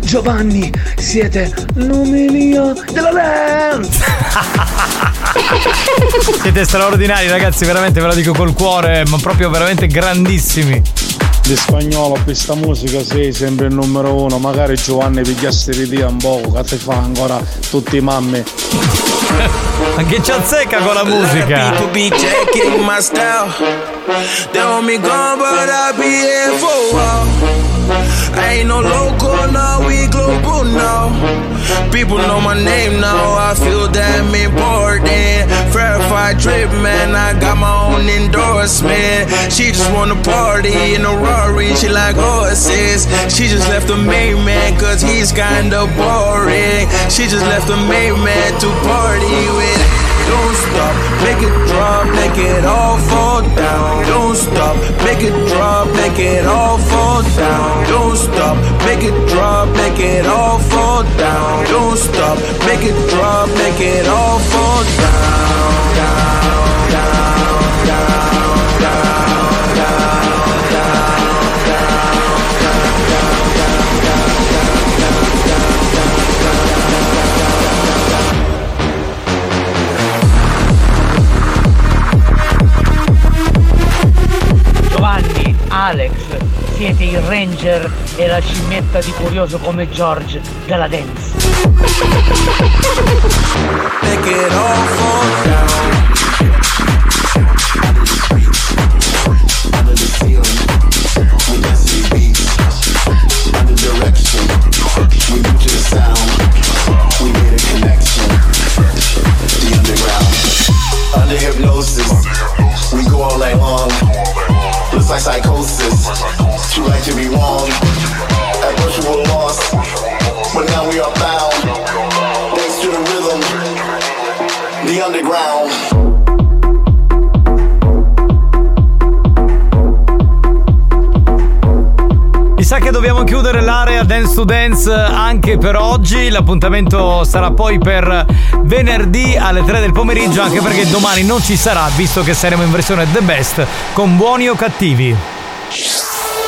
[SPEAKER 47] Giovanni, siete l'umilia della dance!
[SPEAKER 2] Siete straordinari ragazzi, veramente ve lo dico col cuore, ma proprio veramente grandissimi.
[SPEAKER 5] Di spagnolo questa musica sei sempre il numero uno, magari Giovanni pigliasse ridire un poco, che te fa ancora tutti i mamme.
[SPEAKER 2] Anche ci azzecca con la musica.
[SPEAKER 26] People be checking my style. They want me gone, but I be here for a while. I ain't no local now, we global now. People know my name now, I feel damn important. Verified trip, man, I got my own endorsement. She just wanna party in a Rory, she like horses. She just left the main man, cause he's kinda boring. She just left the main man to party with. Don't stop, make it drop, make it all fall down. Don't stop, make it drop, make it all fall down. Don't stop, make it drop, make it all fall down. Don't stop, make it drop, make it all fall down. down, down, down, down, down, down,
[SPEAKER 4] Giovanni, Alex, siete il ranger e la scimmietta di curioso come George della dance.
[SPEAKER 26] Make it all fall down.
[SPEAKER 48] Under hypnosis, we go all night long. Looks like psychosis. You like to be wrong. At first you were lost, but now we are found. Thanks to the rhythm, the underground.
[SPEAKER 2] Mi sa che dobbiamo chiudere l'area Dance to Dance anche per oggi. L'appuntamento sarà poi per venerdì alle 3 del pomeriggio, anche perché domani non ci sarà, visto che saremo in versione The Best con buoni o cattivi.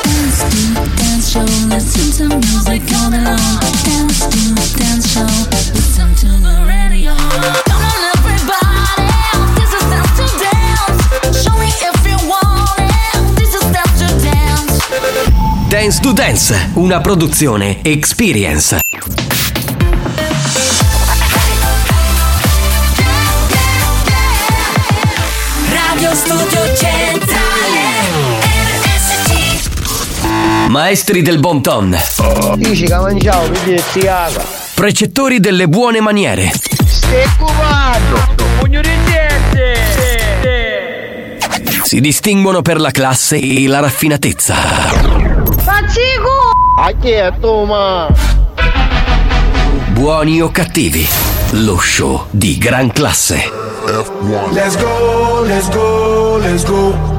[SPEAKER 49] Dance to dance show, listen to music all day long. Dance to dance show, listen to the radio. Come on everybody, this is dance to dance. Show me if you want it. This is dance to dance.
[SPEAKER 1] Dance to Dance, una produzione Experience.
[SPEAKER 50] Radio Studio Centrale RSC
[SPEAKER 1] Maestri del bon ton.
[SPEAKER 12] Dici che mangiavo, quindi si caga.
[SPEAKER 1] Precettori delle buone maniere.
[SPEAKER 12] Stai cubato, pugno di niente.
[SPEAKER 1] Si distinguono per la classe e la raffinatezza.
[SPEAKER 12] Pazzico! A chi è tu, ma?
[SPEAKER 1] Buoni o cattivi. Lo show di gran classe.
[SPEAKER 6] Let's go, let's go, let's go.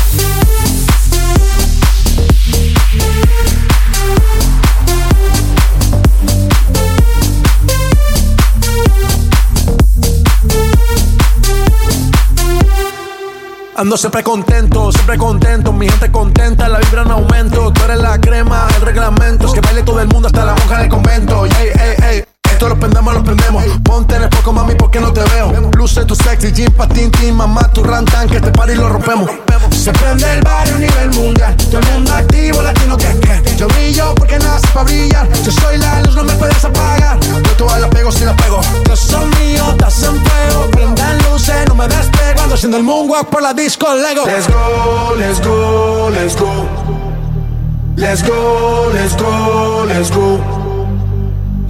[SPEAKER 29] Ando siempre contento, siempre contento, mi gente contenta, la vibra en aumento, tú eres la crema, el reglamento, es que baile todo el mundo hasta la monja del convento, ey, ey, ey. Esto lo prendemos, lo prendemos. Ponte en el poco, mami, porque no te veo. Luce tu sexy, jean, patín, tin, mamá, tu rantan, que este party lo rompemos. Se prende el barrio a nivel mundial. Todo el mundo activo, latino que que. Yo brillo porque nací para brillar. Yo soy la luz, no me puedes apagar. Yo todas las pego si las pego. Yo soy mío, estás en fuego. Prendan luces, no me despego. Ando haciendo el moonwalk por la disco Lego.
[SPEAKER 6] Let's go, let's go, let's go. Let's go, let's go, let's go.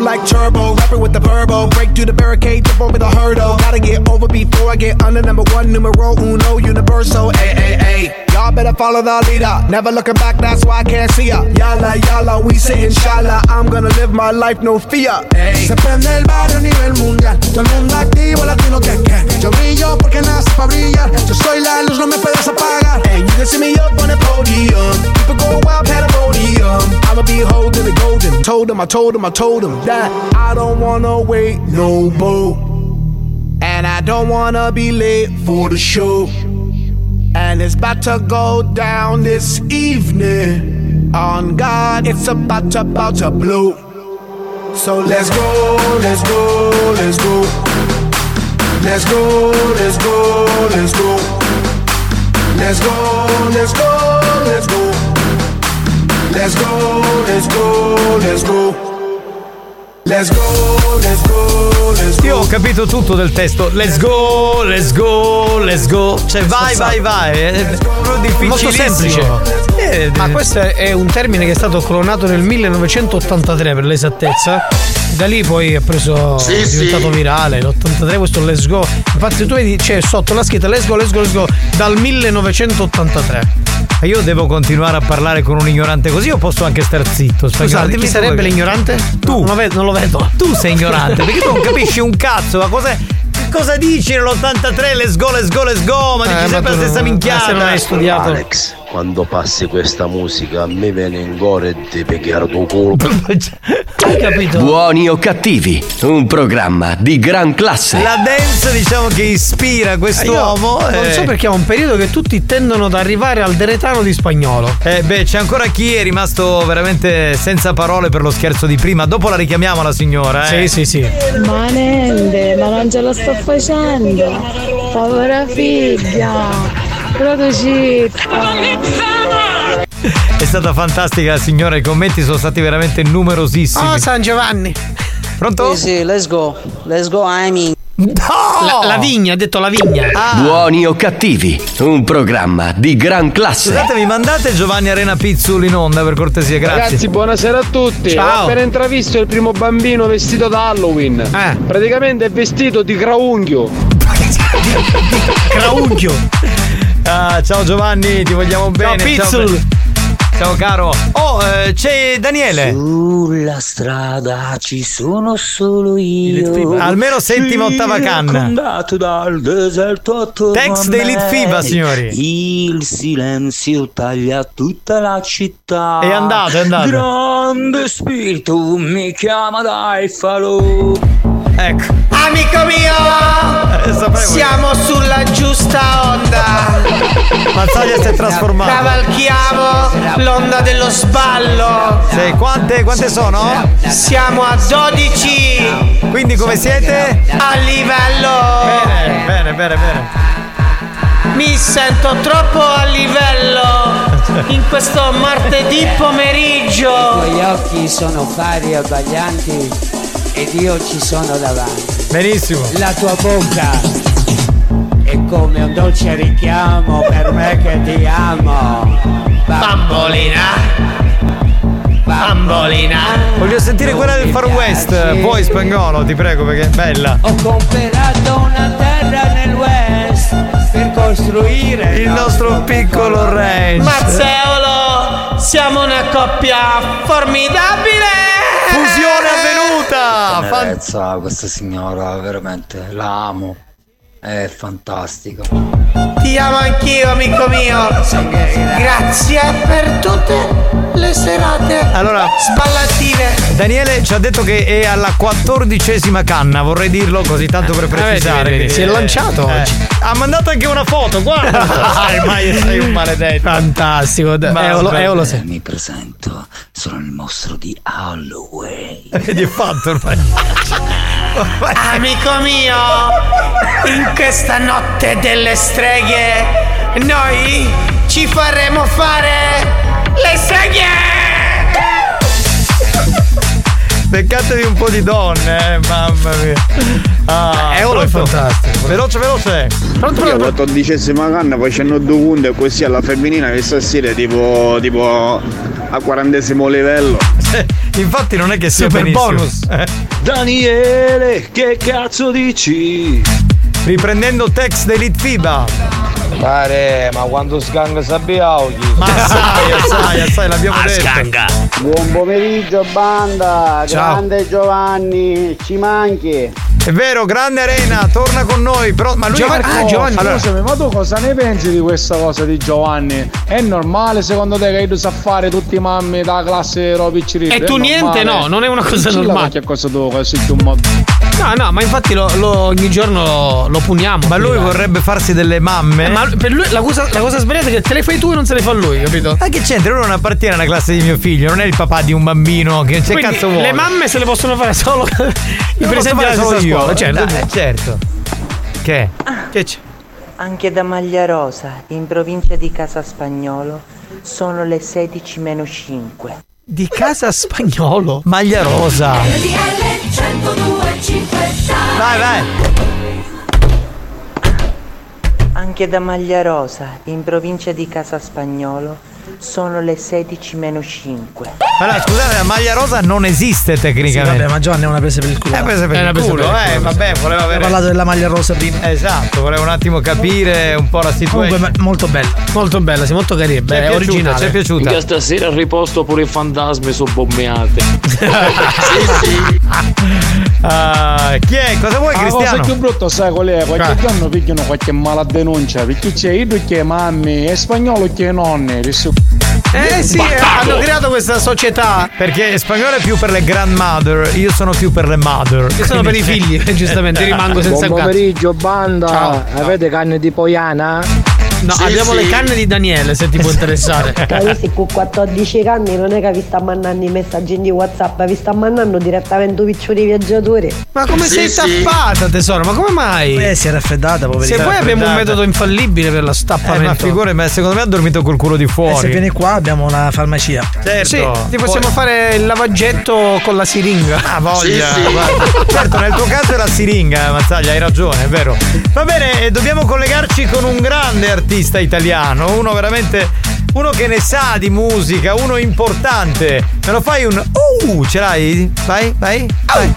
[SPEAKER 6] like turbo, rapping with the verbo. Break through the barricade, jump over the hurdle. Gotta get over before I get under number one, numero uno, universal. Ay, ay, ay. Y'all better follow the leader. Never looking back, that's why I can't see ya. Yalla, yalla, we say inshallah. I'm gonna live my life, no fear. Ay. Se prende el barrio a nivel mundial. Todo el mundo activo, latino que que. Yo brillo porque nace para brillar. Yo soy la luz, no me puedes apagar. And you can see me up on the podium. People go wild, pandemonium. I'ma be holding the golden. Told him, I told him, I told him that I don't wanna wait no more. And I don't wanna be late for the show. And it's about to go down this evening. On God, it's about to, about to blow. So let's go, let's go, let's go. Let's go, let's go, let's go. Let's go, let's go, let's go. Let's go, let's go, let's go. Let's go, let's go, let's
[SPEAKER 2] Io ho capito tutto del testo. Let's go, let's go, let's go. Cioè, vai, vai, vai. È proprio difficilissimo.
[SPEAKER 12] Molto semplice.
[SPEAKER 2] Eh,
[SPEAKER 12] Ma questo è- è un termine che è stato clonato nel 1983 per l'esattezza. Da lì poi è preso.
[SPEAKER 2] Sì,
[SPEAKER 12] è diventato
[SPEAKER 2] sì.
[SPEAKER 12] virale. L'83, questo let's go. Infatti, tu vedi, c'è sotto la scritta let's go, let's go, let's go. Dal 1983.
[SPEAKER 2] Ma Io devo continuare a parlare con un ignorante così o posso anche star zitto?
[SPEAKER 12] Scusa, chi sarebbe l'ignorante?
[SPEAKER 2] Tu.
[SPEAKER 12] Non lo vedo. Non lo vedo.
[SPEAKER 2] Tu sei ignorante, perché tu non capisci un cazzo, ma cos'è? che Cosa dici nell'83? Let's go, let's go, let's go, ma dici sempre la stessa minchiata.
[SPEAKER 51] Alex, quando passi questa musica a me viene in gore e ti picchiare tuo
[SPEAKER 12] (laughs)
[SPEAKER 51] culo.
[SPEAKER 1] Hai capito? Buoni o cattivi, un programma di gran classe.
[SPEAKER 2] La dance diciamo che ispira quest'uomo.
[SPEAKER 12] Io Non so
[SPEAKER 2] eh.
[SPEAKER 12] perché Eh, è un periodo che tutti tendono ad arrivare al deretano di spagnolo.
[SPEAKER 2] Eh beh, c'è ancora chi è rimasto veramente senza parole per lo scherzo di prima. Dopo la richiamiamo la signora, eh.
[SPEAKER 12] Sì, sì, sì.
[SPEAKER 11] Ma niente, ma non ce la sto facendo. Povera figlia. Producita.
[SPEAKER 2] È stata fantastica, signora. I commenti sono stati veramente numerosissimi.
[SPEAKER 12] Oh, San Giovanni.
[SPEAKER 2] Pronto?
[SPEAKER 4] Sì, sì, let's go. Let's go, Amy.
[SPEAKER 12] La, la vigna, ha detto la vigna.
[SPEAKER 4] Ah,
[SPEAKER 1] Buoni o cattivi, un programma di gran classe.
[SPEAKER 2] Scusatemi, mandate Giovanni Arena Pizzul in onda per cortesia, grazie.
[SPEAKER 52] Ragazzi, buonasera a tutti.
[SPEAKER 2] Ciao.
[SPEAKER 52] Ho appena intravisto il primo bambino vestito da Halloween.
[SPEAKER 12] Eh.
[SPEAKER 52] Praticamente è vestito di graunghio.
[SPEAKER 2] Craunchio. Ah, ciao Giovanni, ti vogliamo bene.
[SPEAKER 53] Pizzul.
[SPEAKER 2] Pre- Ciao caro. Oh, eh, c'è Daniele.
[SPEAKER 4] Sulla strada ci sono solo io.
[SPEAKER 2] Almeno settima, ottava canna.
[SPEAKER 4] Circondato dal deserto attorno
[SPEAKER 2] Text
[SPEAKER 4] a me.
[SPEAKER 2] dei Litfiba, signori.
[SPEAKER 4] Il silenzio taglia tutta la città.
[SPEAKER 2] È andato, è andato.
[SPEAKER 4] Grande spirito mi chiama dai falò.
[SPEAKER 2] Ecco.
[SPEAKER 4] Amico
[SPEAKER 2] Eh,
[SPEAKER 4] mio!
[SPEAKER 2] sapevo.
[SPEAKER 4] Siamo sulla giusta
[SPEAKER 2] (laughs)
[SPEAKER 4] onda.
[SPEAKER 2] Mazzaglia si è trasformato.
[SPEAKER 4] Cavalchiamo
[SPEAKER 12] l'onda dello sballo.
[SPEAKER 2] Sì, quante, quante sono?
[SPEAKER 12] Siamo a 12.
[SPEAKER 2] Quindi come siete?
[SPEAKER 12] A livello.
[SPEAKER 2] Bene, Eh, bene, bene, bene.
[SPEAKER 12] Mi sento troppo a livello in questo martedì pomeriggio.
[SPEAKER 4] I tuoi occhi sono pari abbaglianti ed io ci sono davanti.
[SPEAKER 2] Benissimo.
[SPEAKER 4] La tua bocca è come un dolce richiamo per me che ti amo. Bambolina. Bambolina.
[SPEAKER 2] Voglio sentire quella del Far West. Poi spagnolo, ti prego, perché è bella.
[SPEAKER 4] Ho comprato una terra nel West per costruire
[SPEAKER 2] Il nostro piccolo ranch.
[SPEAKER 12] Mazzeolo, siamo una coppia formidabile.
[SPEAKER 2] Fusione avvenuta.
[SPEAKER 9] Tenerezza, questa signora veramente la amo. È fantastica.
[SPEAKER 12] Ti amo anch'io, amico mio. Grazie per tutte le serate.
[SPEAKER 2] Allora,
[SPEAKER 12] spallative.
[SPEAKER 2] Daniele ci ha detto che è alla quattordicesima canna, vorrei dirlo così tanto per
[SPEAKER 12] Eh, vedi,
[SPEAKER 2] precisare.
[SPEAKER 12] vedi,
[SPEAKER 2] che-
[SPEAKER 12] si è lanciato
[SPEAKER 2] eh.
[SPEAKER 12] oggi.
[SPEAKER 2] Ha mandato anche una foto, guarda.
[SPEAKER 12] (laughs)
[SPEAKER 2] Ah, Sai, ma io sei un maledetto.
[SPEAKER 12] Fantastico,
[SPEAKER 2] Ma-
[SPEAKER 12] Eolo, Eolo
[SPEAKER 9] Eh,
[SPEAKER 12] se-
[SPEAKER 4] Mi presento, sono il mostro di
[SPEAKER 2] (laughs)
[SPEAKER 4] Halloween.
[SPEAKER 2] Vedi, è fatto ormai.
[SPEAKER 12] Amico mio, in questa notte delle streghe, noi ci faremo fare le streghe.
[SPEAKER 2] Beccatevi un po' di donne, eh, mamma mia. Ah,
[SPEAKER 12] Eolo è
[SPEAKER 2] pronto?
[SPEAKER 12] fantastico.
[SPEAKER 2] Veloce, veloce.
[SPEAKER 54] Io alla quattordicesima canna facendo due punte così alla femminina che stasera tipo, tipo a quarantesimo livello.
[SPEAKER 2] (laughs) Infatti non è che sia
[SPEAKER 55] Super
[SPEAKER 2] benissimo. Eh.
[SPEAKER 55] bonus.
[SPEAKER 56] Daniele, che cazzo dici?
[SPEAKER 2] Riprendendo Tex dell'Elite FIBA.
[SPEAKER 57] Pare, ma quando sganga sappiamo chi.
[SPEAKER 2] Ma sai, sai, sai, l'abbiamo detto.
[SPEAKER 3] Buon pomeriggio banda,
[SPEAKER 2] Ciao.
[SPEAKER 3] grande Giovanni, ci manchi.
[SPEAKER 2] È vero, grande arena, torna con noi. Però, ma lui
[SPEAKER 5] Giovanni, ah, Giovanni
[SPEAKER 2] Allora,
[SPEAKER 5] scusami, ma tu cosa ne pensi di questa cosa di Giovanni? È normale secondo te che io sa fare tutti i mammi da classe Robic Rip?
[SPEAKER 12] E tu niente? No, non è una cosa normale.
[SPEAKER 5] Che cosa tu sei più mo-
[SPEAKER 12] No, no, ma infatti lo- lo- ogni giorno lo, lo puniamo. Ma
[SPEAKER 2] lui vorrebbe farsi delle mamme.
[SPEAKER 12] ma per lui la cosa, la cosa sbagliata è che te le fai tu e non se le fa lui, capito?
[SPEAKER 2] Ma Ah, che c'entra? Lui non appartiene alla classe di mio figlio, non è il papà di un bambino che che
[SPEAKER 12] Quindi
[SPEAKER 2] cazzo vuole.
[SPEAKER 12] Le mamme se le possono fare
[SPEAKER 2] (laughs)
[SPEAKER 12] solo (laughs) i
[SPEAKER 2] Lo posso
[SPEAKER 12] presenti
[SPEAKER 2] fare
[SPEAKER 12] della
[SPEAKER 2] solo
[SPEAKER 12] stessa
[SPEAKER 2] io,
[SPEAKER 12] scuola.
[SPEAKER 2] eh,
[SPEAKER 12] Certo.
[SPEAKER 2] dai, certo. Che? Ah. Che c'è?
[SPEAKER 35] Anche da Magliarosa, in provincia di Casa Spagnolo, sono le 16 meno 5.
[SPEAKER 12] Di casa spagnolo.
[SPEAKER 2] Maglia rosa.
[SPEAKER 35] Vai, vai! Anche da Magliarosa, in provincia di Casa Spagnolo, sono le 16 meno 5.
[SPEAKER 2] Ma no, scusate, la maglia rosa non esiste tecnicamente.
[SPEAKER 58] Sì, vabbè, ma Giovanni è una presa per il
[SPEAKER 12] Eh,
[SPEAKER 58] culo.
[SPEAKER 2] È presa per
[SPEAKER 58] una
[SPEAKER 2] il culo,
[SPEAKER 58] per il
[SPEAKER 2] eh, vabbè, voleva
[SPEAKER 58] Abbiamo
[SPEAKER 2] avere-
[SPEAKER 58] parlato della maglia rosa prima.
[SPEAKER 2] Esatto, volevo un attimo capire un po' la situazione.
[SPEAKER 58] Comunque, ma- molto bella.
[SPEAKER 12] Molto bella, sì, molto carina.
[SPEAKER 2] Eh,
[SPEAKER 58] beh, originale.
[SPEAKER 2] Ci è piaciuta.
[SPEAKER 58] Minchia,
[SPEAKER 2] stasera
[SPEAKER 58] al riposto pure i fantasmi sono
[SPEAKER 12] (laughs)
[SPEAKER 58] bombeate.
[SPEAKER 2] (laughs) Ah, chi è? Cosa
[SPEAKER 12] oh,
[SPEAKER 2] vuoi,
[SPEAKER 5] La
[SPEAKER 2] Cristiano?
[SPEAKER 5] cosa più brutta, sai qual è? Qualche giorno pigliano qualche mala denuncia perché c'è Idu che mammi e spagnolo che nonne.
[SPEAKER 2] Eh
[SPEAKER 12] sì, hanno creato questa società.
[SPEAKER 2] Perché spagnolo è più per le grandmother, io sono più per le mother.
[SPEAKER 12] Io sono per i
[SPEAKER 58] (laughs)
[SPEAKER 2] Quindi- eh,
[SPEAKER 12] figli, eh, giustamente, rimango senza
[SPEAKER 2] Buon
[SPEAKER 12] cazzo.
[SPEAKER 2] pomeriggio.
[SPEAKER 57] banda.
[SPEAKER 12] Ciao.
[SPEAKER 57] Avete canne di Poiana?
[SPEAKER 12] No,
[SPEAKER 57] Sì,
[SPEAKER 12] abbiamo
[SPEAKER 57] sì.
[SPEAKER 12] le canne di Daniele, se ti può interessare.
[SPEAKER 11] Carissimi, con 14 anni non è che vi sta mandando i messaggi di Whatsapp, vi sta mandando direttamente un piccione viaggiatore.
[SPEAKER 12] Ma come sei tappata, tesoro? Ma come mai? Eh, si è raffreddata,
[SPEAKER 58] poverina.
[SPEAKER 12] Se poi abbiamo un
[SPEAKER 58] Raffreddata.
[SPEAKER 12] metodo infallibile per Eh, la stappamento.
[SPEAKER 58] Eh, ma
[SPEAKER 2] figure, ma secondo me ha dormito col culo di
[SPEAKER 58] E
[SPEAKER 2] fuori.
[SPEAKER 58] se vieni qua abbiamo una farmacia.
[SPEAKER 2] Certo.
[SPEAKER 12] Sì, ti possiamo fare il lavaggetto con la siringa.
[SPEAKER 2] Ah, voglia. guarda. Certo, nel tuo caso è la siringa, eh, Mazzaglia, hai ragione, è vero. (laughs) Va bene, e dobbiamo collegarci con un grande artista italiano, uno veramente. uno che ne sa di musica, uno importante. Me lo fai un. Uh, ce l'hai? Vai, vai. vai.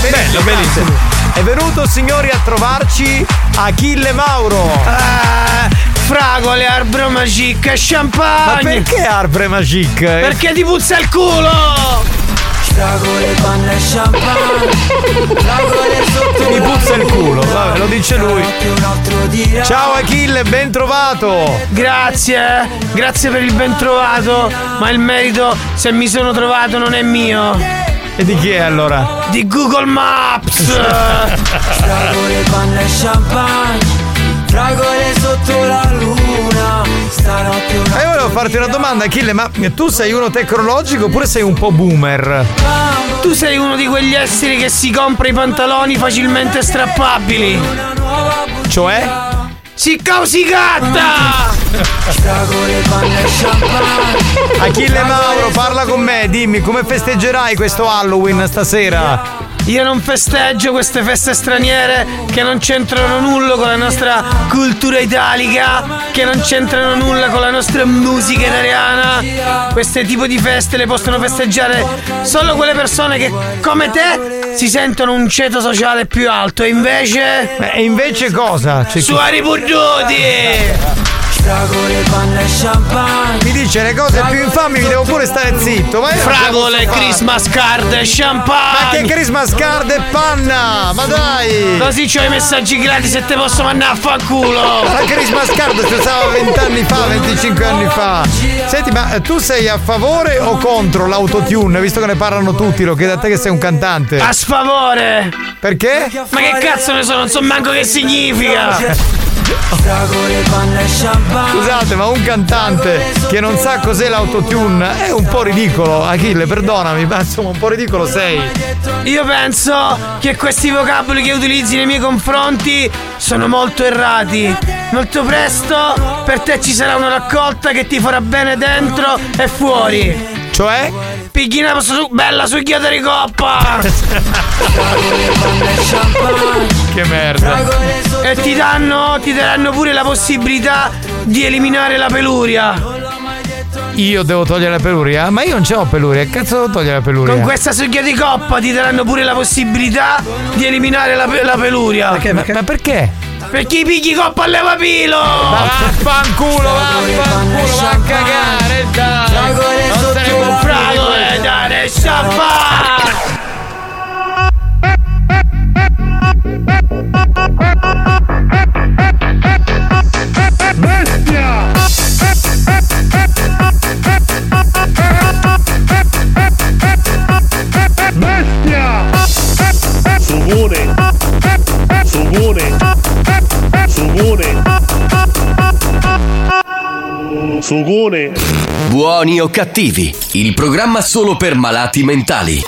[SPEAKER 2] Bello, benissimo. È venuto, signori, a trovarci Achille Mauro.
[SPEAKER 12] Ah, fragole, arbro magic, champagne.
[SPEAKER 2] Ma perché arbre magic?
[SPEAKER 12] Perché ti puzza il culo!
[SPEAKER 6] Fragole, panna e champagne Fragole sotto
[SPEAKER 2] Mi puzza il culo, vabbè, lo dice lui. Ciao Achille, ben trovato!
[SPEAKER 12] Grazie, grazie per il ben trovato, ma il merito se mi sono trovato non è mio.
[SPEAKER 2] E di chi è allora?
[SPEAKER 12] Di Google Maps!
[SPEAKER 2] (laughs)
[SPEAKER 6] Fragole, panna e champagne Fragole sotto la luna Stanotte una
[SPEAKER 2] E io volevo farti una domanda, Achille, ma tu sei uno tecnologico oppure sei un po' boomer?
[SPEAKER 12] tu sei uno di quegli esseri che si compra i pantaloni facilmente strappabili.
[SPEAKER 2] Cioè?
[SPEAKER 12] Si causicatta!
[SPEAKER 6] Fragole, panna e champagne
[SPEAKER 2] Achille Mauro, parla con me, dimmi come festeggerai questo Halloween stasera?
[SPEAKER 12] Io non festeggio queste feste straniere che non c'entrano nulla con la nostra cultura italica, che non c'entrano nulla con la nostra musica italiana. Queste tipo di feste le possono festeggiare solo quelle persone che, come te, si sentono un ceto sociale più alto. E invece.
[SPEAKER 2] E invece cosa? Cioè, C'è chi-
[SPEAKER 12] Suari Burduti!
[SPEAKER 6] Fragole, panna e champagne
[SPEAKER 2] Mi dice le cose più infami, mi devo pure stare zitto. Ma io non ce la
[SPEAKER 12] Fragole,
[SPEAKER 2] posso fare.
[SPEAKER 12] Christmas card, champagne!
[SPEAKER 2] Ma che Christmas card e panna! Ma dai!
[SPEAKER 12] Così c'ho i messaggi gratis e te posso mandare a fanculo!
[SPEAKER 2] La Christmas card si usava 20 anni fa, 25 anni fa. Ah. Senti, ma eh, tu sei a favore o contro l'autotune? Visto che ne parlano tutti, lo chiedo a te che sei un cantante.
[SPEAKER 12] A sfavore!
[SPEAKER 2] Perché?
[SPEAKER 12] Ma che cazzo ne so, non so manco che significa!
[SPEAKER 6] Fragole, panna e champagne
[SPEAKER 2] Scusate, ma un cantante che non sa cos'è l'autotune è un po' ridicolo. Achille, perdonami, ma insomma un po' ridicolo sei.
[SPEAKER 12] Io penso che questi vocaboli che utilizzi nei miei confronti sono molto errati. Molto presto per te ci sarà una raccolta che ti farà bene dentro e fuori.
[SPEAKER 2] Cioè?
[SPEAKER 12] Piglina su, bella succhiata di coppa!
[SPEAKER 2] Che merda.
[SPEAKER 12] E ti danno, ti daranno pure la possibilità di eliminare la peluria.
[SPEAKER 2] Io devo togliere la peluria? Ma io non ce l'ho peluria, che cazzo devo togliere la peluria?
[SPEAKER 12] Con questa soglia di coppa ti daranno pure la possibilità di eliminare la, pe- la peluria.
[SPEAKER 2] Ma, ma perché?
[SPEAKER 12] Perché i picchi coppa al levapilo!
[SPEAKER 2] Ma vaffanculo, vaffanculo, va a cagare! dai. Non te ne
[SPEAKER 12] fragole, dai, sciaffa!
[SPEAKER 59] Bestia! Bestia!
[SPEAKER 60] Subone. Subone. Subone. Sugone.
[SPEAKER 1] Buoni o cattivi, il programma solo per malati mentali.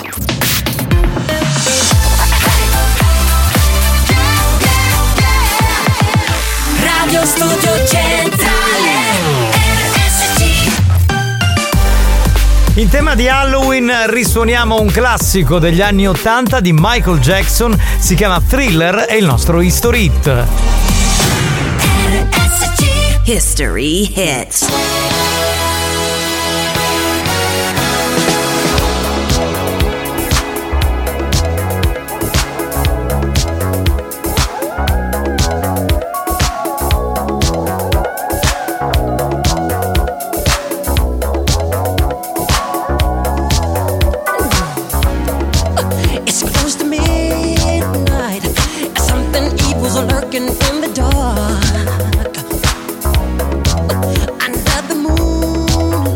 [SPEAKER 59] Radio Studio Centrale RSC
[SPEAKER 2] In tema di Halloween risuoniamo un classico degli anni 80 di Michael Jackson, si chiama Thriller e il nostro History Hit.
[SPEAKER 23] History hits.
[SPEAKER 6] It's close to midnight. Something evil's lurking in the dark. Another moon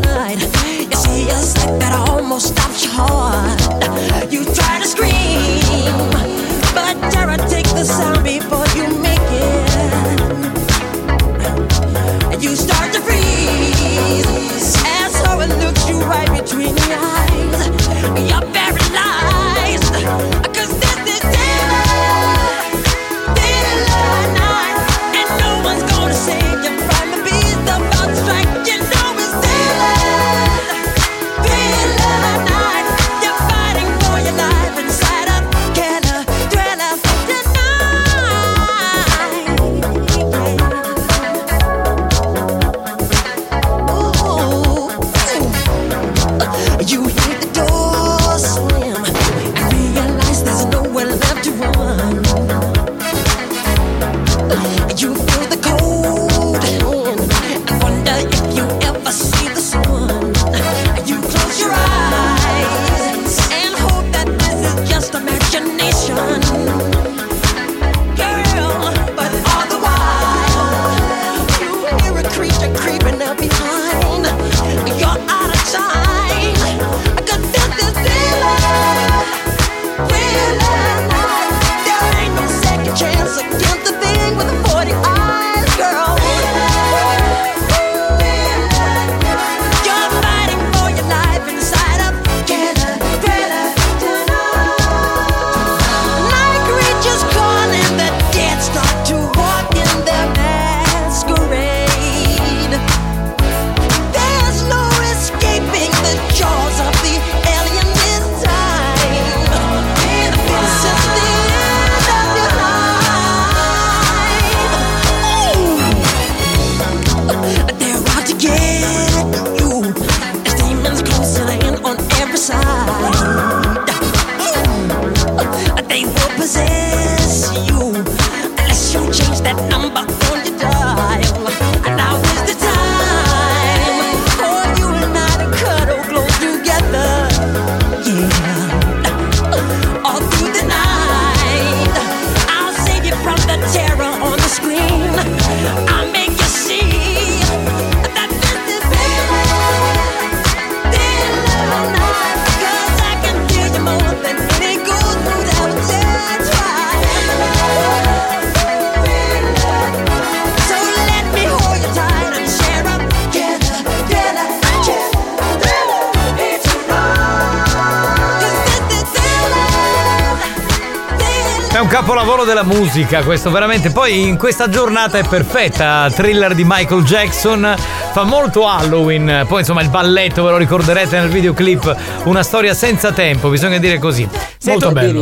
[SPEAKER 2] un capolavoro della musica, questo veramente. Poi in questa giornata è perfetta. Thriller di Michael Jackson. Fa molto Halloween. Poi insomma il balletto, ve lo ricorderete nel videoclip. Una storia senza tempo, bisogna dire così.
[SPEAKER 61] Molto bello.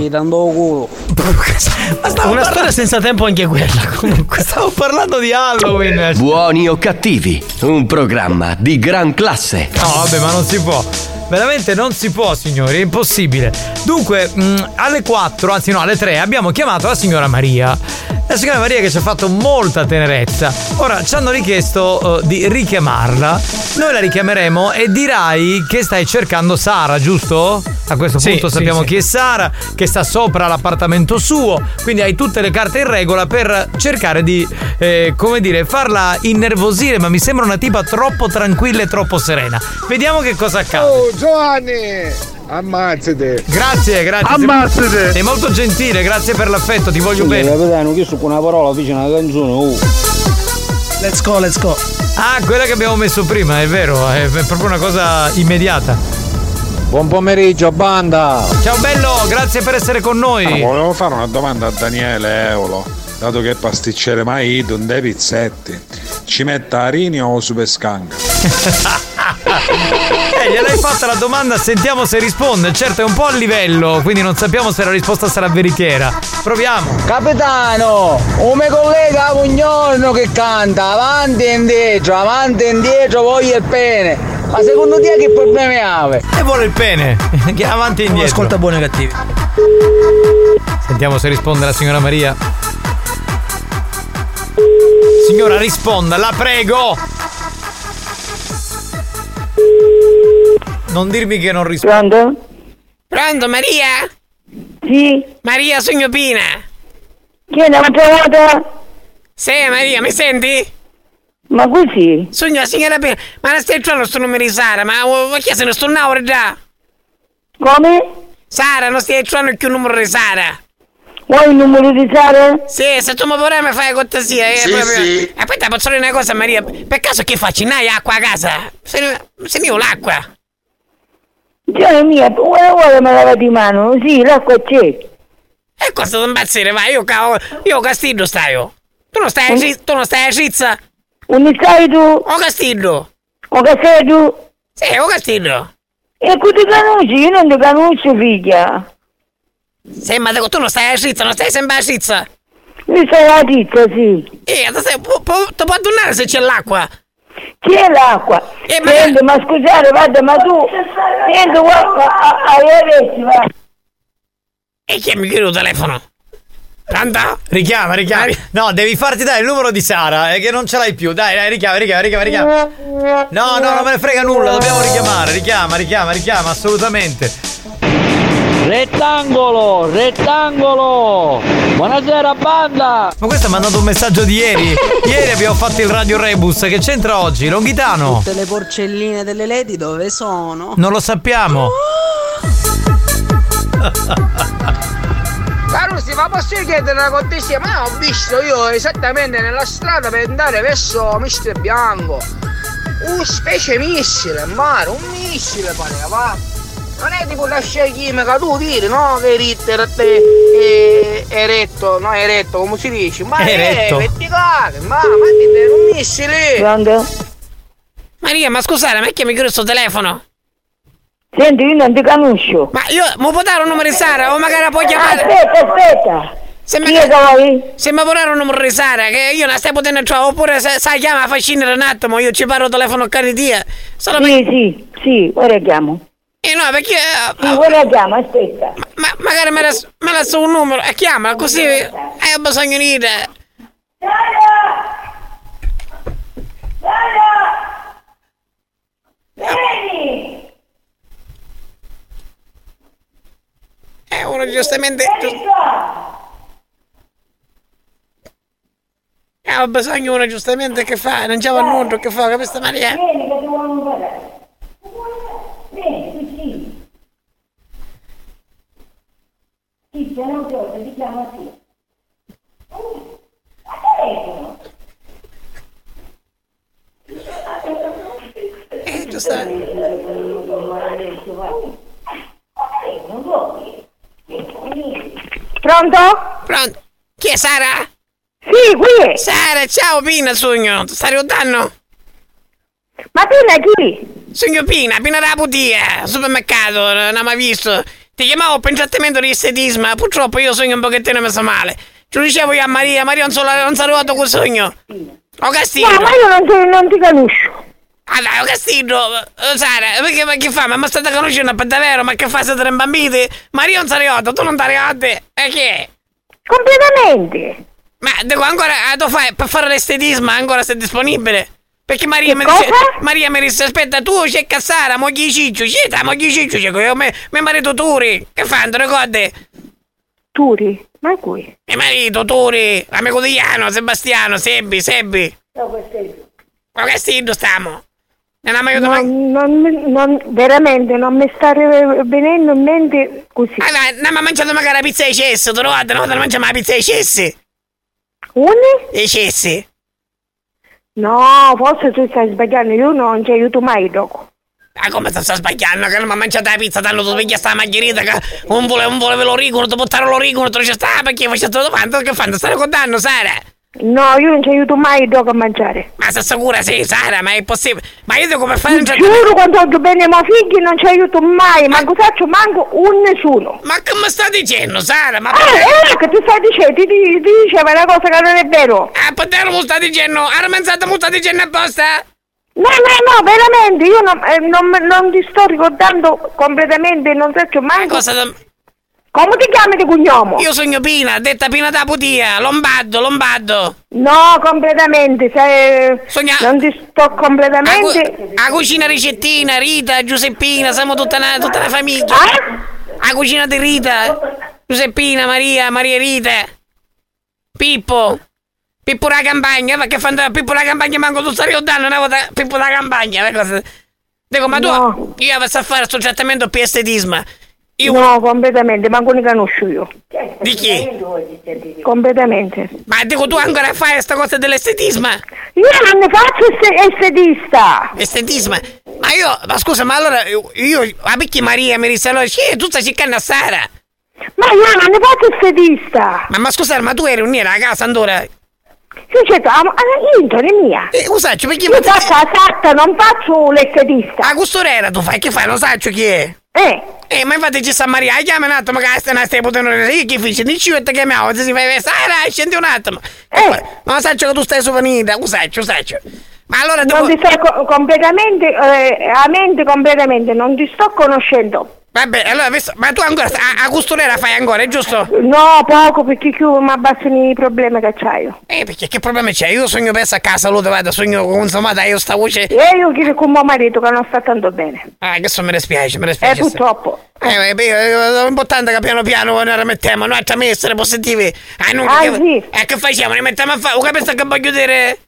[SPEAKER 61] Una storia senza tempo anche quella. Comunque
[SPEAKER 2] stavo parlando di Halloween.
[SPEAKER 1] Buoni o cattivi, un programma di gran classe.
[SPEAKER 2] No, vabbè, ma non si può. Veramente non si può, signori, è impossibile. Dunque, mh, alle 4, anzi no, alle 3 abbiamo chiamato la signora Maria. La signora Maria che ci ha fatto molta tenerezza. Ora ci hanno richiesto eh, di richiamarla. Noi la richiameremo e dirai che stai cercando Sara, giusto? A questo
[SPEAKER 62] Sì,
[SPEAKER 2] punto
[SPEAKER 62] sì,
[SPEAKER 2] sappiamo
[SPEAKER 62] sì.
[SPEAKER 2] chi è Sara, che sta sopra l'appartamento suo, quindi hai tutte le carte in regola per cercare di, eh, come dire, farla innervosire, ma mi sembra una tipa troppo tranquilla e troppo serena. Vediamo che cosa accade.
[SPEAKER 4] Oh, Giovanni! Ammazzate!
[SPEAKER 2] Grazie, grazie.
[SPEAKER 4] Ammazzate!
[SPEAKER 2] Sei molto gentile, grazie per l'affetto, ti voglio
[SPEAKER 4] Sì,
[SPEAKER 2] bene.
[SPEAKER 4] Capitano, io su con una parola vicino alla canzone, oh.
[SPEAKER 2] Let's go, let's go. Ah, quella che abbiamo messo prima, è vero, è è proprio una cosa immediata.
[SPEAKER 4] Buon pomeriggio, banda!
[SPEAKER 2] Ciao bello, grazie per essere con
[SPEAKER 5] Ah,
[SPEAKER 2] noi.
[SPEAKER 5] volevo fare una domanda a Daniele eh, Eolo, dato che è pasticcere mai ido, dei pizzetti. Ci metta Arinio o Superscanca?
[SPEAKER 2] Eh, gliel'hai fatta la domanda, sentiamo se risponde. Certo, è un po' a livello, quindi non sappiamo se la risposta sarà veritiera. Proviamo.
[SPEAKER 4] Capitano, un mio collega Pugnorno che canta avanti e indietro, avanti e indietro, voglio il pene. Ma secondo te che problemi ave?
[SPEAKER 2] E vuole il pene, (laughs) che avanti e indietro. Ascolta buoni e cattivi. Sentiamo se risponde la signora Maria. Signora, risponda, la prego. Non dirmi che non risponde.
[SPEAKER 8] Pronto Maria? Sì. Maria Sognopina.
[SPEAKER 14] Chi è la chiamata?
[SPEAKER 8] Sì Maria, mi senti?
[SPEAKER 14] Ma così?
[SPEAKER 8] Sogno la signora Pina. Ma non stai trovando sto numero di Sara, ma oh, ma chi è se non sto ora già?
[SPEAKER 14] Come?
[SPEAKER 8] Sara, non stai trovando più il numero di Sara.
[SPEAKER 14] Vuoi il numero di Sara?
[SPEAKER 8] Sì, se tu mi vorrai mi fai cortesia. Eh,
[SPEAKER 14] Sì,
[SPEAKER 8] proprio-
[SPEAKER 14] sì.
[SPEAKER 8] E poi ti posso dire una cosa Maria, per caso che faccio? Non hai acqua a casa? Se, se ne ho l'acqua.
[SPEAKER 14] Già mia, ora ora me la di mano, sì, l'acqua c'è.
[SPEAKER 8] E questo da impazzire, vai, io, ca- io Castillo stai io. Tu non stai a Ci- tu non stai a Cizza?
[SPEAKER 14] Ogni stai tu?
[SPEAKER 8] O Castillo?
[SPEAKER 14] O che sei tu?
[SPEAKER 8] Sì, o Castillo.
[SPEAKER 14] E qui ti conosci, io non ti conosco figlia.
[SPEAKER 8] Sì, ma dico, tu non stai a Cizza, non stai sempre a Cizza.
[SPEAKER 14] Io sono la tizia, sì.
[SPEAKER 8] Eh, adesso pu- pu- ti può tornare se c'è l'acqua.
[SPEAKER 14] C'è l'acqua.
[SPEAKER 8] Eh, ma-
[SPEAKER 14] Senti, ma scusate, guarda, ma tu... Senti, guarda, a- ai orecchi, va.
[SPEAKER 8] E chi mi chiude il telefono? Pronto?
[SPEAKER 2] Richiama, richiama. No, devi farti dare il numero di Sara, è che non ce l'hai più. Dai, dai, richiama, richiama, richiama, richiama. No, no, non me ne frega nulla, dobbiamo richiamare. Richiama, richiama, richiama, assolutamente.
[SPEAKER 4] Rettangolo, rettangolo! Buonasera banda!
[SPEAKER 2] Ma questo ha mandato un messaggio di ieri. (laughs) Ieri abbiamo fatto il Radio Rebus. Che c'entra oggi? Longhitano?
[SPEAKER 11] Tutte le porcelline delle lady dove sono?
[SPEAKER 2] Non lo sappiamo.
[SPEAKER 12] Carusi, ma posso chiedere una cortesia? Ma ho visto io esattamente nella strada per andare verso Mister Bianco un specie missile, in mare, un missile pareva. va. Non è tipo la scia chimica, tu dire, no? Che ritter te eh, eretto, no eretto, come si dice? Ma eh, è
[SPEAKER 8] Eretto.
[SPEAKER 12] verticale, ma, ma dite, era un
[SPEAKER 8] Eh.
[SPEAKER 12] missile!
[SPEAKER 8] Maria, ma scusate, ma chi mi chiude sto telefono?
[SPEAKER 14] Senti, io non ti conosco.
[SPEAKER 8] Ma io mi può dare un numero di Sara o magari puoi chiamare?
[SPEAKER 14] Aspetta, aspetta.
[SPEAKER 8] Se mi, se mi può dare un numero di Sara, che io non stai potendo trovare, oppure se, sai chiama fascinare un attimo, io ci parlo telefono cari dia. Solo
[SPEAKER 14] Sì, sì, sì, ora chiamo.
[SPEAKER 8] Eh no, perché. eh,
[SPEAKER 14] Sì, ora chiamo, aspetta.
[SPEAKER 8] ma magari me la, me la so un numero e chiamala così eh, ho bisogno di dire. E uno giustamente. Eh, ho bisogno uno giustamente che fa, non c'è nulla che fa, capisci Maria?
[SPEAKER 14] Vieni che ti vuole un parere.
[SPEAKER 8] Eh, giustamente.
[SPEAKER 14] Pronto?
[SPEAKER 8] Pronto? Chi è Sara?
[SPEAKER 32] Sì, qui è.
[SPEAKER 8] Sara, ciao Pina, sogno. Stai ricordando?
[SPEAKER 32] Ma Pina chi?
[SPEAKER 8] Sogno Pina, Pina della putia, al supermercato, non ho mai visto. Ti chiamavo per un trattamento di estetismo, purtroppo io sogno un pochettino messo male. Ci dicevo io a Maria, Maria non, so, non saluto quel sogno. O Castillo.
[SPEAKER 32] No, ma io non, so- non ti conosco.
[SPEAKER 8] Ah dai, oh, Castillo, eh, Sara, perché, ma che fa? Ma mi state conoscendo per davvero? Ma che fa? Siete tre bambini? Maria non sariotta, tu non sariotte? E che? è?
[SPEAKER 32] Completamente.
[SPEAKER 8] Ma devo ancora, eh, devo fare, per fare l'estetismo ancora sei disponibile? Perché Maria
[SPEAKER 32] Che
[SPEAKER 8] mi dice,
[SPEAKER 32] cosa?
[SPEAKER 8] Maria mi disse, aspetta, tu c'è Cassara, moglie di Ciccio, c'è la moglie di Ciccio, c'è io, me, mio marito Turi, che fanno, te ricordi?
[SPEAKER 32] Turi, ma qui.
[SPEAKER 8] Mio marito Turi, amico di Iano, Sebastiano, Sebbi, Sebbi. Ma che stindo stiamo? Non ha mai avuto mai...
[SPEAKER 32] Non, non- non- veramente non mi sta re- venendo in mente così.
[SPEAKER 8] Allora, non mi ha mangiato magari la pizza di cesso, te lo guarda, no, non mangiamo la pizza di cessi.
[SPEAKER 32] Une?
[SPEAKER 8] I cessi.
[SPEAKER 32] No, forse tu stai sbagliando, io non ti aiuto mai dopo.
[SPEAKER 8] Ah, come sto, sto sbagliando? Che non mi ha mangiato la pizza, tanto tu sveglia sta margherita, che non voleva non voleva l'origano, ti portare l'origano, te lo c'è sta, perché faccio sta domanda, che fanno? Stanno contando, Sara?
[SPEAKER 32] No, io non ti aiuto mai dopo a mangiare.
[SPEAKER 8] Ma sei sicura? Sì, Sara, ma è possibile. Ma io devo come fare
[SPEAKER 32] Ti
[SPEAKER 8] un
[SPEAKER 32] giuro quando ho bene ma figli non ci aiuto mai, manco
[SPEAKER 8] Ah.
[SPEAKER 32] faccio manco un nessuno.
[SPEAKER 8] Ma che mi sta dicendo, Sara? Ma
[SPEAKER 32] Ah, eh, ecco, ti stai dicendo, ti, ti- ti diceva una cosa che non è vero.
[SPEAKER 8] Ah, potere mi sta dicendo, ha mangiato mi sta dicendo apposta?
[SPEAKER 32] No, no, no, veramente, io non, eh, non, non ti sto ricordando completamente, non faccio manco...
[SPEAKER 8] Cosa da-
[SPEAKER 32] Come ti chiami di cognome?
[SPEAKER 8] Io sogno Pina, detta Pina da Putia, Lombardo, Lombardo.
[SPEAKER 32] No, completamente, sai,
[SPEAKER 8] Sogna- Ah,
[SPEAKER 32] non ti sto
[SPEAKER 8] A, cu-
[SPEAKER 32] completamente...
[SPEAKER 8] a cucina Ricettina, Rita, Giuseppina, siamo tutta la, tutta la famiglia. A cucina di Rita, Giuseppina, Maria, Maria Rita, Pippo, Pippo la campagna, perché fanno Pippo la campagna manco tu stai ricordando una volta Pippo la campagna, per cosa- Dico, ma tu,
[SPEAKER 32] No.
[SPEAKER 8] io vado a fare sto trattamento per estetismo. Io-
[SPEAKER 32] No, completamente, manco ne conosco io.
[SPEAKER 8] Di chi?
[SPEAKER 32] Completamente.
[SPEAKER 8] Ma dico, tu ancora fai questa cosa dell'estetismo?
[SPEAKER 32] Io non ne faccio est- estetista.
[SPEAKER 8] Estetismo? Ma io, ma scusa, ma allora io, io ma perché Maria mi disse allora, sì, tu stai cercando a Sara?
[SPEAKER 32] Ma io non ne faccio estetista.
[SPEAKER 8] Ma, ma scusa, ma tu eri un'era a casa allora?
[SPEAKER 32] Sì, certo, ah, ma ah, io non è mia.
[SPEAKER 8] Eh, cos'è? Perché
[SPEAKER 32] Io faccio la sarta, non faccio l'estetista.
[SPEAKER 8] Ma costurera tu fai, che fai? Lo sai chi è?
[SPEAKER 32] Eh.
[SPEAKER 8] Eh, ma infatti ci sta Maria, chiama un attimo che stai, stai potendo io che fici, dici io e ti chiamiamo, se si fai, Sara, scendi un attimo. Eh. Ma lo sai che tu stai su venita, cos'è, cos'è? Ma allora
[SPEAKER 32] Non
[SPEAKER 8] devo...
[SPEAKER 32] ti sto co- completamente, eh, a mente completamente, non ti sto conoscendo.
[SPEAKER 8] Vabbè, allora, visto- ma tu ancora, a, a costurera fai ancora, è giusto?
[SPEAKER 32] No, poco perché io mi abbassano i problemi che c'hai.
[SPEAKER 8] Eh, perché che problema c'è? Io sogno penso a casa, lo vado, sogno consumata, io sta voce...
[SPEAKER 32] E io chiedo con mio marito che non sta tanto bene.
[SPEAKER 8] Ah, adesso mi dispiace, mi dispiace.
[SPEAKER 32] Eh, purtroppo.
[SPEAKER 8] Eh, beh, è importante che piano piano ne rimettiamo, noi ci messa, positivi. Ah, non
[SPEAKER 32] Ah,
[SPEAKER 8] che,
[SPEAKER 32] sì.
[SPEAKER 8] eh, che facciamo? Ne mettiamo a fare? Ho capito che voglio dire?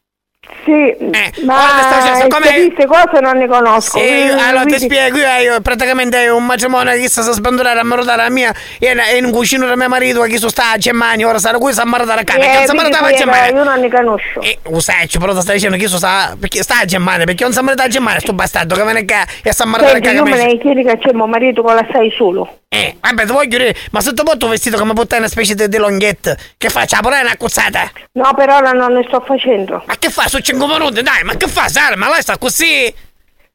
[SPEAKER 32] Sì,
[SPEAKER 8] Eh, guarda, sta
[SPEAKER 32] ma
[SPEAKER 8] facendo- come-
[SPEAKER 32] queste cose non ne conosco.
[SPEAKER 8] Sì, Eh, io-
[SPEAKER 32] Mm,
[SPEAKER 8] allora ti
[SPEAKER 32] quindi-
[SPEAKER 8] spiego, io, io praticamente ho un matrimonio che sta a sbandolare a marodare la mia, e e in cucina da mio marito che sono sta a Germania, ora sarà qui, sta a marodare a
[SPEAKER 32] Eh,
[SPEAKER 8] casa, che sta a
[SPEAKER 32] quindi
[SPEAKER 8] marodare a
[SPEAKER 32] qui, eh,
[SPEAKER 8] Germania.
[SPEAKER 32] io non ne conosco.
[SPEAKER 8] Eh, Usaccio, però ti stai dicendo che io so sta, perché sta a Germania, perché non sa marodare a Germania, sto bastardo che viene qua e sta a marodare a
[SPEAKER 32] Senti,
[SPEAKER 8] casa.
[SPEAKER 32] io me
[SPEAKER 8] capisci?
[SPEAKER 32] ne chiedi che c'è mio marito che la sai solo.
[SPEAKER 8] Eh, vabbè, ti voglio dire, ma se ti porto un vestito come portare una specie di, di longhetta, che faccia? Pure una cuzzata?
[SPEAKER 32] No, per ora non ne sto facendo.
[SPEAKER 8] Ma che fa? Sono 5 minuti, dai, ma che fa, Sara? Ma lei sta così?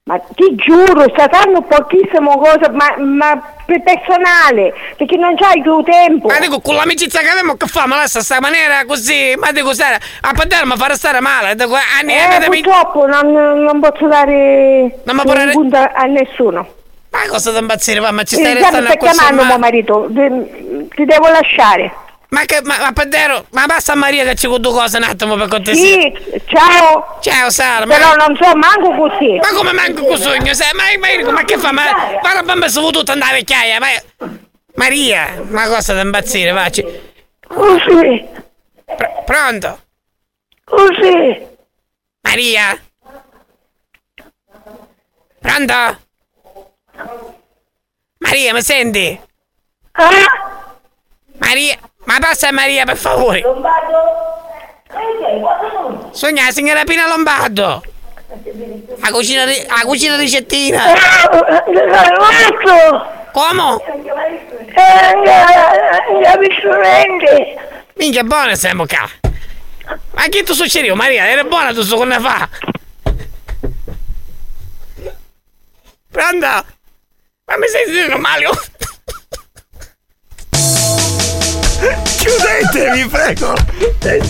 [SPEAKER 32] Ma ti giuro, sta facendo pochissimo cosa, ma, ma per personale, perché non c'hai più tempo.
[SPEAKER 8] Ma dico, con l'amicizia che abbiamo, che fa? Ma lei sta sta maniera così? Ma dico, Sara, a padare mi farà stare male, dico, anni,
[SPEAKER 32] Eh,
[SPEAKER 8] anni, mi...
[SPEAKER 32] purtroppo non, non posso dare
[SPEAKER 8] Non mi
[SPEAKER 32] un
[SPEAKER 8] può dare-
[SPEAKER 32] punto a nessuno.
[SPEAKER 8] Ma cosa da impazzire, va? Ma ci stai
[SPEAKER 32] Eh, già mi
[SPEAKER 8] restando
[SPEAKER 32] sta
[SPEAKER 8] a
[SPEAKER 32] chiamando
[SPEAKER 8] consumare?
[SPEAKER 32] mio marito, De- ti devo lasciare.
[SPEAKER 8] Ma che, ma, ma Padero, ma basta a Maria che ci con due cose un attimo per cortesia.
[SPEAKER 32] Sì, ciao.
[SPEAKER 8] Ciao Sara, ma-
[SPEAKER 32] Però non so manco così.
[SPEAKER 8] Ma come manco con sogno, sai? Ma, ma, ma che fa? Ma, ma la bamba è sono tutta andare vecchiaia, ma... Maria, ma cosa da impazzire, facci.
[SPEAKER 32] Così,
[SPEAKER 8] Pronto?
[SPEAKER 32] così.
[SPEAKER 8] Maria? Pronto? Maria, mi senti? Maria, ma passa Maria, per favore. Sogna la signora Pina Lombardo. La cucina, di- la cucina ricettina. Come?
[SPEAKER 32] Eh, eh, eh, gli avvicinamenti.
[SPEAKER 14] Minchia, buona siamo qua. Ma che tu succedivo, Maria? Era buona tu so cosa fa? Pronto? Ma mi sei normale?
[SPEAKER 2] Eh,
[SPEAKER 4] Chiudete, vi prego!
[SPEAKER 5] Eh,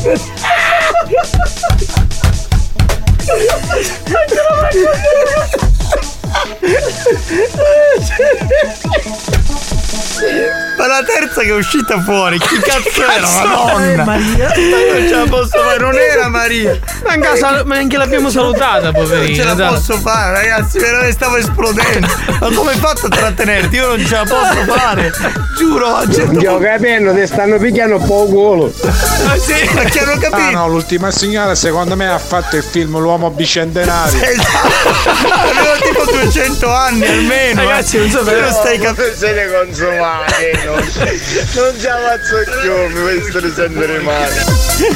[SPEAKER 2] Ma la terza che è uscita fuori,
[SPEAKER 28] (laughs)
[SPEAKER 2] chi cazzo era?
[SPEAKER 4] Cazzo,
[SPEAKER 2] Madonna!
[SPEAKER 4] eh, Maria.
[SPEAKER 2] Io non ce la posso fare, non era Maria!
[SPEAKER 12] Ma anche, la- ma anche l'abbiamo salutata,
[SPEAKER 2] Non ce
[SPEAKER 12] poverina.
[SPEAKER 2] la
[SPEAKER 12] dai.
[SPEAKER 2] posso fare, Ah, ragazzi, veramente stavo esplodendo. Ma come hai fatto a trattenerti? Io non ce la posso fare. Giuro, a un certo
[SPEAKER 21] Io
[SPEAKER 2] punto-
[SPEAKER 21] capendo, ti stanno pigliando un po' il
[SPEAKER 2] (laughs)
[SPEAKER 21] culo.
[SPEAKER 2] Ah, sì,
[SPEAKER 5] (laughs)
[SPEAKER 2] perché hanno capito.
[SPEAKER 5] Ah no, l'ultima signora secondo me ha fatto il film L'uomo bicentenario.
[SPEAKER 2] Aveva tipo 200 anni almeno.
[SPEAKER 5] Ragazzi,
[SPEAKER 2] eh.
[SPEAKER 5] non so
[SPEAKER 2] Tu
[SPEAKER 5] perché-
[SPEAKER 2] non stai capendo.
[SPEAKER 3] se ne consumate, non, non ci ammazzo più, mi questo ne sempre male.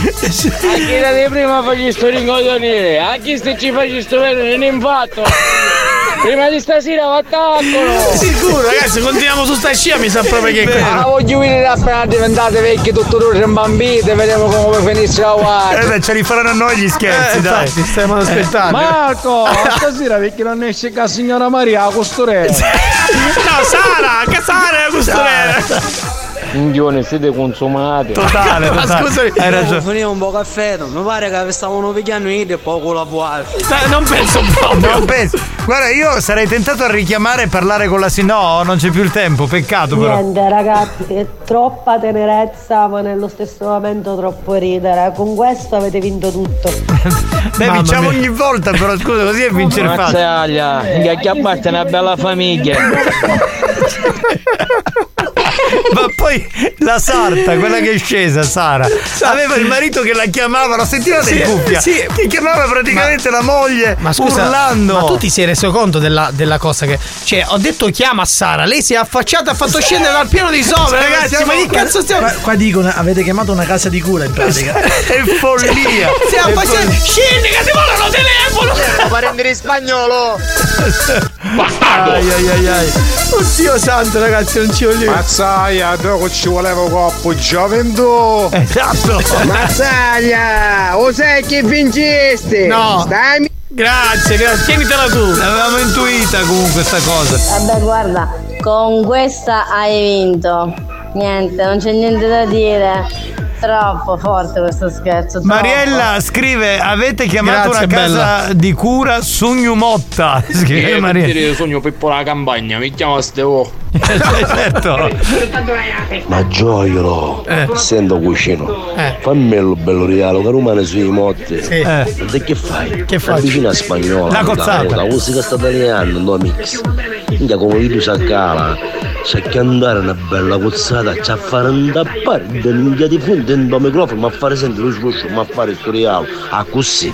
[SPEAKER 28] A chi da di prima fagli sto ringoglionire, a chi se ci fai sto bene non è fatto. Prima di stasera vattacolo!
[SPEAKER 4] Sicuro, ragazzi, continuiamo su sta scia, mi sa proprio che è
[SPEAKER 28] Ah,
[SPEAKER 4] quello.
[SPEAKER 28] voglio vedere appena diventate vecchi tutto rosso in bambite, Ah, vediamo come finisce la guardia.
[SPEAKER 2] Eh beh, ce li faranno a noi gli scherzi,
[SPEAKER 28] Eh,
[SPEAKER 2] dai.
[SPEAKER 28] infatti, stiamo aspettando.
[SPEAKER 22] Marco, stasera perché non esce che la signora Maria, la
[SPEAKER 2] (laughs)
[SPEAKER 22] costurella.
[SPEAKER 4] No, Sara, Casara è la costurera.
[SPEAKER 22] Indione, siete consumati.
[SPEAKER 2] Totale,
[SPEAKER 22] Ma
[SPEAKER 2] totale.
[SPEAKER 22] scusami,
[SPEAKER 2] Hai ragione.
[SPEAKER 22] Finiamo un po' caffè, non mi pare che stavano picchiando io e poi con la vuota.
[SPEAKER 2] Non (laughs) penso proprio. Non penso. Guarda, io sarei tentato a richiamare e parlare con la sin. No, non c'è più il tempo, peccato però.
[SPEAKER 29] Niente ragazzi, è troppa tenerezza ma nello stesso momento troppo ridere. Con questo avete vinto tutto.
[SPEAKER 2] Beh, vinciamo ogni volta, però scusa, così è vincere facile.
[SPEAKER 22] Mazzaglia, che a parte è una bella famiglia.
[SPEAKER 2] Ma poi la sarta, quella che è scesa, Sara, aveva il marito che la chiamava, la sentiva
[SPEAKER 12] Sì,
[SPEAKER 2] in cuffia.
[SPEAKER 12] sì.
[SPEAKER 2] Che chiamava praticamente la moglie
[SPEAKER 12] Ma scusa,
[SPEAKER 2] urlando.
[SPEAKER 12] ma tu ti sei reso conto della, della cosa che. Cioè, ho detto chiama Sara, lei si è affacciata e ha fatto scendere dal piano di sopra,
[SPEAKER 2] Cioè,
[SPEAKER 12] ragazzi. ma che cazzo stiamo.
[SPEAKER 28] Qua, qua dicono avete chiamato una casa di cura in pratica.
[SPEAKER 2] (laughs) è
[SPEAKER 28] (laughs)
[SPEAKER 2] follia!
[SPEAKER 12] Stiamo facendo. Scendi che ti volano
[SPEAKER 3] telefono! Parente di spagnolo!
[SPEAKER 5] Bastardo! Ai ai ai ai. Oddio santo ragazzi, non ci voglio. Mazzaia, dopo ci volevo coppo, gioventù!
[SPEAKER 2] Esatto!
[SPEAKER 5] (laughs)
[SPEAKER 21] Mazzaglia! O sai che vinceste?
[SPEAKER 27] No.
[SPEAKER 21] Stai mi-
[SPEAKER 27] Grazie, grazie. Tienitela tu. L'avevamo intuita comunque sta cosa.
[SPEAKER 20] Vabbè, guarda, con questa hai vinto. Niente, non c'è niente da dire. Troppo forte questo scherzo. troppo.
[SPEAKER 2] Mariella scrive: Avete chiamato
[SPEAKER 27] Grazie,
[SPEAKER 2] una casa di cura Sugnumotta. (laughs) Scrive Mariella.
[SPEAKER 22] sogno Pippo la campagna, mi chiamo Stevo.
[SPEAKER 2] certo.
[SPEAKER 6] Ma gioiolo,
[SPEAKER 2] Eh.
[SPEAKER 6] sento cucino, fammi lo bello regalo, che rumane sui motti.
[SPEAKER 2] Sì. Eh.
[SPEAKER 6] E che fai?
[SPEAKER 2] Che
[SPEAKER 6] La
[SPEAKER 2] fai?
[SPEAKER 6] vicina spagnola,
[SPEAKER 2] La cozzata.
[SPEAKER 6] la musica sta italiana, no mix. Minchia come io sa cala, c'è che andare una bella cozzata, c'è a fare andappare, minchia di punto dentro al microfono, ma a fare sentire lo sguscio, ma a fare sto regalo, a così.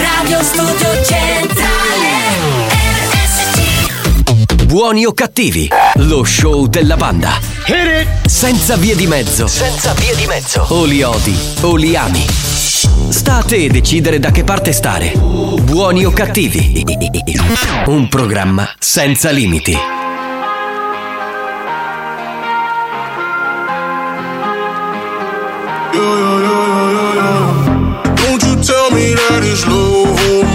[SPEAKER 15] Radio Studio Centrale
[SPEAKER 1] Buoni o cattivi, lo show della banda. Senza vie di mezzo. Senza vie di mezzo. O li odi o li ami. Sta a te decidere da che parte stare. Buoni o cattivi. Un programma senza limiti.
[SPEAKER 6] Don't you tell me that it's low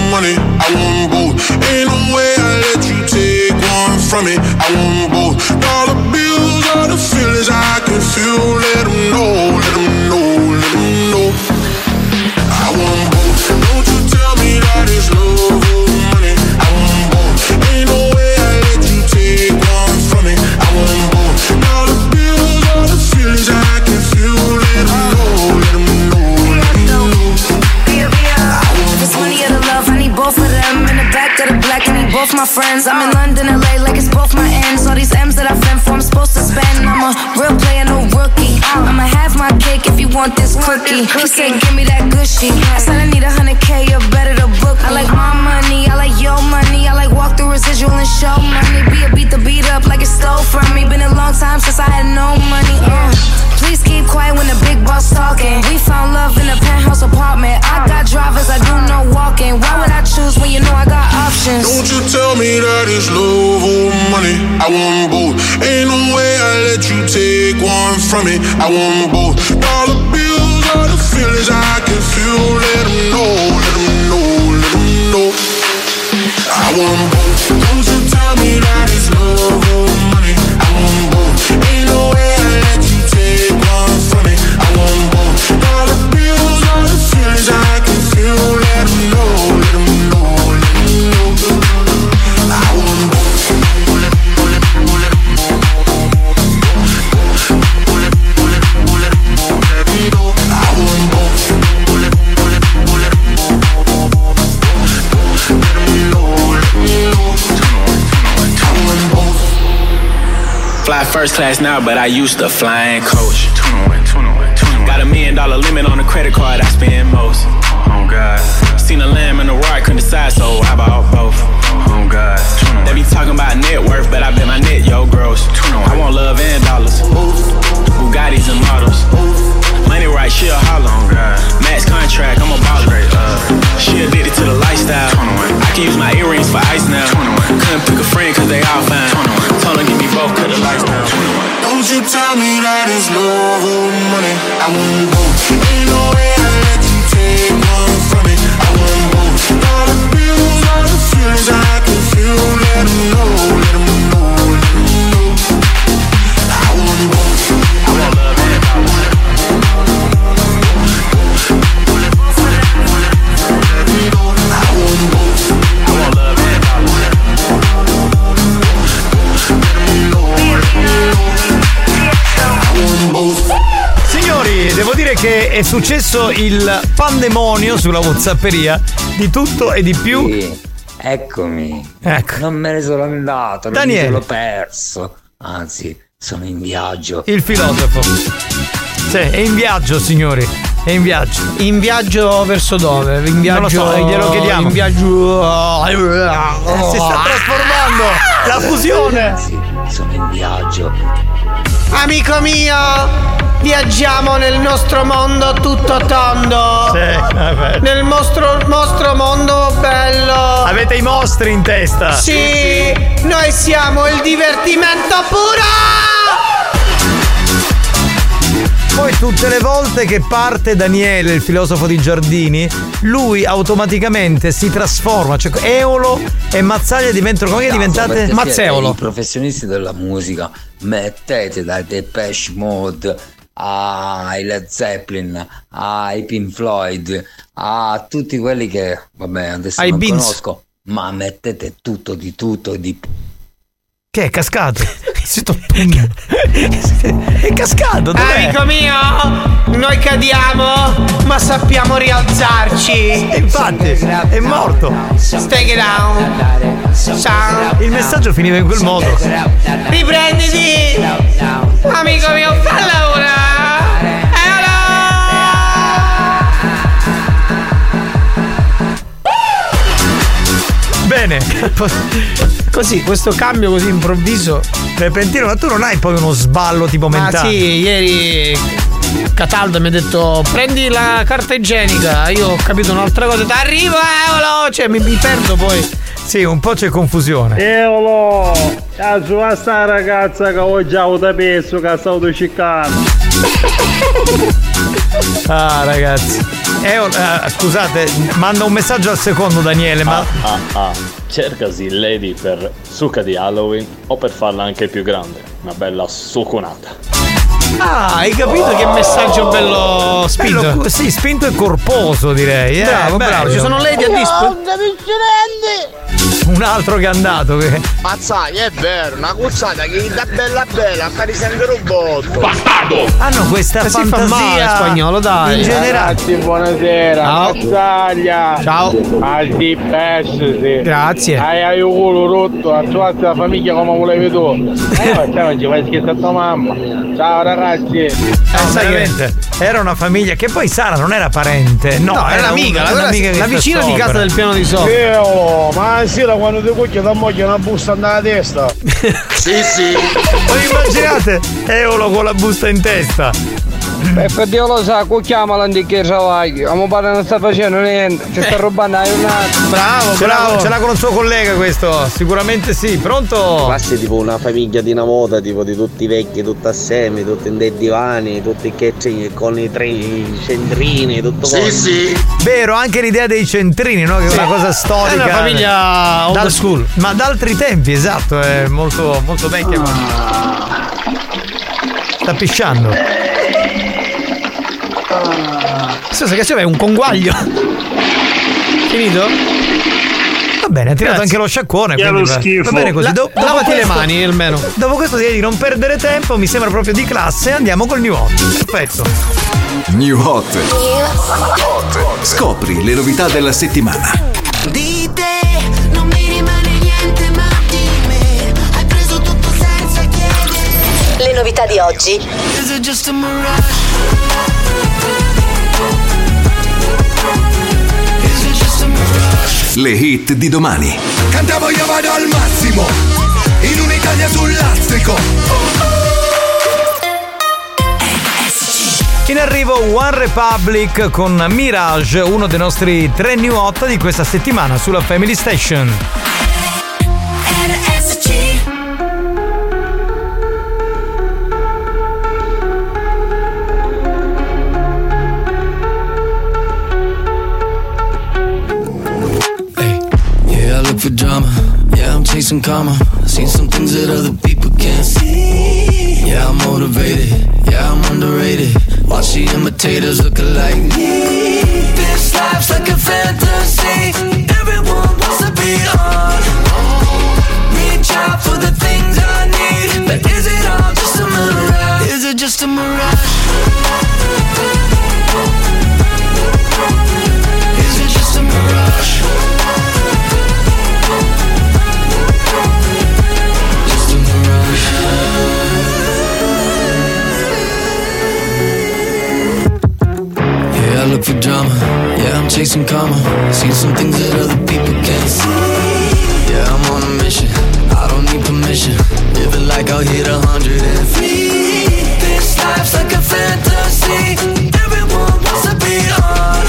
[SPEAKER 6] money. I want both. Ain't no way I let you take one from me. I want both. Dollar bills are the feelings I can feel. Let 'em know, let 'em know, let 'em know. I want both. Don't you tell me that it's low money. I want both. Ain't no way I let you take one from me. I want both. Dollar bills are the feelings I can feel. Let 'em know, let 'em know, let 'em know.
[SPEAKER 24] If it's money or the love, I need both of them. In the back of the black, I need both my friends. I'm in London, LA, like it's both my ends. All these M's that I've been for, I'm supposed to spend. I'm a real player, no rookie. I'ma have my cake if you want this quickie. He said, give me that good shit. I said, I need a hundred K, you better to book me. I like my money, I like your money, I like walk through residual and show money. Be a beat the beat up like it stole from me. Been a long time since I had no money. uh. Please keep quiet when the big boss talking. We found love in a penthouse apartment. I got drivers, I do no walking. Why would I choose when you know I got options?
[SPEAKER 6] Don't you tell me that it's love or money. I want both. Ain't no way I let you take one from me. I want both. All the bills, all the feelings I can feel. Let 'em know, let 'em know, let 'em know. I want both. Don't you tell me that it's love or money. I want both. Ain't no way I let you take one from me. I want both. All the bills, all the feelings I can feel. Let 'em know, let 'em know, let 'em know. I want both.
[SPEAKER 26] Fly first class now, but I used to fly in coach. Got a million dollar limit on the credit card I spend most. Oh God. Seen a lamb and a roar, I couldn't decide, so I bought both. Oh God. They be talking about net worth, but I bet my net yo gross. I want love and dollars. Bugattis and models. Money right, she'll holler. Oh God. Max contract, I'm a baller. She addicted to the lifestyle. I can use my earrings for ice now. Couldn't pick a friend, cause they all fine. Told her give me both, cause the lights down.
[SPEAKER 6] Don't you tell me that it's love or money. I want both. Ain't no way I let you take one from me. I want both. All the bills, all the feelings I can feel. Let 'em know, let 'em know, let 'em know. I want both. I want love and I want
[SPEAKER 2] Signori, devo dire che è successo il pandemonio sulla Whatsapperia di tutto e di più.
[SPEAKER 9] Eccomi. Non me ne sono andato, non
[SPEAKER 2] Ecco. Daniele.
[SPEAKER 9] me l'ho perso. Anzi, sono in viaggio.
[SPEAKER 2] Il filosofo. Sì, è in viaggio, signori. È in viaggio. In viaggio verso dove? In
[SPEAKER 12] viaggio-
[SPEAKER 2] Non lo so, glielo chiediamo. Ah,
[SPEAKER 12] in viaggio-
[SPEAKER 2] Eh, Si
[SPEAKER 12] Oh.
[SPEAKER 2] sta trasformando! La fusione!
[SPEAKER 9] Sì, sono in viaggio.
[SPEAKER 12] Amico mio, viaggiamo nel nostro mondo tutto tondo.
[SPEAKER 2] Sì, vabbè.
[SPEAKER 12] Nel mostro, mostro mondo bello.
[SPEAKER 2] Avete i mostri in testa.
[SPEAKER 12] Sì, noi siamo il divertimento puro.
[SPEAKER 2] Poi tutte le volte che parte Daniele, il filosofo di Giardini, lui automaticamente si trasforma. Cioè, Eolo e Mazzaglia diventano. Come che diventate?
[SPEAKER 9] Perché siete I professionisti della musica mettete dai Depeche Mode ai Led Zeppelin, ai Pink Floyd, a tutti quelli che vabbè adesso
[SPEAKER 2] Ai
[SPEAKER 9] non
[SPEAKER 2] Beans.
[SPEAKER 9] conosco, ma mettete tutto di tutto di
[SPEAKER 2] Che è cascato? (laughs) è cascato, dov'è?
[SPEAKER 12] Amico mio, noi cadiamo, ma sappiamo rialzarci.
[SPEAKER 2] Infatti, è morto.
[SPEAKER 12] Stay down. Ciao.
[SPEAKER 2] Il messaggio finiva in quel modo.
[SPEAKER 12] Riprenditi. Amico mio, falla ora.
[SPEAKER 2] Bene.
[SPEAKER 12] Così, questo cambio così improvviso.
[SPEAKER 2] Repentino, ma tu non hai poi uno sballo tipo
[SPEAKER 12] Ah
[SPEAKER 2] mentale.
[SPEAKER 12] sì, ieri Cataldo mi ha detto prendi la carta igienica, io ho capito un'altra cosa, ti arrivo Eolo, cioè mi, mi perdo poi.
[SPEAKER 2] Sì, un po' c'è confusione.
[SPEAKER 3] Eolo, la sua sta ragazza che ho già avuto penso che è stato ciccato.
[SPEAKER 2] Ah, ragazzi. Eolo, eh, scusate, manda un messaggio al secondo Daniele, ma.
[SPEAKER 63] Ah ah, cercasi Lady per succa di Halloween o per farla anche più grande, una bella suconata.
[SPEAKER 12] Ah, hai capito che messaggio bello spinto?
[SPEAKER 2] Bello, sì, spinto e corposo direi. eh,
[SPEAKER 12] Bravo, bravo,
[SPEAKER 2] bello.
[SPEAKER 12] ci sono lei di a dispo.
[SPEAKER 11] Pronto, picciolente!
[SPEAKER 2] Un altro che è andato. eh. che-
[SPEAKER 11] Mazzaglia, è vero, una cuzzata che gli dà bella bella, appare sempre un botto. Bastardo!
[SPEAKER 5] Ah,
[SPEAKER 2] Hanno questa
[SPEAKER 11] Eh, si fa
[SPEAKER 2] fantasia.
[SPEAKER 11] male, spagnolo, dai.
[SPEAKER 2] In generale.
[SPEAKER 12] Ragazzi, buonasera.
[SPEAKER 2] Ciao.
[SPEAKER 12] Mazzaglia.
[SPEAKER 5] Ciao.
[SPEAKER 12] Al DPS.
[SPEAKER 5] Grazie.
[SPEAKER 12] Hai, hai il culo rotto, la tua la famiglia come volevi tu. Eh, ma ciao, non ci fai scherzare a tua mamma. Ciao ragazzi.
[SPEAKER 5] Eh,
[SPEAKER 2] No, veramente. Era una famiglia che poi Sara non era parente. No,
[SPEAKER 5] No, era amica, la-
[SPEAKER 2] un'amica che
[SPEAKER 5] la
[SPEAKER 2] sta
[SPEAKER 5] vicina di
[SPEAKER 2] sopra.
[SPEAKER 5] casa del piano di
[SPEAKER 12] oh,
[SPEAKER 64] Io, ma sì, la quando ti cucchia da moglie una busta nella testa.
[SPEAKER 11] sì, sì.
[SPEAKER 2] Voi immaginate Eolo con la busta in testa.
[SPEAKER 12] E per Dio lo sa, cucchiamo l'antichezza vai. Amo padre non sta facendo niente, ci sta rubando la giornata.
[SPEAKER 2] Bravo, ce L'ha, ce l'ha con il suo collega questo, sicuramente sì. Pronto?
[SPEAKER 65] Classe tipo una famiglia di una moda, tipo di tutti vecchi, tutti assieme, tutti in dei divani, tutti che c'è con i tre centrini, tutto
[SPEAKER 2] Sì,
[SPEAKER 65] quanto.
[SPEAKER 2] sì. Vero, anche l'idea dei centrini, no? Che è una cosa storica.
[SPEAKER 5] È una famiglia old
[SPEAKER 2] Dal-
[SPEAKER 5] school.
[SPEAKER 2] Ma da altri tempi, esatto, è molto, molto vecchia. Sta pisciando.
[SPEAKER 5] Scusa, che c'è? Un conguaglio. Finito?
[SPEAKER 2] Va bene, ha tirato anche lo sciacquone.
[SPEAKER 5] Che
[SPEAKER 2] quindi
[SPEAKER 5] lo
[SPEAKER 2] va-
[SPEAKER 5] schifo.
[SPEAKER 2] Va bene così.
[SPEAKER 5] La-
[SPEAKER 2] Do- dopo
[SPEAKER 5] lavati le
[SPEAKER 2] questo-
[SPEAKER 5] mani, almeno.
[SPEAKER 2] Dopo questo direi di non perdere tempo, mi sembra proprio di classe. Andiamo col new hot. Perfetto.
[SPEAKER 1] New Hot. Scopri le novità della settimana.
[SPEAKER 29] Di te non mi rimane niente ma di me Hai preso tutto senza chiedere Le novità di oggi Is it just a mirage? Is it just a mirage?
[SPEAKER 1] Le hit di domani.
[SPEAKER 29] Cantavo io vado al massimo In un'Italia sull'astrico
[SPEAKER 2] In arrivo One Republic con Mirage, uno dei nostri tre new hot di questa settimana sulla Family Station.
[SPEAKER 6] Yeah, I look for drama. Yeah, I'm chasing karma. Seen some things that other people can't see. Yeah, I'm motivated. Yeah, I'm underrated. Watch the imitators look alike. me. This life's like a fantasy. Everyone wants to be on. Reach out for the things I need. But is it all just a mirage? Is it just a mirage? Is it just a mirage? Just a mirage. Yeah, I look for drama. Yeah, I'm chasing karma. Seen some things that other people can't see. Yeah, I'm on a mission. I don't need permission. Living like I'll hit a hundred and flee. This life's like a fantasy. Everyone wants to be on.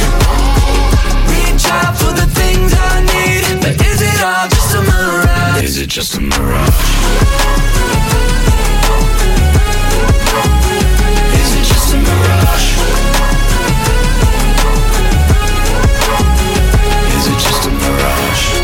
[SPEAKER 6] Reach out for the things I need. But is it all just a mirage? Is it just a mirage? Is it just a mirage? Is it just a mirage?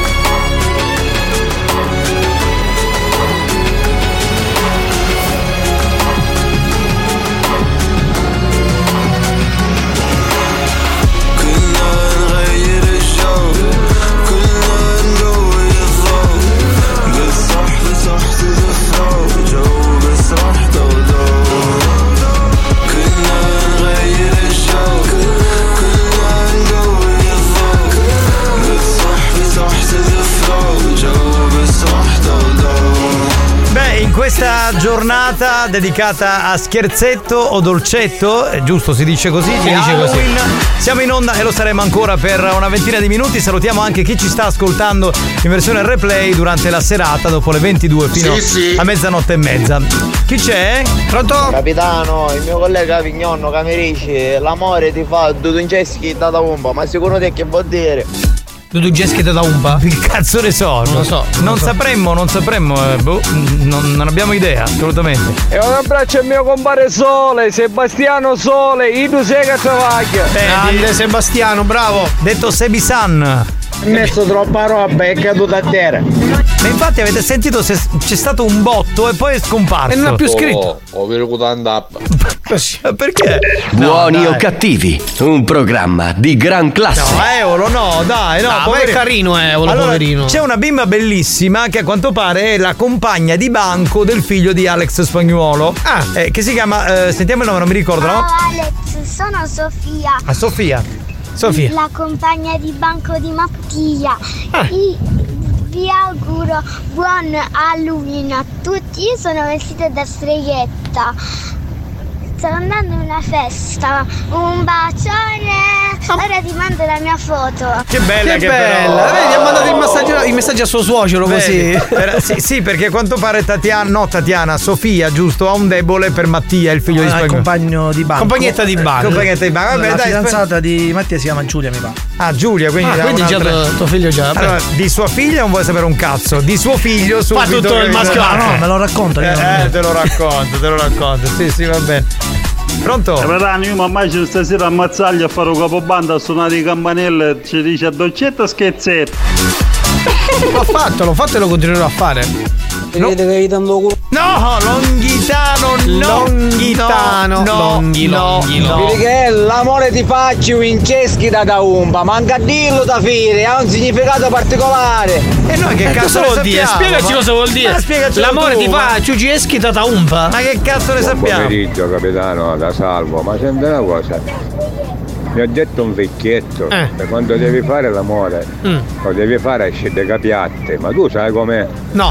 [SPEAKER 2] Beh, in questa giornata dedicata a scherzetto o dolcetto, è giusto si dice così,
[SPEAKER 5] Si
[SPEAKER 2] di
[SPEAKER 5] dice così.
[SPEAKER 2] Halloween, siamo in onda e lo saremo ancora per una ventina di minuti. Salutiamo anche chi ci sta ascoltando in versione replay durante la serata dopo le 22 fino
[SPEAKER 65] Sì, sì.
[SPEAKER 2] a mezzanotte e mezza. Chi c'è? Pronto?
[SPEAKER 65] Capitano, il mio collega Vignonno Camerici, l'amore ti fa Dudungeschi da da bomba, ma secondo te che vuol dire?
[SPEAKER 2] Duduggeschi da Umpa? Che cazzo ne so? Non lo so. Non, sapremmo, non sapremmo, eh, boh, non, non abbiamo idea, assolutamente.
[SPEAKER 12] E un abbraccio al mio compare Sole, Sebastiano Sole, Idu Sega Travaglia.
[SPEAKER 2] Sebastiano, bravo! Detto Sebisan.
[SPEAKER 66] Ha messo troppa roba e è caduta a terra.
[SPEAKER 2] Ma infatti avete sentito se c'è stato un botto e poi è scomparso.
[SPEAKER 1] E non ha più
[SPEAKER 67] Oh,
[SPEAKER 1] scritto.
[SPEAKER 67] ho venuto andare.
[SPEAKER 2] Perché?
[SPEAKER 1] Buoni
[SPEAKER 2] dai.
[SPEAKER 1] o cattivi, un programma di gran classe.
[SPEAKER 2] No, eh, Eolo, no, dai, no.
[SPEAKER 8] No, ma
[SPEAKER 2] poverino.
[SPEAKER 8] è carino, eh, Eolo,
[SPEAKER 2] Allora,
[SPEAKER 8] poverino.
[SPEAKER 2] C'è una bimba bellissima che a quanto pare è la compagna di banco del figlio di Alex Spagnuolo. Ah, eh, che si chiama, eh, sentiamo il nome, non mi ricordo, no?
[SPEAKER 27] Alex, sono Sofia.
[SPEAKER 2] A Sofia. Ah.
[SPEAKER 27] La compagna di banco di Mattia. I- vi auguro buon Halloween a tutti. Io sono vestita da streghetta. Sto andando a una festa. Un bacione. Ora ti mando la mia foto.
[SPEAKER 2] Ah. Che bella
[SPEAKER 8] che
[SPEAKER 2] bella.
[SPEAKER 8] però. Eh, Vedi, ha mandato il messaggio- i messaggi a suo suocero,
[SPEAKER 2] Vedi?
[SPEAKER 8] così.
[SPEAKER 2] Era- sì, sì, perché a quanto pare Tatiana, no Tatiana, Sofia, giusto, ha un debole per Mattia, il figlio di
[SPEAKER 12] Ah, il
[SPEAKER 2] Spagnuolo.
[SPEAKER 12] compagno di banco.
[SPEAKER 2] Compagnetta di banco.
[SPEAKER 12] Compagnetta di banco.
[SPEAKER 2] Vabbè,
[SPEAKER 12] la
[SPEAKER 2] dai,
[SPEAKER 12] fidanzata di Mattia si chiama Giulia, mi pare.
[SPEAKER 2] Ah, Giulia, quindi,
[SPEAKER 12] Ah,
[SPEAKER 2] da
[SPEAKER 12] quindi già
[SPEAKER 2] un'altra-
[SPEAKER 12] tuo- tuo figlio già, vabbè.
[SPEAKER 2] Allora, di sua figlia non vuoi sapere un cazzo, di suo figlio
[SPEAKER 12] Fa
[SPEAKER 2] subito
[SPEAKER 12] tutto il maschio-
[SPEAKER 2] Ah,
[SPEAKER 12] Ah, no, me lo racconta, io non-
[SPEAKER 2] Eh, eh, te lo racconto, te lo racconto. Sì, sì, va bene. Pronto?
[SPEAKER 3] Capitano, Eh, io mi immagino stasera a Mazzaglia a fare un capobanda a suonare i campanelli, ci dice a dolcetta scherzetta.
[SPEAKER 8] Ma fatelo, fatelo e continuerò a fare. No,
[SPEAKER 2] no Longhitano, no.
[SPEAKER 8] Longhitano,
[SPEAKER 66] no,
[SPEAKER 8] longhi, longhi, longhi.
[SPEAKER 66] Perché l'amore ti faccio vinceschi da da umba, manca a dirlo da fire, ha un significato particolare.
[SPEAKER 2] E noi che
[SPEAKER 8] cosa vuol dire? Spiegaci cosa vuol dire. L'amore ti fa Ciugieschi da umpa.
[SPEAKER 2] Ma che cazzo ne
[SPEAKER 5] Buon pomeriggio capitano, da salvo, ma senti una cosa. Mi ha detto un vecchietto,
[SPEAKER 8] Eh.
[SPEAKER 5] che quando devi fare l'amore, lo devi fare a scendere piatte, ma tu sai com'è?
[SPEAKER 2] No.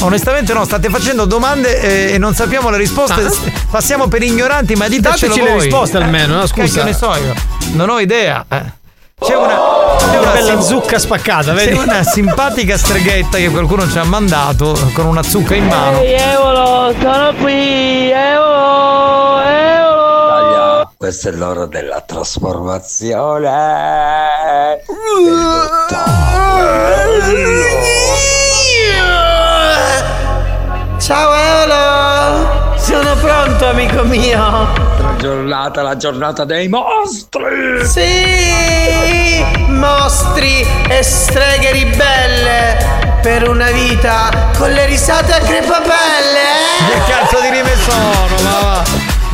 [SPEAKER 2] Onestamente no, state facendo domande eh, e non sappiamo le risposte. S- Passiamo per ignoranti, ma ditecelo
[SPEAKER 8] Dateci
[SPEAKER 2] voi. Eh,
[SPEAKER 8] le risposte almeno, no?
[SPEAKER 2] che
[SPEAKER 8] Scusa.
[SPEAKER 2] ne so io. Non ho idea. eh. C'è una, c'è
[SPEAKER 8] Una
[SPEAKER 2] una
[SPEAKER 8] bella
[SPEAKER 2] sim-
[SPEAKER 8] zucca spaccata, vedi?
[SPEAKER 2] C'è una simpatica streghetta che qualcuno ci ha mandato con una zucca in mano.
[SPEAKER 68] Eolo, sono qui, Eolo, Eolo.
[SPEAKER 9] Questa è l'ora della
[SPEAKER 2] (laughs)
[SPEAKER 9] trasformazione.
[SPEAKER 12] Ciao Eolo! Sono pronto, amico mio!
[SPEAKER 9] La giornata, la giornata dei mostri.
[SPEAKER 12] Sì! Mostri e streghe ribelle per una vita con le risate a eh? crepapelle!
[SPEAKER 2] Che cazzo di rime sono? Ma, va.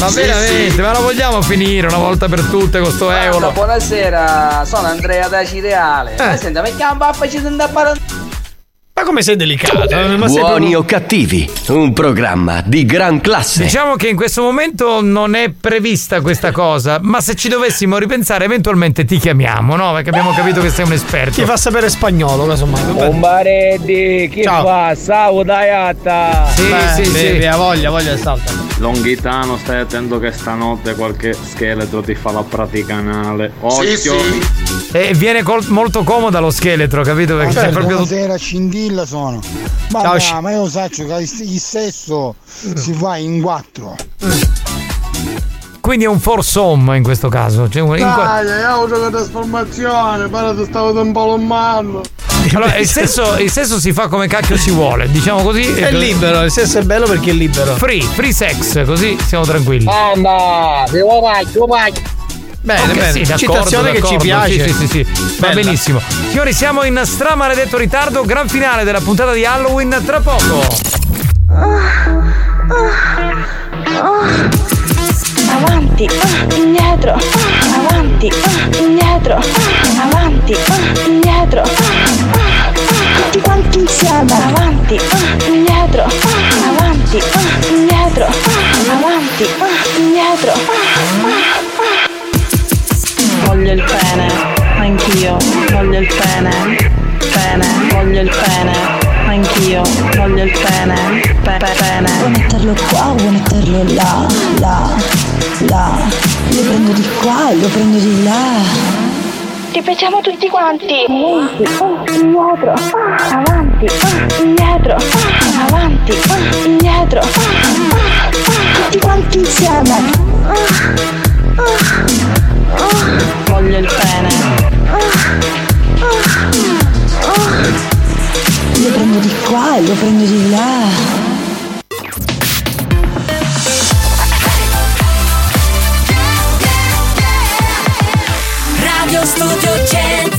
[SPEAKER 2] ma
[SPEAKER 12] Sì,
[SPEAKER 2] veramente,
[SPEAKER 12] sì.
[SPEAKER 2] ma la vogliamo finire una volta per tutte con sto euro?
[SPEAKER 4] Buonasera, sono Andrea da Cireale.
[SPEAKER 2] Eh.
[SPEAKER 4] Ma Senta, perché un papà ci senta parlare?
[SPEAKER 8] Ma come sei delicato? eh? Ma sei
[SPEAKER 1] Buoni
[SPEAKER 8] proprio-
[SPEAKER 1] o cattivi, un programma di gran classe.
[SPEAKER 2] Diciamo che in questo momento non è prevista questa cosa, ma se ci dovessimo ripensare, eventualmente ti chiamiamo, no? Perché abbiamo capito che sei un esperto.
[SPEAKER 8] Ti fa sapere spagnolo, casomai.
[SPEAKER 66] Bombaretti, chi fa? Salvo daiata!
[SPEAKER 8] Beh, bevi, ha voglia, voglia salta.
[SPEAKER 69] Longhitano, stai attento che stanotte qualche scheletro ti fa la praticanale. Occhio!
[SPEAKER 2] E viene col- molto comoda lo scheletro, capito?
[SPEAKER 8] Ah,
[SPEAKER 2] Perché
[SPEAKER 8] certo,
[SPEAKER 2] c'è proprio tutto.
[SPEAKER 29] Cioè, Buonasera, Scindilla sono. Ma,
[SPEAKER 2] Ciao,
[SPEAKER 29] ma-
[SPEAKER 2] Sci-
[SPEAKER 29] ma io saccio cioè, che il sesso si fa in quattro.
[SPEAKER 2] Quindi è un for somme in questo caso. Cioè un- in
[SPEAKER 8] Ah.
[SPEAKER 2] qua-
[SPEAKER 67] Dai, io ho giocato a trasformazione, però ti stavo un po' l'ommallo.
[SPEAKER 2] Allora, il sesso, il sesso si fa come cacchio si vuole, diciamo così.
[SPEAKER 8] È libero, il sesso è bello perché è libero. Eh,
[SPEAKER 2] Free, free sex, così siamo tranquilli.
[SPEAKER 66] Anda, devo vai, devo vai.
[SPEAKER 2] Ok, sì, d'accordo,
[SPEAKER 8] Citazione che ci
[SPEAKER 2] d'accordo,
[SPEAKER 8] piace.
[SPEAKER 2] Sì, sì, sì, sì. Va
[SPEAKER 8] Bella.
[SPEAKER 2] benissimo. Signori, siamo in stramaledetto ritardo. Gran finale della puntata di Halloween tra poco.
[SPEAKER 6] Avanti, ah, indietro, ah, avanti, ah, indietro, ah, avanti, ah, indietro, ah, ah, ah, tutti quanti insieme, avanti, ah, indietro, ah, avanti, ah, indietro, ah, avanti, ah, indietro.
[SPEAKER 11] Voglio il pene, anch'io, voglio il pene, pene, voglio il pene, anch'io, voglio il pene, pe- pe- pene. Vuoi metterlo qua, vuoi metterlo là, là, là. Lo prendo di qua, lo prendo di là.
[SPEAKER 6] Ti piacciamo tutti quanti. Avanti, ah, indietro, ah, avanti, ah, indietro, ah, avanti, ah, indietro, ah, ah, ah, tutti quanti insieme. Ah.
[SPEAKER 11] Voglio il pene. Lo prendo di qua, lo prendo di là.
[SPEAKER 6] Radio Studio Centrale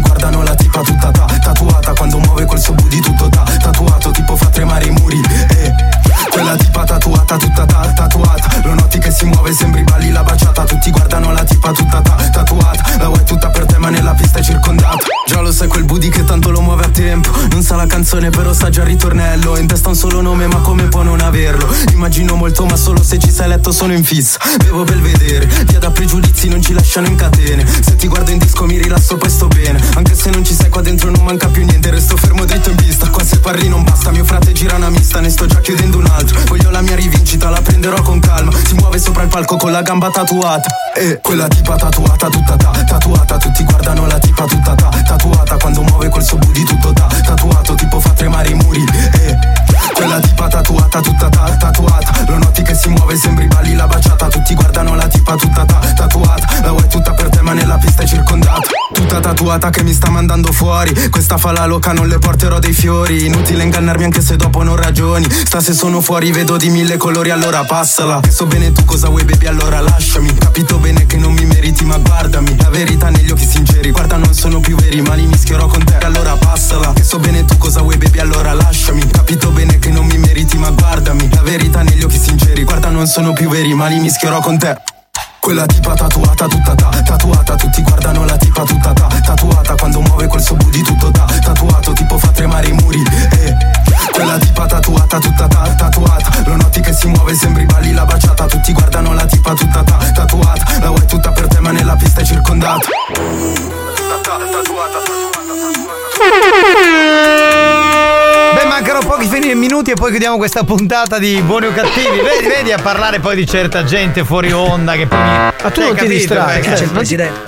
[SPEAKER 29] guardano la tipa tutta da, tatuata Quando muove col suo booty tutto da, tatuato Tipo fa tremare i muri, eh Quella tipa tatuata tutta da, tatuata Lo noti che si muove, sembri balli la baciata Tutti guardano la tipa tutta da, tatuata La vuoi tutta per te ma nella pista è circondata Già lo sai quel booty che tanto lo muove a tempo Non sa la canzone però sa già il ritornello In testa un solo nome ma come può non averlo Immagino molto ma solo se ci sei letto sono in fissa Bevo per vedere, via da pregiudizi non ci lasciano in catene Se ti guardo in disco mi rilasso poi sto bene Anche se non ci sei qua dentro non manca più niente Resto fermo dritto in pista, qua se parli non basta Mio frate gira una mista, ne sto già chiudendo un altro Voglio la mia rivincita, la prenderò con calma Si muove sopra il palco con la gamba tatuata E quella tipa tatuata tutta da, tatuata Tutti guardano la tipa tutta da, tatuata Quando muove col suo booty tutto da, tatuato Tipo fa tremare i muri, eh quella tipa tatuata, tutta ta- tatuata Lo noti che si muove, sembri balli la baciata Tutti guardano la tipa tutta ta- tatuata La vuoi tutta per te ma nella pista è circondata Tutta tatuata che mi sta mandando fuori Questa fa la loca, non le porterò dei fiori Inutile ingannarmi anche se dopo non ragioni Sta se sono fuori vedo di mille colori allora passala Che so bene tu cosa vuoi baby allora lasciami Capito bene che non mi meriti ma guardami La verità negli occhi sinceri Guarda non sono più veri ma li mischierò con te Allora passala Che so bene tu cosa vuoi baby allora lasciami Capito bene che non mi meriti ma guardami La verità negli occhi sinceri Guarda non sono più veri ma li mischierò con te quella tipa tatuata tutta da, tatuata Tutti guardano la tipa tutta da, tatuata Quando muove col suo booty tutto da, tatuato Tipo fa tremare i muri, eh Quella tipa tatuata tutta da, tatuata Lo noti che si muove, sembri balli la baciata Tutti guardano la tipa tutta da, tatuata La vuoi tutta per te ma nella pista è circondata
[SPEAKER 2] Beh, mancano pochi fini minuti e poi chiudiamo questa puntata di buoni o cattivi. Vedi,
[SPEAKER 12] (laughs)
[SPEAKER 2] vedi a parlare poi di certa gente fuori onda che poi. Ma
[SPEAKER 12] Ah, tu non ti distrai, c'è il
[SPEAKER 2] presidente.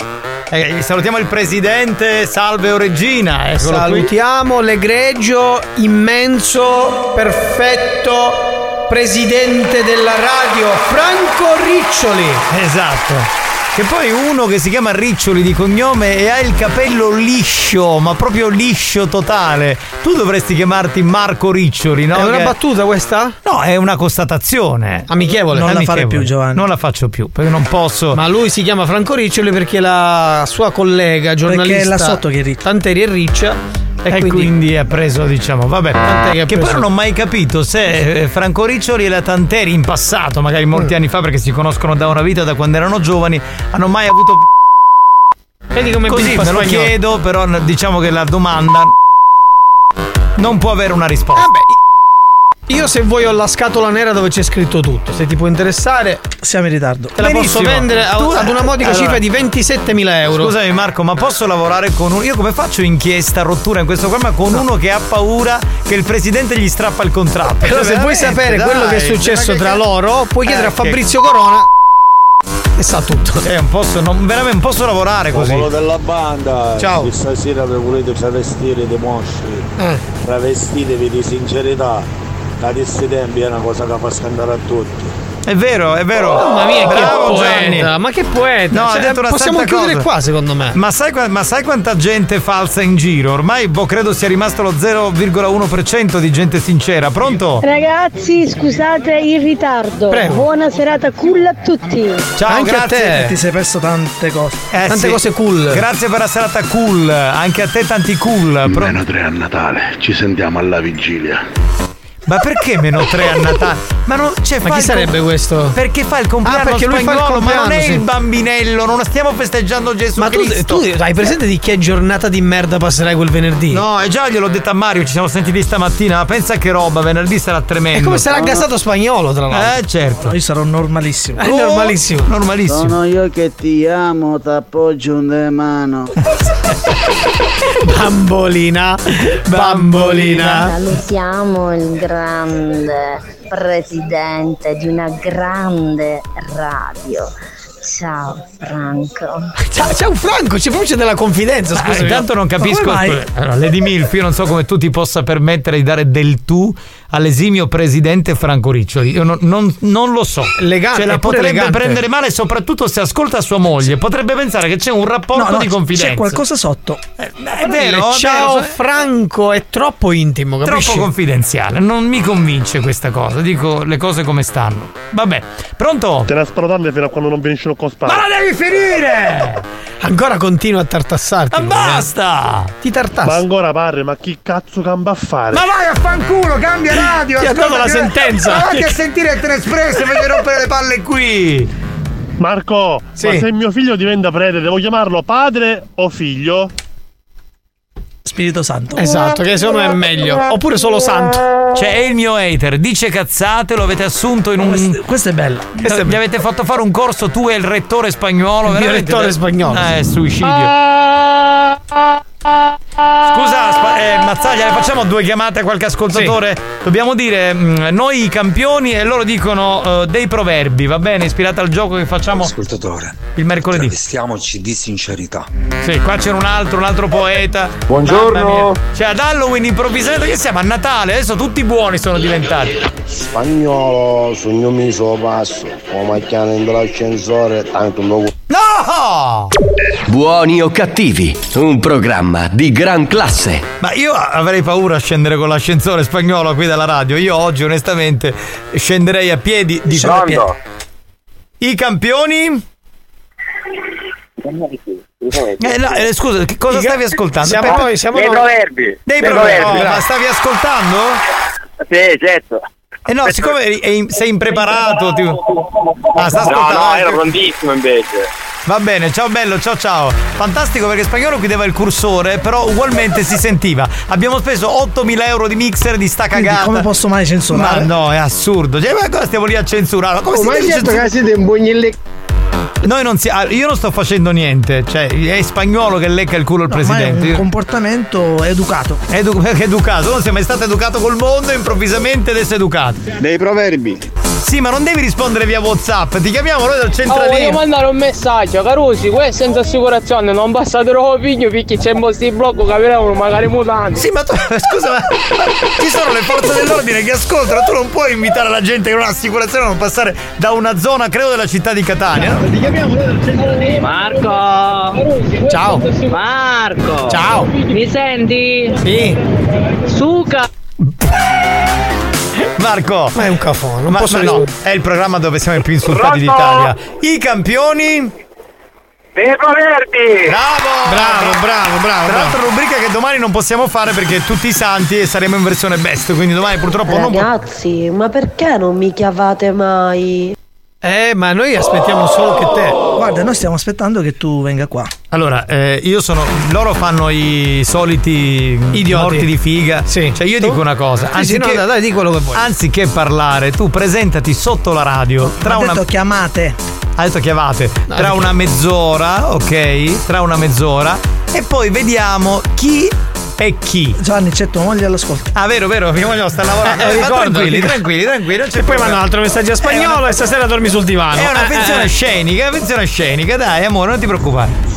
[SPEAKER 2] Eh, salutiamo il presidente, salve o regina. Eccolo qui.
[SPEAKER 12] Salutiamo l'egregio, immenso, perfetto presidente della radio, Franco Riccioli.
[SPEAKER 2] Esatto. Che poi uno che si chiama Riccioli di cognome e ha il capello liscio, ma proprio liscio totale. Tu dovresti chiamarti Marco Riccioli, no?
[SPEAKER 12] È una
[SPEAKER 2] Che-
[SPEAKER 12] battuta questa?
[SPEAKER 2] No, è una constatazione.
[SPEAKER 12] Amichevole. Non la fare
[SPEAKER 2] Eh, Amichevole.
[SPEAKER 12] più, Giovanni.
[SPEAKER 2] Non la faccio più, perché non posso.
[SPEAKER 12] Ma lui si chiama Franco Riccioli perché la sua collega giornalista
[SPEAKER 2] là sotto
[SPEAKER 12] che riccia. Tanteri è riccia.
[SPEAKER 2] E, quindi... ha preso, diciamo, vabbè.
[SPEAKER 12] Tant'è che ha
[SPEAKER 2] che poi
[SPEAKER 12] preso-
[SPEAKER 2] non ho mai capito se eh, Franco Riccioli e la Tanteri in passato, magari
[SPEAKER 12] Mm.
[SPEAKER 2] molti anni fa, perché si conoscono da una vita, da quando erano giovani, hanno mai avuto.
[SPEAKER 12] Vedi come
[SPEAKER 2] Così
[SPEAKER 12] bippa
[SPEAKER 2] me lo
[SPEAKER 12] spagnolo.
[SPEAKER 2] chiedo, però n- diciamo che la domanda non può avere una
[SPEAKER 12] Ah,
[SPEAKER 2] risposta.
[SPEAKER 12] Io se vuoi ho la scatola nera dove c'è scritto tutto. Se ti può interessare, siamo in ritardo. Te la posso
[SPEAKER 2] Benissimo.
[SPEAKER 12] vendere a-
[SPEAKER 2] Tu-
[SPEAKER 12] ad una modica
[SPEAKER 2] Allora,
[SPEAKER 12] cifra di 27.000 euro. Eh,
[SPEAKER 2] Scusami Marco, ma posso lavorare con uno? Io come faccio inchiesta, rottura in questo programma con uno che ha paura che il presidente gli strappa il contratto?
[SPEAKER 12] Però se
[SPEAKER 2] Cioè,
[SPEAKER 12] vuoi
[SPEAKER 2] veramente,
[SPEAKER 12] sapere
[SPEAKER 2] dai,
[SPEAKER 12] quello che è
[SPEAKER 2] cioè,
[SPEAKER 12] successo
[SPEAKER 2] ma che-
[SPEAKER 12] tra loro, puoi
[SPEAKER 2] Eh,
[SPEAKER 12] chiedere a
[SPEAKER 2] che-
[SPEAKER 12] Fabrizio Corona. E sa tutto.
[SPEAKER 2] Eh, non posso, non- veramente non posso lavorare così.
[SPEAKER 70] Popolo della banda,
[SPEAKER 2] Ciao.
[SPEAKER 70] questa sera vi volete travestire dei mosci,
[SPEAKER 12] Eh.
[SPEAKER 70] travestitevi di sincerità, da questi tempi è una cosa che fa scandare a tutti.
[SPEAKER 2] È vero, è vero.
[SPEAKER 70] Mamma mia, che
[SPEAKER 2] Bravo,
[SPEAKER 70] poeta,
[SPEAKER 2] Gianni.
[SPEAKER 12] ma che poeta.
[SPEAKER 2] No,
[SPEAKER 12] Cioè,
[SPEAKER 2] ha detto una
[SPEAKER 12] possiamo
[SPEAKER 2] santa
[SPEAKER 12] chiudere
[SPEAKER 2] cosa.
[SPEAKER 12] qua, secondo me.
[SPEAKER 2] Ma sai, qua- ma sai quanta gente falsa in giro? Ormai boh, credo sia rimasto lo 0,1% di gente sincera. Pronto?
[SPEAKER 11] Ragazzi, scusate il ritardo.
[SPEAKER 2] Prego.
[SPEAKER 11] Buona serata culla a tutti.
[SPEAKER 2] Ciao, grazie.
[SPEAKER 11] Ti sei perso tante cose.
[SPEAKER 2] Eh, sì. Grazie per la serata cool. Anche a te tanti cool. Pro-
[SPEAKER 29] Meno tre a Natale, ci sentiamo alla vigilia.
[SPEAKER 2] ma perché meno 3 a Natale? Ma, non, cioè,
[SPEAKER 29] Ma
[SPEAKER 2] fa
[SPEAKER 29] chi
[SPEAKER 2] il
[SPEAKER 29] sarebbe
[SPEAKER 12] questo?
[SPEAKER 2] Perché fa il compleanno
[SPEAKER 12] Ah, perché lui fa il
[SPEAKER 2] spagnolo, ma non
[SPEAKER 12] compleanno,
[SPEAKER 2] è
[SPEAKER 12] sì.
[SPEAKER 2] il bambinello, non stiamo festeggiando Gesù
[SPEAKER 12] Ma tu,
[SPEAKER 2] Cristo.
[SPEAKER 12] tu hai presente di che giornata di merda passerai quel venerdì?
[SPEAKER 2] No, e già gliel'ho detto a Mario, ci siamo sentiti stamattina, ma pensa che roba, venerdì sarà tremendo.
[SPEAKER 12] E come sarà gassato spagnolo, tra l'altro.
[SPEAKER 2] Eh, cioè, oh, certo.
[SPEAKER 12] Io sarò normalissimo. È normalissimo.
[SPEAKER 71] Sono io che ti amo, t'appoggio un de mano.
[SPEAKER 2] (laughs)
[SPEAKER 12] Bambolina, bambolina.
[SPEAKER 20] Salutiamo il grande presidente di una grande radio. Ciao Franco.
[SPEAKER 12] Ciao, ciao Franco, c'è voce della confidenza,
[SPEAKER 2] Ah,
[SPEAKER 12] scusa.
[SPEAKER 2] intanto non capisco. Allora, Lady Milf, io non so come tu ti possa permettere di dare del tu all'esimio presidente Franco Riccioli. Io non, non- non lo so.
[SPEAKER 12] Elegante,
[SPEAKER 2] Cioè, la
[SPEAKER 12] è pure
[SPEAKER 2] potrebbe
[SPEAKER 12] elegante.
[SPEAKER 2] prendere male, soprattutto se ascolta sua moglie. Potrebbe pensare che c'è un rapporto di confidenza. Eh,
[SPEAKER 12] C'è qualcosa sotto. Eh,
[SPEAKER 2] è vero, cioè, è
[SPEAKER 12] Ciao
[SPEAKER 2] vero, so-
[SPEAKER 12] Franco, è troppo intimo, capisci?
[SPEAKER 2] Troppo confidenziale, non mi convince questa cosa. Dico le cose come stanno. Vabbè, pronto? Te
[SPEAKER 72] la sparodarle fino a quando non finiscono con sparo.
[SPEAKER 2] Ma la devi finire!
[SPEAKER 12] Ancora continua a tartassarti. Ma
[SPEAKER 2] basta!
[SPEAKER 12] Ti tartassi.
[SPEAKER 72] Ma ancora parre, ma chi cazzo camba a fare?
[SPEAKER 3] Ma vai a fanculo, cambia radio!
[SPEAKER 72] Ti ha dato
[SPEAKER 3] ascolta
[SPEAKER 72] la
[SPEAKER 3] Tele-
[SPEAKER 72] sentenza.
[SPEAKER 2] Ah,
[SPEAKER 3] Ma Vatti a sentire il Espresso invece di rompere le palle qui!
[SPEAKER 72] Marco, ma se mio figlio diventa prete, devo chiamarlo padre o figlio?
[SPEAKER 12] Spirito Santo. Esatto, che secondo me è meglio. Oppure solo santo.
[SPEAKER 2] Cioè, è il mio hater, dice cazzate, lo avete assunto in un. Questa,
[SPEAKER 12] è bella.
[SPEAKER 2] Gli avete fatto fare un corso tu e il rettore spagnolo.
[SPEAKER 12] Il mio
[SPEAKER 2] veramente?
[SPEAKER 12] rettore spagnolo,
[SPEAKER 2] Ah,
[SPEAKER 12] sì.
[SPEAKER 2] è suicidio.
[SPEAKER 20] Scusa,
[SPEAKER 2] Scusa, spa- eh, Mazzaglia, ne facciamo due chiamate a qualche ascoltatore? Dobbiamo dire mh, noi i campioni e loro dicono eh, dei proverbi, va bene? Ispirata al gioco che facciamo
[SPEAKER 73] Ascoltatore.
[SPEAKER 2] il mercoledì.
[SPEAKER 73] Vestiamoci di sincerità.
[SPEAKER 2] Sì, qua c'era un altro, un altro poeta.
[SPEAKER 73] Buongiorno.
[SPEAKER 2] Mamma mia. Cioè, ad Halloween improvvisamente che siamo a Natale, adesso tutti buoni sono diventati.
[SPEAKER 11] Spagnolo, sogno mi so passo, ho macchiato in l'ascensore, tanto lo
[SPEAKER 2] No!
[SPEAKER 1] Buoni o cattivi, un programma di gran classe.
[SPEAKER 2] Ma io avrei paura a scendere con l'ascensore spagnolo qui dalla radio. Io oggi, onestamente, scenderei a piedi di
[SPEAKER 1] Pronto?
[SPEAKER 2] I campioni? Eh, no, eh, scusa, che cosa stavi ascoltando?
[SPEAKER 12] Siamo
[SPEAKER 2] Aspetta.
[SPEAKER 12] noi, siamo
[SPEAKER 2] Dei
[SPEAKER 12] noi.
[SPEAKER 2] proverbi. Dei
[SPEAKER 12] Dei
[SPEAKER 2] proverbi.
[SPEAKER 12] proverbi,
[SPEAKER 2] Oh, ma
[SPEAKER 12] bravo.
[SPEAKER 2] stavi ascoltando? Sì, certo. Eh no, siccome eri- è in- sei impreparato, ti... Ah, sta ascoltando.
[SPEAKER 8] prontissimo invece.
[SPEAKER 2] Va bene, ciao bello, ciao ciao. Fantastico perché spagnolo chiudeva il cursore, però ugualmente si sentiva. Abbiamo speso 8.000 euro di mixer di sta
[SPEAKER 12] Quindi
[SPEAKER 2] cagata.
[SPEAKER 12] come posso mai
[SPEAKER 2] Ma
[SPEAKER 12] censurare?
[SPEAKER 2] no, è assurdo. Cioè, ma cosa stiamo lì a censurare? Come
[SPEAKER 29] Oh,
[SPEAKER 2] si
[SPEAKER 29] ma
[SPEAKER 2] deve
[SPEAKER 29] certo
[SPEAKER 2] censurare?
[SPEAKER 29] che siete in bugnelli.
[SPEAKER 2] Noi non si, ah, io non sto facendo niente, cioè è spagnolo che lecca il culo al
[SPEAKER 12] ma è
[SPEAKER 2] presidente.
[SPEAKER 12] un
[SPEAKER 2] Io-
[SPEAKER 12] comportamento educato.
[SPEAKER 2] Edu- (laughs) perché educato, non sei mai stato educato col mondo, improvvisamente adesso è educato. Dei proverbi. Sì, ma non devi rispondere via WhatsApp, ti chiamiamo noi dal
[SPEAKER 74] Oh, voglio
[SPEAKER 2] centralino.
[SPEAKER 74] mandare un messaggio, Carusi, questo è senza assicurazione, non passate lo figlio perché c'è un po' di blocco, capiremo magari mutante.
[SPEAKER 2] Sì, ma tu, (laughs) scusa, ma ci sono le forze dell'ordine che ascoltano, tu non puoi invitare la gente che non ha assicurazione a non passare da una zona, credo, della città di Catania. no?
[SPEAKER 8] Marco!
[SPEAKER 2] Ciao.
[SPEAKER 8] Marco!
[SPEAKER 2] Ciao.
[SPEAKER 8] Mi senti?
[SPEAKER 2] Sì.
[SPEAKER 8] Suca!
[SPEAKER 2] Marco! Ma
[SPEAKER 12] è un cafone, non
[SPEAKER 2] Ma,
[SPEAKER 12] posso
[SPEAKER 2] ma no,
[SPEAKER 12] rispondere.
[SPEAKER 2] è il programma dove siamo i più
[SPEAKER 12] Pronto?
[SPEAKER 2] insultati d'Italia. I campioni.
[SPEAKER 8] Dei proverbi!
[SPEAKER 2] Bravo!
[SPEAKER 12] Bravo, bravo, bravo,
[SPEAKER 2] Tra
[SPEAKER 12] bravo.
[SPEAKER 2] l'altro rubrica che domani non possiamo fare perché è tutti i santi e saremo in versione best, quindi domani purtroppo non può.
[SPEAKER 75] Ragazzi, ma perché non mi chiavate mai?
[SPEAKER 12] Eh, ma noi aspettiamo solo che te. Guarda, noi stiamo aspettando che tu venga qua.
[SPEAKER 2] Allora, eh, io sono. Loro fanno i soliti
[SPEAKER 12] Idioti.
[SPEAKER 2] morti di figa. Sì. Cioè, io dico una cosa.
[SPEAKER 12] Sì, sì, no, dai, dai, di quello che vuoi.
[SPEAKER 2] Anziché parlare, tu presentati sotto la radio. Tra
[SPEAKER 12] Ha
[SPEAKER 2] una.
[SPEAKER 12] detto chiamate.
[SPEAKER 2] Ha detto chiamate. tra una mezz'ora, ok? Tra una mezz'ora. E poi vediamo chi è chi.
[SPEAKER 12] Gianni, c'è tua moglie all'ascolto.
[SPEAKER 2] Ah, vero, vero, mia moglie sta lavorando.
[SPEAKER 12] Eh,
[SPEAKER 2] (laughs) Eh, ma
[SPEAKER 12] ricordo.
[SPEAKER 2] tranquilli, tranquilli, tranquilli. non c'è
[SPEAKER 12] E poi
[SPEAKER 2] problema.
[SPEAKER 12] manda un altro messaggio a spagnolo e stasera dormi sul divano.
[SPEAKER 2] È una
[SPEAKER 12] Eh,
[SPEAKER 2] pensione
[SPEAKER 12] eh.
[SPEAKER 2] scenica, una pensione scenica, dai, amore, non ti preoccupare.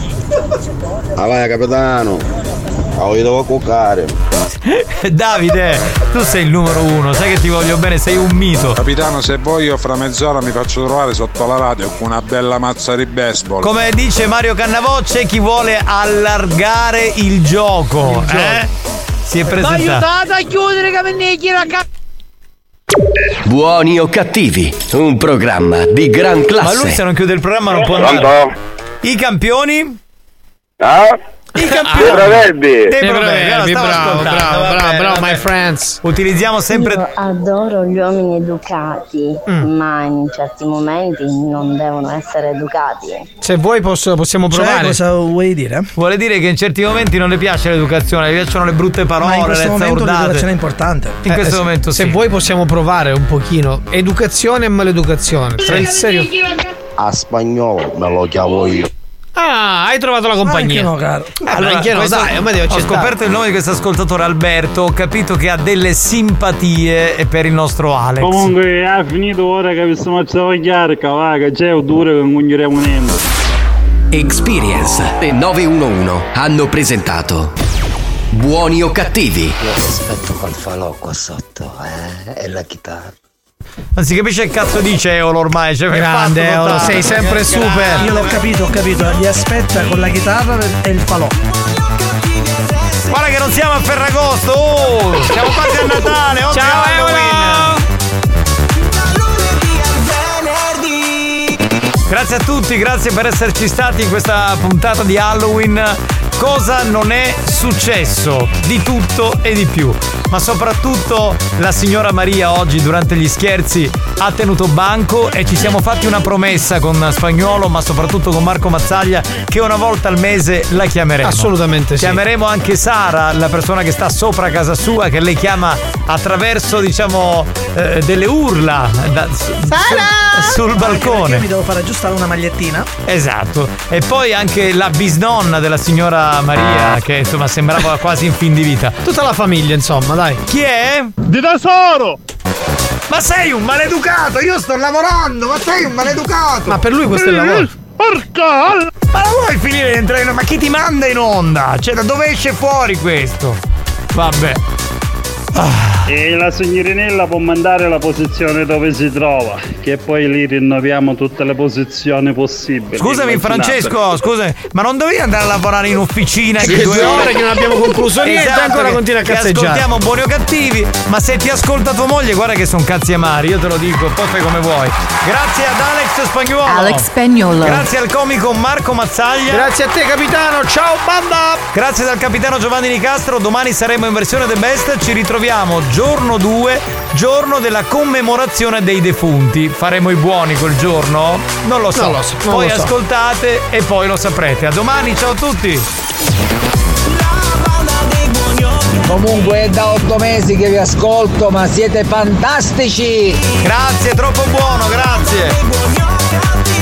[SPEAKER 2] (laughs)
[SPEAKER 11] Ah vai capitano, ah io devo cuccare.
[SPEAKER 2] Davide, tu sei il numero uno, sai che ti voglio bene, sei un mito.
[SPEAKER 5] Capitano, se voglio fra mezz'ora mi faccio trovare sotto la radio con una bella mazza di baseball.
[SPEAKER 2] Come dice Mario Cannavocce, chi vuole allargare il gioco, eh? Si è presentato.
[SPEAKER 8] a chiudere che me ne gira a cazzo!
[SPEAKER 1] Buoni o cattivi, un programma di gran classe.
[SPEAKER 2] Ma lui se non chiude il programma non può andare. I campioni? I campioni.
[SPEAKER 8] Dei proverbi.
[SPEAKER 2] Dei
[SPEAKER 8] Dei
[SPEAKER 2] proverbi, allora,
[SPEAKER 8] proverbi,
[SPEAKER 2] stavo
[SPEAKER 8] bravo,
[SPEAKER 2] ascoltando,
[SPEAKER 8] bravo,
[SPEAKER 2] va
[SPEAKER 8] bravo,
[SPEAKER 2] bene,
[SPEAKER 8] bravo,
[SPEAKER 2] va bene. Utilizziamo sempre Mm.
[SPEAKER 20] Io adoro gli uomini educati, ma in certi momenti non devono essere educati.
[SPEAKER 12] Se vuoi posso- possiamo
[SPEAKER 2] Cioè,
[SPEAKER 12] provare.
[SPEAKER 2] cosa
[SPEAKER 12] vuoi dire?
[SPEAKER 2] Vuole dire che in certi momenti non le piace l'educazione, le piacciono le brutte
[SPEAKER 12] Ma
[SPEAKER 2] parole,
[SPEAKER 12] in questo
[SPEAKER 2] le
[SPEAKER 12] momento
[SPEAKER 2] zaurdate.
[SPEAKER 12] l'educazione è importante. Eh,
[SPEAKER 2] In questo
[SPEAKER 12] se-
[SPEAKER 2] momento
[SPEAKER 12] se
[SPEAKER 2] sì.
[SPEAKER 12] vuoi possiamo provare un pochino educazione e maleducazione. Tra il serio.
[SPEAKER 11] A spagnolo me lo chiamo io.
[SPEAKER 12] Ah, hai trovato la compagnia.
[SPEAKER 2] Anche no,
[SPEAKER 12] caro.
[SPEAKER 2] Allora, Eh, questo- ho scoperto il nome di questo ascoltatore Alberto, ho capito che ha delle simpatie eh, per il nostro Alex.
[SPEAKER 3] Comunque ha finito ora che mi sono facendo chiaro, va, che c'è un duro che non cugneremo niente.
[SPEAKER 1] Experience e 911 hanno presentato Buoni o cattivi?
[SPEAKER 76] Io sospetto col falò qua sotto, eh? E la chitarra.
[SPEAKER 2] Non si capisce che cazzo dice Eolo ormai. Cioè,
[SPEAKER 12] Grande,
[SPEAKER 2] fatto
[SPEAKER 12] Eolo,
[SPEAKER 2] notare.
[SPEAKER 12] sei sempre
[SPEAKER 2] Grazie.
[SPEAKER 12] super.
[SPEAKER 77] Io l'ho capito, ho capito. Li aspetta con la chitarra e il falò.
[SPEAKER 2] Guarda che non siamo a Ferragosto, oh! Siamo quasi a Natale, oh, oggi
[SPEAKER 6] Ciao,
[SPEAKER 2] è Halloween. Grazie a tutti, grazie per esserci stati in questa puntata di Halloween. Cosa non è successo? Di tutto e di più. Ma soprattutto la signora Maria oggi durante gli scherzi ha tenuto banco e ci siamo fatti una promessa con Spagnuolo, ma soprattutto con Marco Mazzaglia, che una volta al mese la chiameremo.
[SPEAKER 12] Assolutamente sì.
[SPEAKER 2] Chiameremo anche Sara, la persona che sta sopra casa sua, che lei chiama attraverso, diciamo, eh, delle urla da- su- sul
[SPEAKER 77] Io mi
[SPEAKER 2] balcone.
[SPEAKER 77] devo fare aggiustare una magliettina.
[SPEAKER 2] Esatto. E poi anche la bisnonna della signora Maria, che insomma sembrava quasi in fin di vita.
[SPEAKER 12] Tutta la famiglia, insomma, dai.
[SPEAKER 2] Chi è?
[SPEAKER 12] Di tesoro!
[SPEAKER 2] Ma sei un
[SPEAKER 78] maleducato, io sto lavorando, ma sei un maleducato!
[SPEAKER 12] Ma per lui questo è il lavoro.
[SPEAKER 2] Porca! Ma la vuoi finire di entrare in Ma chi ti manda in onda? Cioè, da dove esce fuori questo? Vabbè.
[SPEAKER 3] E la signorinella può mandare la posizione dove si trova, che poi lì rinnoviamo tutte le posizioni possibili.
[SPEAKER 2] Scusami Francesco, scusami, ma non dovevi andare a lavorare in officina
[SPEAKER 3] Sì,
[SPEAKER 2] che
[SPEAKER 3] due ore che non abbiamo concluso niente, ancora
[SPEAKER 2] che-
[SPEAKER 12] continua a
[SPEAKER 2] che
[SPEAKER 12] cazzeggiare.
[SPEAKER 2] Ascoltiamo buoni o cattivi, ma se ti ascolta tua moglie, guarda che sono cazzi amari, io te lo dico, poi fai come vuoi. Grazie ad Alex Spagnuolo.
[SPEAKER 12] Alex Spagnuolo.
[SPEAKER 2] Grazie al comico Marco Mazzaglia.
[SPEAKER 12] Grazie a te, capitano. Ciao, banda.
[SPEAKER 2] Grazie dal capitano Giovanni Nicastro, domani saremo in versione The Best, ci ritroviamo giorno 2, giorno della commemorazione dei defunti. Faremo i buoni quel giorno? Non lo so.
[SPEAKER 12] Non lo so, non
[SPEAKER 2] poi
[SPEAKER 12] lo so.
[SPEAKER 2] ascoltate e poi lo saprete. A domani, ciao a tutti.
[SPEAKER 9] Comunque è da otto mesi che vi ascolto, ma siete fantastici!
[SPEAKER 2] Grazie, troppo buono, grazie.